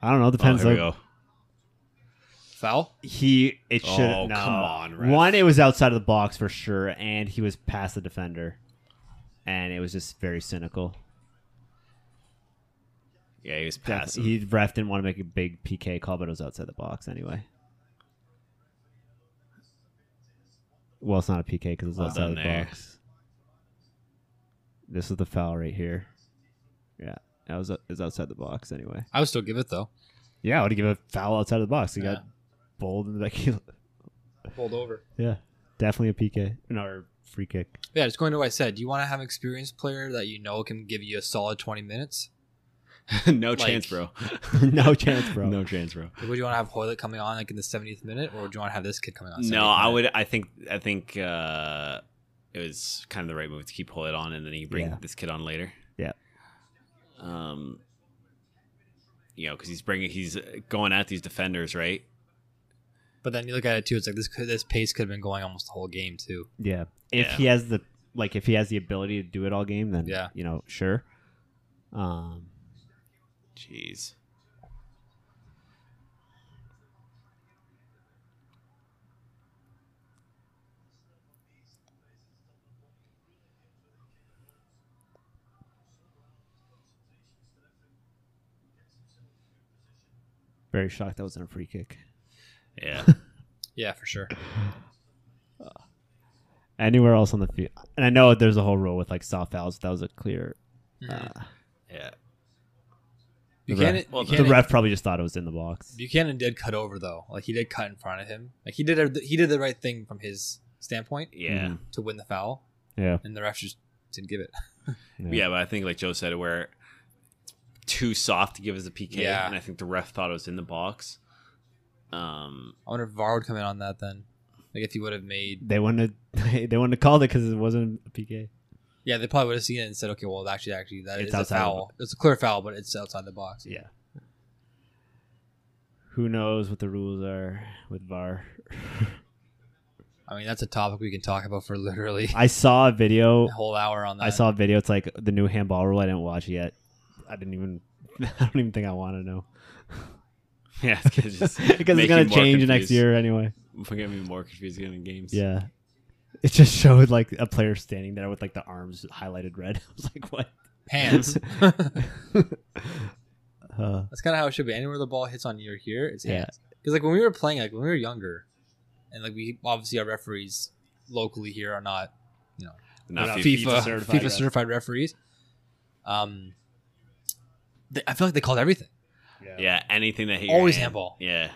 E: I don't know. Depends.
D: oh, here we
E: on-
D: go.
C: Foul.
E: He. It should.
D: Oh,
E: no.
D: come on, ref.
E: One, it was outside of the box for sure, and he was past the defender, and it was just very cynical.
D: Yeah, he was
E: Def-
D: passing.
E: He ref didn't want to make a big PK call, but it was outside the box anyway. Well, it's not a PK because it's
D: Well
E: outside
D: done
E: the
D: there.
E: box. This is the foul right here. Yeah, that was is outside the box anyway.
C: I would still give it though.
E: Yeah, I would give a foul outside of the box. He
C: Yeah.
E: got bowled in the back.
C: Pulled over.
E: yeah, definitely a PK. No, or free kick.
C: Yeah, just going to what I said. Do you want to have an experienced player that you know can give you a solid 20 minutes?
D: no
C: Like-
D: chance, bro.
E: no chance, bro.
D: No chance, bro.
C: Like, would you want to have Hoylett coming on like in the 70th minute, or would you want to have this kid coming on? 70th
D: No, I
C: minute?
D: would. I think. I think uh, it was kind of the right move to keep Hoyt on, and then you bring
E: Yeah.
D: this kid on later.
E: Yeah.
D: Um. You know, because he's bringing, he's going at these defenders, right?
C: But then you look at it too. It's like this could, this pace could have been going almost the whole game too.
E: Yeah. If
D: Yeah.
E: he has the like if he has the ability to do it all game, then
C: Yeah.
E: you know, sure. Um
D: Jeez.
E: very shocked that wasn't a free kick.
D: Yeah.
C: Yeah, for sure.
E: Anywhere else on the field. And I know there's a whole rule with like soft fouls, that was a clear
C: Mm-hmm.
E: uh,
D: yeah.
C: Buchanan,
E: ref-
D: well, the
E: the
C: Buchanan,
E: ref probably just thought it was in the box.
C: Buchanan did cut over though. Like he did cut in front of him. Like he did a, he did the right thing from his standpoint
D: Yeah.
E: Mhm.
C: to win the foul,
E: Yeah.
C: and the ref just didn't give it.
D: Yeah, but I think like Joe said, where it's too soft to give us a PK,
C: Yeah.
D: and I think the ref thought it was in the box. Um,
C: I wonder if VAR would come in on that then. Like if he would have made,
E: They wouldn't have, they wouldn't have called it because it wasn't a PK.
C: yeah, they probably would have seen it and said, okay, well, actually, actually, that
E: It's
C: is a
E: outside of the
C: foul. It's a clear foul, but it's outside the box.
E: Yeah. Who knows what the rules are with VAR?
C: I mean, that's a topic we can talk about for literally
E: I saw a video
C: a whole hour on that.
E: I saw a video. It's like the new handball rule. I didn't watch it yet. I didn't even. I don't even think I want to know
D: yeah, because
E: because it's gonna change next year anyway.
D: We're gonna be more confusing in games.
E: Yeah. It just showed like a player standing there with like the arms highlighted red. I was like, what?
C: Hands. That's
E: Uh,
C: kind of how it should be. Anywhere the ball hits on your here, it's
E: Yeah.
C: hands. Because like when we were playing, like when we were younger, and like we obviously our referees locally here are not
D: Not
E: Not
D: FIFA.
C: FIFA, FIFA
E: certified
C: certified,
E: ref.
C: referees. Um, they, I feel like they called everything.
D: Yeah, anything that hit
C: Always
D: your hand.
C: handball.
D: Yeah.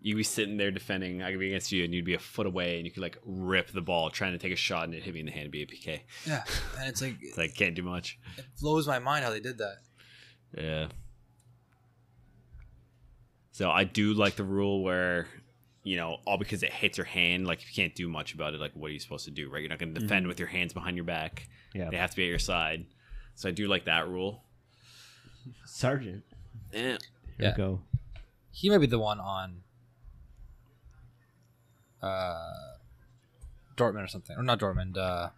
D: You'd be sitting there defending. I could be against you, and you'd be a foot away, and you could like rip the ball trying to take a shot, and it hit me in the hand, and be a PK.
C: Yeah, and it's like
D: It's like can't do much.
C: it blows my mind how they did that.
D: Yeah. So I do like the rule where, you know, all because it hits your hand, like you can't do much about it. Like, what are you supposed to do, right? You're not going
C: Mm-hmm.
D: to defend with your hands behind your back.
E: Yeah.
D: They have to be at your side. So I do like that rule.
E: Sergeant.
D: Eh.
E: Here
C: Yeah.
E: we go.
C: He might be the one on uh, Dortmund or something, or not Dortmund. Uh,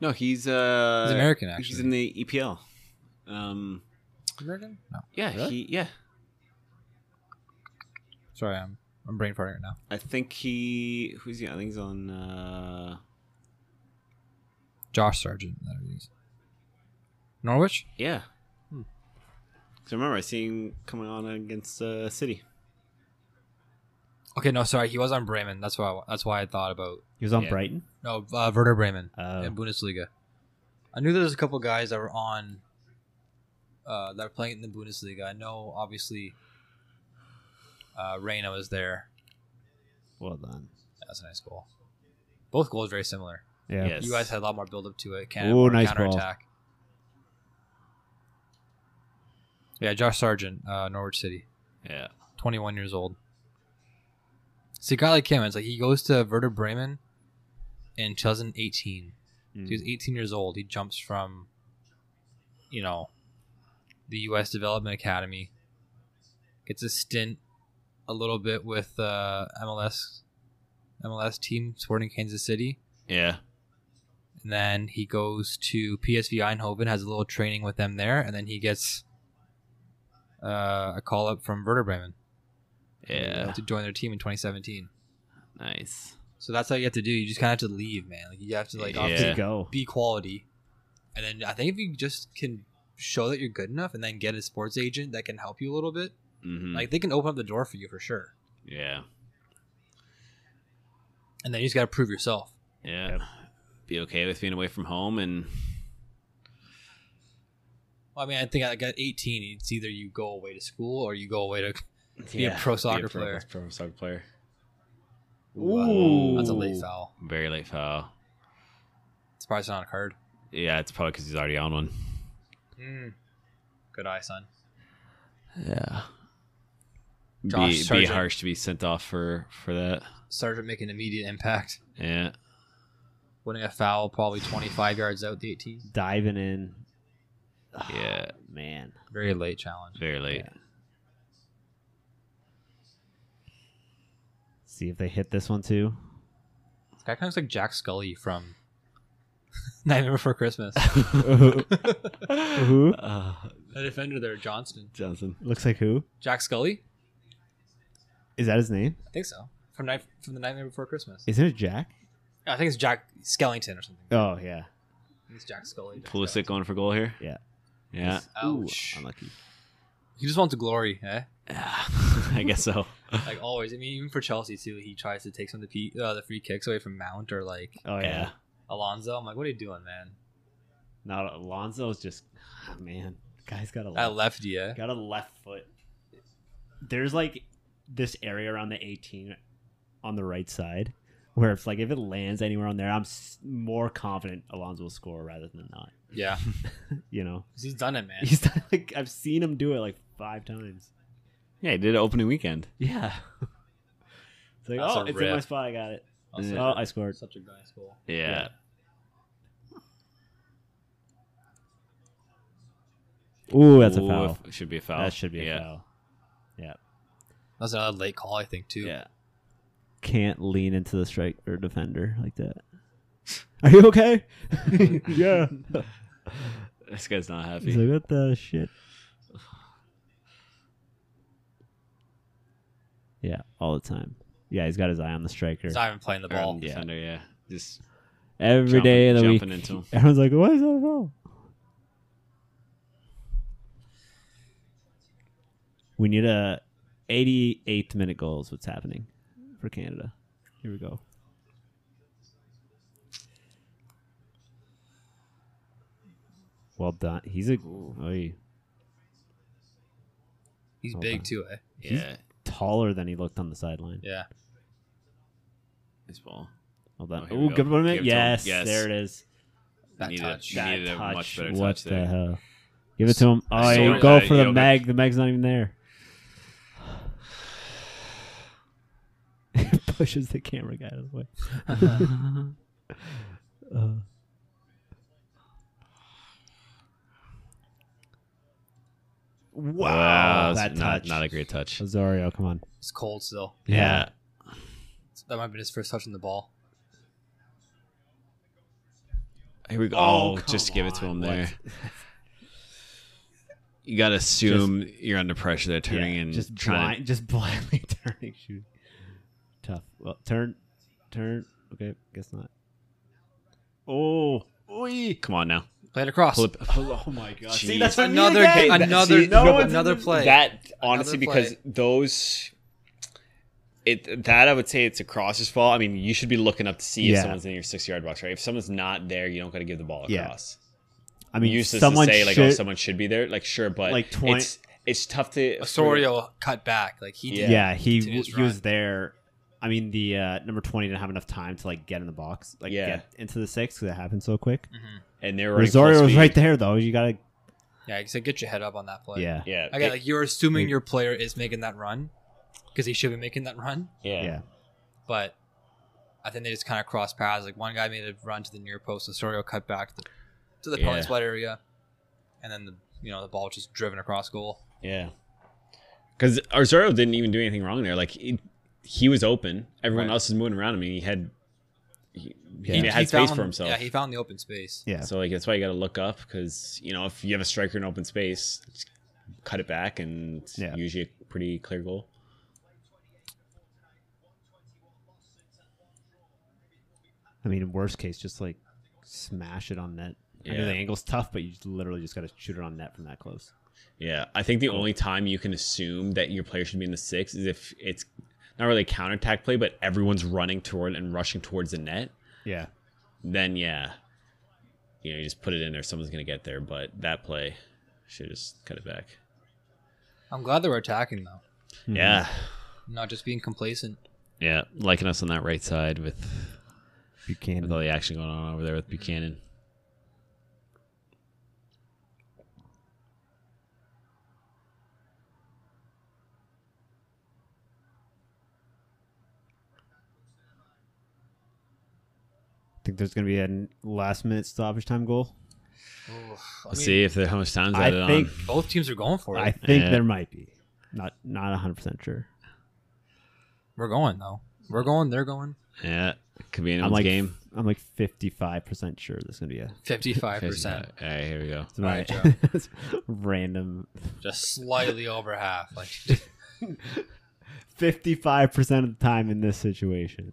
D: No, he's uh
C: He's American,
D: He's
C: actually.
D: in the EPL. Um,
C: American? No,
D: yeah, he yeah.
C: sorry, I'm I'm brain farting right now.
D: I think he who's he? I think he's on. uh
C: Josh Sargent. that is. Norwich.
D: Yeah.
C: Hmm.
D: So remember, I see him coming on against uh, City.
C: Okay, no, sorry, he was on Bremen. That's why I, that's why I thought about
E: He was on
D: Yeah.
E: Brighton.
C: No, uh, Werder Bremen
E: Oh.
C: in Bundesliga. I knew there was a couple guys that were on uh, that were playing in the Bundesliga. I know, obviously, uh, Reyna was there.
E: Well done.
C: That's a nice goal. Both goals very similar.
E: Yeah.
D: Yes.
C: You guys had a lot more build up to it. Canada
E: Ooh,
C: more
E: nice ball.
C: counterattack. Yeah, Josh Sargent, uh, Norwich City,
D: Yeah.
C: 21 years old. See, a guy like him, it's like he goes to Werder Bremen in 2018.
E: Mm.
D: Hmm.
C: He was 18 years old. He jumps from, you know, the U.S. Development Academy, gets a stint a little bit with uh, MLS, MLS team Sporting Kansas City,
D: Yeah.
C: and then he goes to PSV Eindhoven, has a little training with them there, and then he gets uh, a call up from Werder Bremen
D: Yeah.
C: to join their team in 2017.
D: Nice.
C: So that's how you have to do. You just kind of have to leave, man. Like you have to like
D: Yeah.
C: obviously
E: Here we go.
C: be quality. And then I think if you just can show that you're good enough and then get a sports agent that can help you a little bit,
D: hmm
C: like they can open up the door for you for sure.
D: yeah.
C: And then you just got to prove yourself.
D: Yeah.
E: Yep.
D: Be okay with being away from home and
C: Well, I mean, I think I got 18. It's either you go away to school or you go away to be a pro soccer player.
D: Pro soccer player.
E: Ooh.
C: That's a late foul.
D: Very late foul.
C: It's probably not on a card.
D: Yeah, it's probably because he's already on one.
C: Good eye, son.
D: Yeah.
C: Josh
D: Be, be
C: Sargent.
D: harsh to be sent off for for that.
C: Sergeant making immediate impact.
D: Yeah.
C: Winning a foul, probably 25 yards out the 18.
E: Diving in. Ah,
D: Yeah.
E: Man.
C: Very late challenge.
D: Very late.
E: See if they hit this one too.
C: This guy kind of looks like Jack Scully from Nightmare Before Christmas.
E: Who?
D: Uh,
C: The defender there, Johnston.
D: Johnson.
E: Looks like who?
C: Jack Scully?
E: Is that his name?
C: I think so. From night from the Nightmare Before Christmas.
E: Isn't it Jack?
C: I think it's Jack Skellington or something.
E: Oh yeah.
C: I think It's Jack Scully. Jack
D: Pulisic going for goal here.
E: Yeah.
D: Yeah.
C: Ouch.
E: Unlucky.
C: He just wants glory, eh?
E: uh,
D: I guess so.
C: Like always. I mean, even for Chelsea too, he tries to take some of the, pe- uh, the free kicks away from Mount or like
E: Oh yeah.
D: Yeah.
C: Alonso. I'm like, what are you doing, man?
E: Not Alonso's just ah, man. Guy's got a
C: I
E: left,
C: left you. eh?
E: got a left foot. There's like this area around the 18 on the right side where it's like if it lands anywhere on there, I'm s- more confident Alonso will score rather than not.
C: Yeah, 'Cause
E: You know,
C: he's done it, man.
E: he's done, like I've seen him do it like five times.
D: Yeah, he did it opening weekend.
E: Yeah. it's like
C: That's
E: oh,
C: a
E: it's in
C: rip.
E: my spot. I got it.
C: Also,
E: Oh, I scored.
C: such a nice goal.
D: Yeah.
E: Ooh, that's a
D: Ooh,
E: foul.
D: if- Should be a foul.
E: That should be a
D: yeah.
E: foul.
C: That's another late call, I think, too.
D: Yeah.
E: can't lean into the strike or defender like that. Are you okay? yeah.
D: This guy's not happy.
E: He's like, what the shit? Yeah, all the time. Yeah, he's got his eye on the striker
C: He's not even playing the
F: Or on
D: Um,
C: ball.
F: the
E: Yeah.
F: defender, yeah. Just
E: every day of the
F: jumping-
E: week.
F: jumping into him.
E: Everyone's like, "What is that about?" We need a 88th minute goal. Is what's happening for Canada? Here we go. Well done. He's a oh, oy.
C: He's
E: Hold
C: big
E: on.
C: too, eh?
E: He's-
F: yeah,
E: taller than he looked on the sideline.
C: Yeah.
F: his ball.
E: Well done.
F: Oh, here
E: Oh,
F: we go.
E: good one.
F: Give it to him.
E: Yes,
F: Yes.
E: there it is.
C: That
F: Needed-
C: touch.
F: He
E: That
F: needed a
E: touch.
F: much better
E: what
F: touch
E: the
F: there.
E: hell? Give it to him. Oh,
F: saw
E: you
F: it.
E: go
F: Uh,
E: for the
F: yo, that-
E: Meg. The Meg's not even there. Pushes the camera guy out of the way. Uh, Wow, that
F: that's not,
E: touch.
F: not a great touch.
E: Osorio, come on.
C: It's cold still.
E: Yeah.
C: That might have been his first touch on the ball.
F: Here we go.
E: Oh,
F: Oh,
E: come
F: just give it to
E: on.
F: him
E: What?
F: there. You gotta assume you're under pressure. They're turning and
E: just
F: trying.
E: blind, just blindly turning, shooting. Tough. Well, turn, turn. Okay, guess not. Oh,
F: To, come on now.
C: Played across.
F: Pull it.
E: oh my God! See,
F: Jeez.
E: that's what I mean
C: Another
E: again.
C: game.
E: That-
C: Another
E: see, no one's-
C: another play.
D: That honestly,
C: Another
D: because those, it that I would say it's a crosser's fault. I mean, you should be looking up to see
E: Yeah.
D: if someone's in your six yard box, right? If someone's not there, you don't got to give the ball
E: Yeah.
D: across.
E: I mean,
D: Useless
E: someone
D: to say like,
E: should,
D: oh, someone should be there. Like, sure, but
E: Like 20
D: it's it's tough to
C: Osorio cut back. Like he did.
E: Yeah,
D: Yeah.
E: he
C: Continuous
E: he
C: run.
E: was there. I mean, the uh, number twenty didn't have enough time to like get in the box, like
D: Yeah.
E: get into the six because it happened so quick.
C: Mm-hmm.
D: and they were running full
E: Rosario was
D: speed.
E: right there though. You gotta,
C: Yeah, he said, get your head up on that play.
E: yeah,
D: Yeah,
C: I got like you're assuming your player is making that run because he should be making that run,
E: yeah.
D: yeah.
C: but I think they just kind of cross paths. Like one guy made a run to the near post, Osorio cut back to the, to the penalty
D: Yeah.
C: spot area, and then the you know the ball just driven across goal.
D: Yeah. Because Arzaro didn't even do anything wrong there. Like, he, he was open. Everyone
C: Right.
D: else was moving around. I mean, he had he,
E: Yeah.
D: he
E: He
D: had space for himself.
C: Yeah, he found the open space.
E: Yeah.
D: So, like, that's why you got to look up because, you know, if you have a striker in open space, just cut it back and it's
E: Yeah.
D: usually a pretty clear goal.
E: I mean, in worst case, just like smash it on net. I know
D: Yeah.
E: the angle's tough, but you just literally just gotta shoot it on net from that close.
D: Yeah. I think the only time you can assume that your player should be in the six is if it's not really a counterattack play, but everyone's running toward and rushing towards the net.
E: Yeah,
D: then yeah, you know, you just put it in there. Someone's gonna get there, but that play should just cut it back.
C: I'm glad they were attacking though,
E: Mm-hmm.
D: Yeah,
C: not just being complacent.
D: yeah, liking us on that right side with with
E: Buchanan.
D: all the action going on over there with Buchanan.
E: think there's gonna be a last minute stoppage time goal.
C: Ooh, I
D: Let's
C: mean,
D: see if there, how much time's added
E: I think
D: on.
C: both teams are going for it.
E: I think
D: Yeah.
E: there might be. Not not hundred percent sure.
C: we're going though. We're going. They're going.
D: Yeah, could be
E: I'm
D: anyone's
E: like
D: game.
E: I'm like fifty five percent sure there's gonna be a
C: Fifty-five
D: All
C: percent,
D: right, here we go.
E: it's my-
C: Joe.
E: it's random
C: just slightly over half. Like
E: fifty five percent of the time in this situation.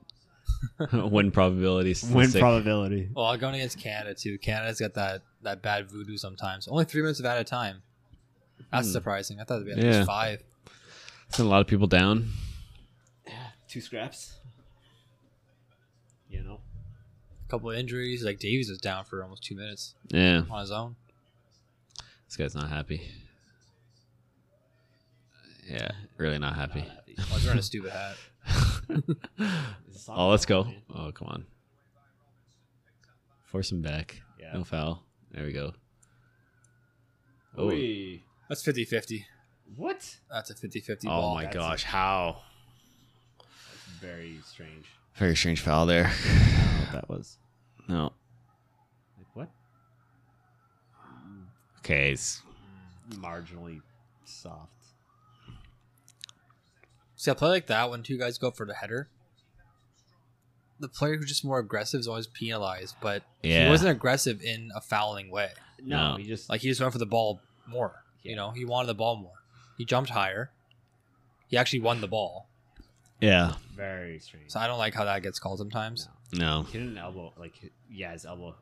D: Win probability.
E: Win
D: statistic.
E: probability.
C: Well, going against Canada too. Canada's got that that bad voodoo sometimes. Only three minutes of at a time. That's surprising. I thought it'd be at
D: Hmm. Yeah.
C: least five.
D: Sent a lot of people down.
E: Two scraps. You know.
C: A couple of injuries. Like Davies was down for almost two minutes
D: Yeah,
C: on his own.
D: this guy's not happy. Yeah, really not happy.
C: I was wearing a stupid hat.
D: Oh, let's go. Oh, come on. Force him back.
E: Yeah.
D: No foul. There we go. Oh,
E: Oy.
C: That's 50-50.
E: What?
C: That's a 50-50
D: oh
C: ball.
D: my gosh. How?
E: Very strange.
D: Very strange foul there.
E: What that was.
D: No.
E: Like what?
D: Okay. It's,
E: Marginally soft.
C: See, I play like that when two guys go for the header. The player who's just more aggressive is always penalized, but he
D: Yeah.
C: wasn't aggressive in a fouling way.
E: No,
D: No.
E: he just
C: Like he just went for the ball more. You
E: Yeah.
C: know, he wanted the ball more. He jumped higher. He actually won the ball.
D: Yeah.
E: Very strange.
C: So I don't like how that gets called sometimes.
D: No.
E: Hit an elbow, like hit- yeah, his elbow.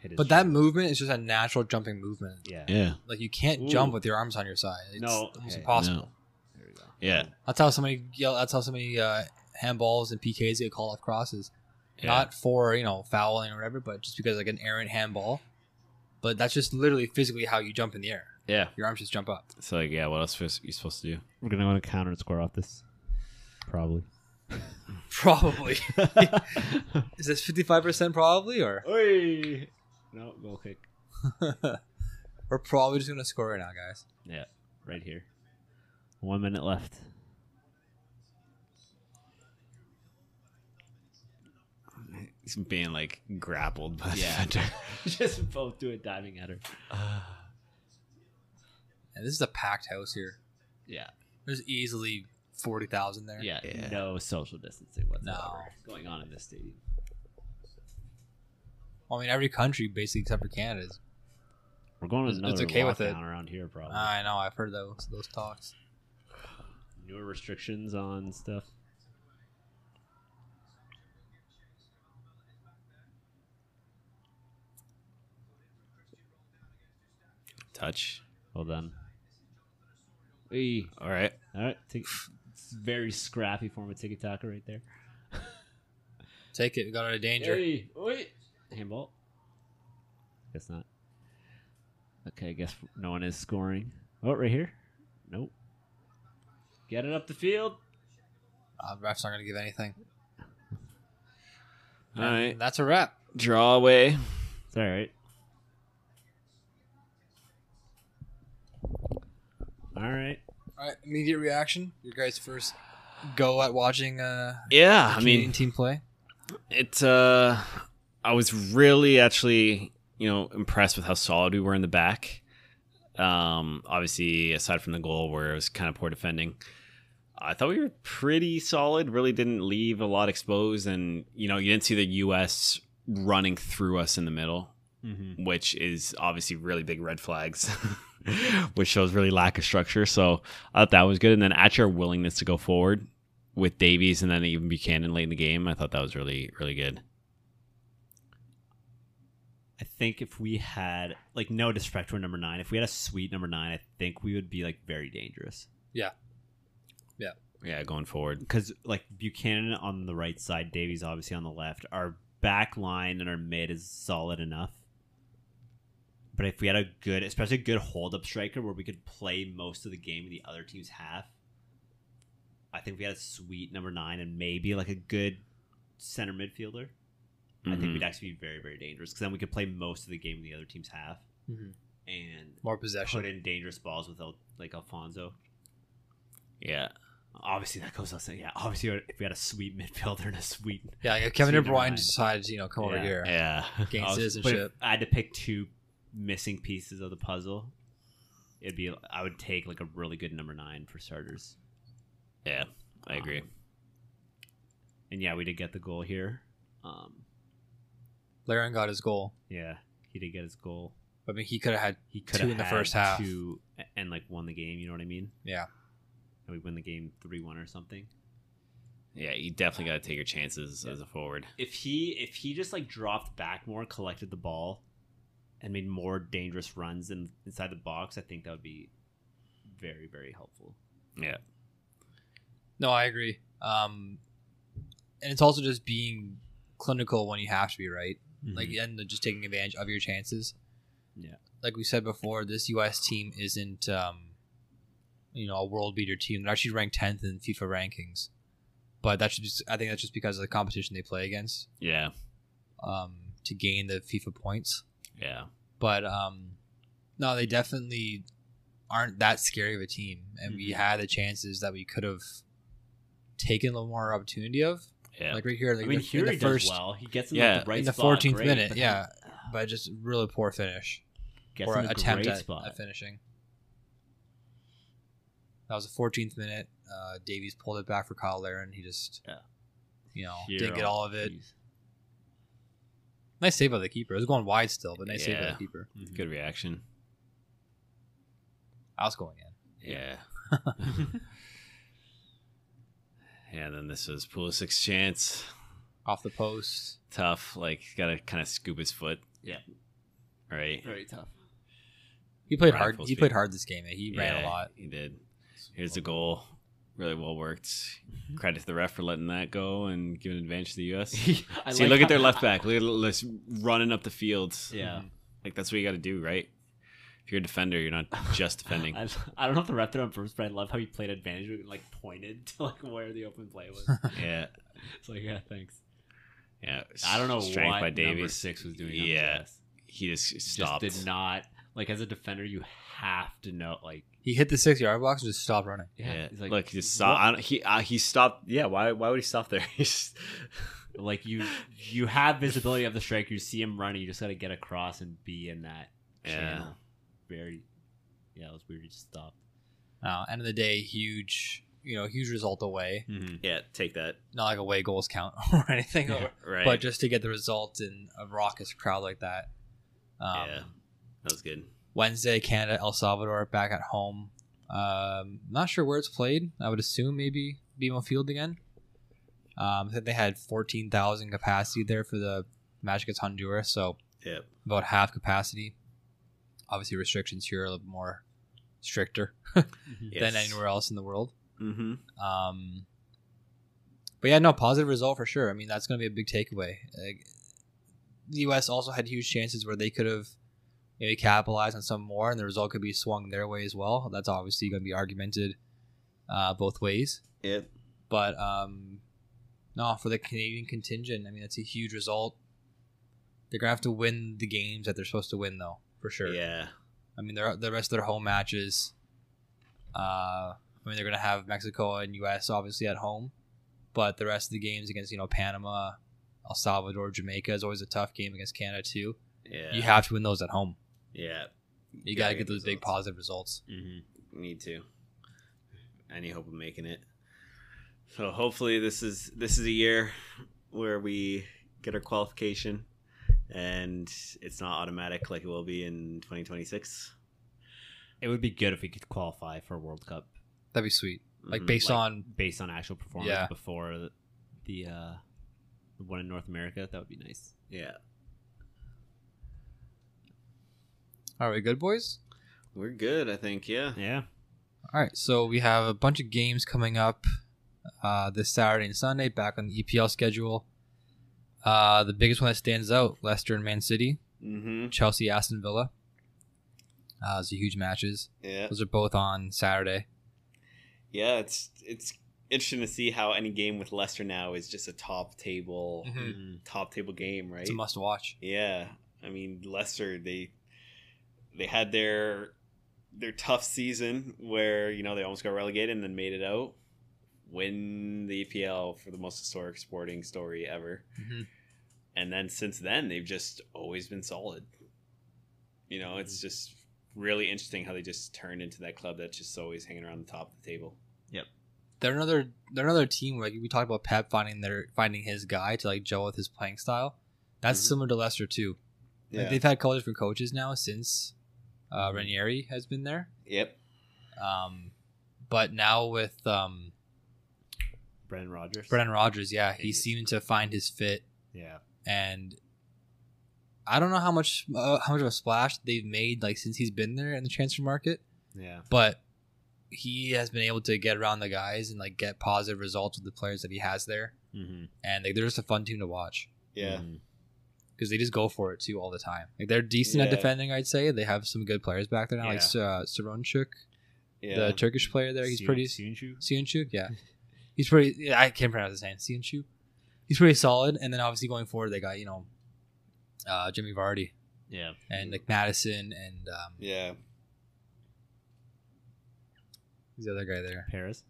E: Hit his
C: But that
E: shoulder.
C: movement is just a natural jumping movement.
E: yeah,
D: Yeah.
C: Like you can't
E: Ooh.
C: jump with your arms on your side. It's
E: No,
C: almost
E: okay,
C: impossible.
D: No.
E: there we go.
D: Yeah.
C: That's how so many yell. That's how so many uh, handballs and PKs get called off crosses.
D: Yeah.
C: Not for you know fouling or whatever, but just because like an errant handball. But that's just literally physically how you jump in the air.
D: Yeah.
C: Your arms just jump up.
D: So like, yeah, what else was you supposed to do?
E: We're gonna go on a counter and score off this, probably.
C: Probably is this fifty five percent probably or
E: Oi! No goal kick
C: we're probably just gonna score right now, guys.
E: right here. One minute left.
D: He's being like grappled by the
E: Yeah.
D: defender.
E: Just both do a diving at her.
C: And this is a packed house here.
E: Yeah,
C: There's easily forty thousand there.
E: yeah,
D: Yeah.
E: No social distancing whatsoever going on in this stadium.
C: I mean every country basically except for Canada is
E: We're going to
C: It's-
E: another
C: it's okay with
E: lockdown
C: it.
E: around here, probably.
C: I know, I've heard those those talks.
E: Newer restrictions on stuff.
D: Touch.
E: Well done. Hey.
D: All right.
E: All right, tick- it's very scrappy form of tiki taka right there.
C: Take it, we got out of danger.
E: Hey, wait. Handball. Guess not. Okay, I guess no one is scoring. Oh, right here? Nope. Get it up the field.
C: Uh, ref's not gonna give anything.
D: All right.
C: And that's a wrap.
D: Draw away.
E: It's all right. All right.
C: All right, immediate reaction. Your guys' first go at watching uh
D: Yeah. I
C: Canadian
D: mean,
C: team play.
D: it uh i was really actually you know impressed with how solid we were in the back um obviously aside from the goal where it was kind of poor defending i thought we were pretty solid really didn't leave a lot exposed and you know you didn't see the us running through us in the middle
E: Mm-hmm.
D: which is obviously really big red flags, which shows really lack of structure. So I thought that was good. And then actually our willingness to go forward with Davies and then even Buchanan late in the game, I thought that was really, really good.
E: I think if we had, like, no disrespect to our number nine, if we had a sweet number nine, I think we would be, like, very dangerous.
D: Yeah, going forward.
E: because like Buchanan on the right side, Davies obviously on the left. Our back line and our mid is solid enough. But if we had a good, especially a good hold up striker where we could play most of the game in the other team's half, I think if we had a sweet number nine and maybe like a good center midfielder. I think
C: Mm-hmm.
D: Mhm.
E: we'd actually be very, very dangerous because then we could play most of the game in the other team's half
C: Mhm.
E: and
C: More possession.
E: put in dangerous balls with Al- like Alfonso.
D: Yeah.
E: Obviously, that goes without saying. Yeah, obviously, if we had a sweet midfielder and a sweet
C: Yeah, like if Kevin De
E: Sweet number
C: Bruyne
E: nine.
C: decides, you know, come over
E: Yeah.
C: here
D: Yeah.
C: gain
E: I was- but if
C: citizenship.
E: I had to pick two missing pieces of the puzzle. It'd be I would take like a really good number nine for starters. Um,
D: Yeah. I agree.
E: And yeah, we did get the goal here. Um,
C: Laren got his goal.
E: yeah, he did get his goal.
C: I mean, he could have had
E: He could
C: Two in the first half.
E: two and like won the game. You know what I mean?
C: yeah.
E: And we win the game three one or something.
D: Yeah. You definitely got to take your chances as a forward.
E: If he if he just like dropped back more, collected the ball, and made more dangerous runs in, inside the box, I think that would be very very helpful.
D: Yeah.
C: No, I agree. Um, and it's also just being clinical when you have to be right, like and just taking advantage of your chances.
E: Mm-hmm. Yeah.
C: Like we said before, this U.S. team isn't, um, you know, a world beater team. They're actually ranked tenth in FIFA rankings, but that's just I think that's just because of the competition they play against
D: Yeah.
C: um, to gain the FIFA points.
D: Yeah.
C: But um, no, they definitely aren't that scary of a team, and we had the chances that we could have taken a little more opportunity of.
D: Yeah.
C: Like right here, like
E: I mean,
C: the-
E: here
C: in the
E: he
C: first,
E: does well. He gets in
D: Yeah.
E: like, the right
C: in the
E: spot,
C: 14th
E: great,
C: minute,
E: but then
C: yeah, but just really poor finish
E: gets
C: or
E: in the
C: attempt
E: great
C: at,
E: spot.
C: at finishing. That was the 14th minute. Uh, Davies pulled it back for Kyle Laren. He just,
E: Yeah.
C: you know,
E: Here,
C: didn't get all of it.
E: geez.
C: Nice save by the keeper. It was going wide still, but nice save by
D: Yeah.
C: the keeper.
D: Good reaction.
C: I was going in.
D: Yeah.
F: and then this was Pulisic's chance.
C: off the post.
F: Tough, like gotta kind of scoop his foot.
D: Yeah.
F: Right.
D: Very tough.
C: He played
F: Right,
C: hard.
F: full
C: He
F: speed.
C: played hard this game. eh? He ran a
F: Yeah,
C: lot.
F: He did. Here's the goal. Really well worked.
D: Mm-hmm.
F: Credit to the ref for letting that go and giving advantage to the U.S. See,
D: I
F: look
D: like
F: at their
D: how-
F: left back. Look at us running up the field.
D: Yeah.
F: like that's what you got to do, right? If you're a defender, you're not just defending.
D: I, I don't know if the ref did it on purpose, but I love how he played advantage and like pointed to like where the open play was.
F: yeah,
D: it's like, yeah, thanks.
F: yeah.
D: I don't know
F: Strength
D: what
F: by
D: number
F: Davies.
D: six was doing.
F: Yeah.
D: Yeah,
F: He just
D: just
F: stopped.
D: did not like as a defender. You have to know like
C: He hit the six yard box and just stopped running.
F: Yeah,
D: yeah. he's like,
F: look, he just
D: what-
F: stopped. I don't, he uh, he stopped. Yeah, why why would he stop there? He just-
D: Like you, you have visibility of the striker. You see him running. You just got to get across and be in that
F: Yeah.
D: channel. Very, yeah, it was weird. He just stopped.
C: Uh, end of the day, huge, you know, huge result away.
D: Mm-hmm.
F: yeah, take that.
C: Not like away goals count or anything,
F: Right.
C: but just to get the result in a raucous crowd like that. Um,
F: yeah, that was good.
C: Wednesday, Canada, El Salvador back at home. Um, not sure where it's played. I would assume maybe BMO Field again. Um, I think they had 14,000 capacity there for the match against Honduras, so
F: Yep.
C: about half capacity. Obviously, restrictions here are a little more stricter than anywhere else in the world.
F: Mm-hmm.
C: Um, but yeah, no, positive result for sure. I mean, that's going to be a big takeaway. Like, the U.S. also had huge chances where they could have maybe capitalized on some more, and the result could be swung their way as well. That's obviously going to be argumented uh, both ways.
F: Yep.
C: But um, no, for the Canadian contingent, I mean, that's a huge result. They're going to have to win the games that they're supposed to win, though, for sure.
F: Yeah.
C: I mean, their the rest of their home matches. Uh, I mean, they're gonna have Mexico and U.S. obviously at home, but the rest of the games against you know Panama, El Salvador, Jamaica is always a tough game against Canada too.
F: Yeah.
C: You have to win those at home.
F: yeah.
C: You gotta get those big positive results.
F: We need to. Any hope of making it. So hopefully this is this is a year where we get our qualification and it's not automatic like it will be in 2026.
E: It would be good if we could qualify for a World Cup
C: That'd be sweet. Mm-hmm. Like
F: Mhm.
C: based
E: like-
C: on
E: based on actual performance
C: Yeah.
E: before the, the uh, the one in North America. That would be nice.
F: yeah.
C: are we good, boys?
F: We're good, I think. Yeah.
E: Yeah.
C: All right, so we have a bunch of games coming up uh, this Saturday and Sunday back on the EPL schedule. Uh, the biggest one that stands out: Leicester and Man City.
F: Mhm.
C: Chelsea Aston Villa. Uh, those are huge matches.
F: Yeah.
C: Those are both on Saturday.
F: Yeah, it's it's interesting to see how any game with Leicester now is just a top table top table game, right?
C: Mm-hmm. It's a must watch.
F: Yeah, I mean Leicester they they had their their tough season where you know they almost got relegated and then made it out, win the EPL for the most historic sporting story ever,
E: Mm-hmm.
C: Mhm.
F: and then since then they've just always been solid. You know,
E: Mm-hmm.
F: it's just really interesting how they just turned into that club that's just always hanging around the top of the table.
C: They're another they're another team like we talked about Pep finding their finding his guy to like gel with his playing style. That's
F: Mhm.
C: similar to Leicester too. Like, they've had a couple different coaches now since uh, Ranieri has been there.
F: Yep.
C: Um, but now with um,
E: Brendan Rodgers.
C: Brendan Rodgers, yeah, he seemed to find his fit
E: Yeah.
C: and I don't know how much uh, how much of a splash they've made like since he's been there in the transfer market.
E: Yeah.
C: but he has been able to get around the guys and like get positive results with the players that he has there
E: Mm-hmm.
C: and like, they're just a fun team to watch
F: Yeah.
C: because they just go for it too all the time like they're decent at
F: Yeah.
C: defending i'd say they have some good players back there now like
E: Yeah.
C: uh, Saronchuk,
F: Yeah.
C: the turkish player there he's pretty
E: Soon
C: Sianchuk, yeah he's pretty yeah, i can't pronounce his name Sianchuk. he's pretty solid and then obviously going forward they got you know uh, jimmy vardy
E: Yeah.
C: and like madison and um,
F: yeah.
C: who's the other guy there
E: Paris.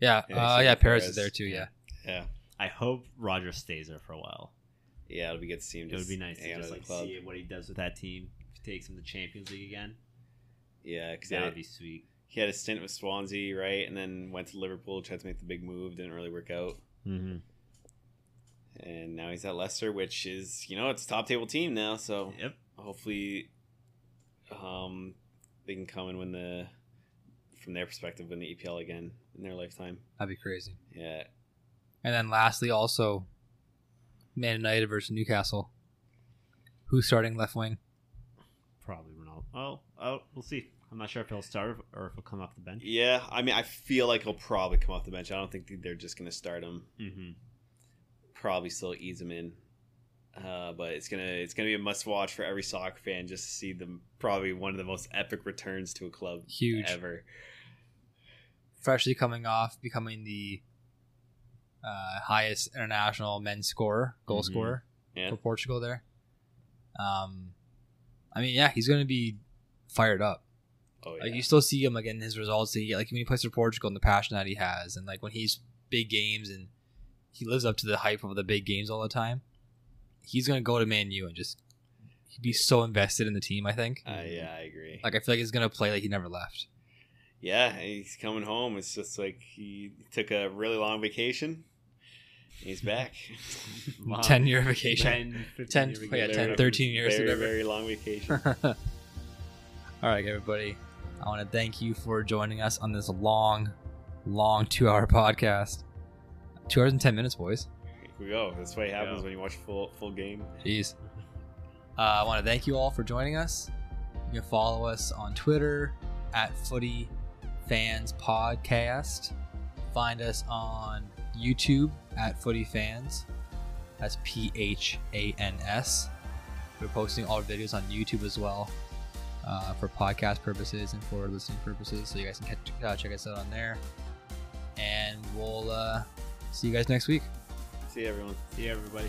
C: yeah
F: Yeah,
C: uh,
F: he's
C: yeah
F: like
C: paris is
F: Perez.
C: there too
E: Yeah.
C: yeah
F: Yeah.
E: I hope Rodgers stays there for a while.
F: Yeah, it'll be good to see him.
E: It would
F: just
E: be nice
F: hang
E: to
F: out
E: just
F: of the
E: like
F: club.
E: see what he does with that team. If he takes him to Champions League again,
F: Yeah, because
E: that would be sweet.
F: he had a stint with Swansea, right, and then went to Liverpool, tried to make the big move, didn't really work out,
E: Mm-hmm.
F: and now he's at Leicester, which is you know it's a top table team now, so
E: Yep.
F: hopefully, um, they can come and win
D: E
F: the, from their perspective, win the EPL again in their lifetime.
C: that'd be crazy
F: Yeah,
C: And then lastly, also Man United versus Newcastle. Who's starting left wing?
E: Probably Ronaldo. Oh, oh, we'll see. I'm not sure if he'll start or if he'll come off the bench.
D: Yeah, I mean, I feel like he'll probably come off the bench. I don't think they're just going to start him.
E: Mm-hmm.
D: Probably still ease him in. Uh, but it's gonna it's gonna be a must watch for every soccer fan just to see them probably one of the most epic returns to a club
C: Huge.
D: ever.
C: Freshly coming off, becoming the uh, highest international men's scorer, goal
E: Mhm.
C: scorer
D: Mm-hmm. Yeah.
C: for Portugal there. Um, I mean, yeah, he's going to be fired up.
D: Oh yeah.
C: Like you still see him like in his results. He, like when he plays for Portugal and the passion that he has, and like when he's big games and he lives up to the hype of the big games all the time. He's gonna go to Man U and just he'd be so invested in the team. I think.
D: Uh, yeah, I agree.
C: Mm-hmm. Like I feel like he's gonna play like he never left.
D: yeah, he's coming home. It's just like he took a really long vacation. He's back.
E: Wow.
C: Ten year vacation. 10
E: year
C: yeah,
E: ago.
C: 10, 13 years,
D: Very,
C: whatever.
D: very long vacation.
C: all right, everybody. I want to thank you for joining us on this long, long two hour podcast. Two hours and ten minutes, boys.
D: Here we go. That's what happens
E: Yeah.
D: when you watch full full game.
C: Jeez. Uh, I want to thank you all for joining us. You can follow us on Twitter at Footy Fans Podcast. Find us on YouTube at Footy Fans. That's P H A N S. We're posting all our videos on YouTube as well uh, for podcast purposes and for listening purposes. So you guys can catch, uh, check us out on there. And we'll uh, see you guys next week.
D: See you, everyone.
E: See you, everybody.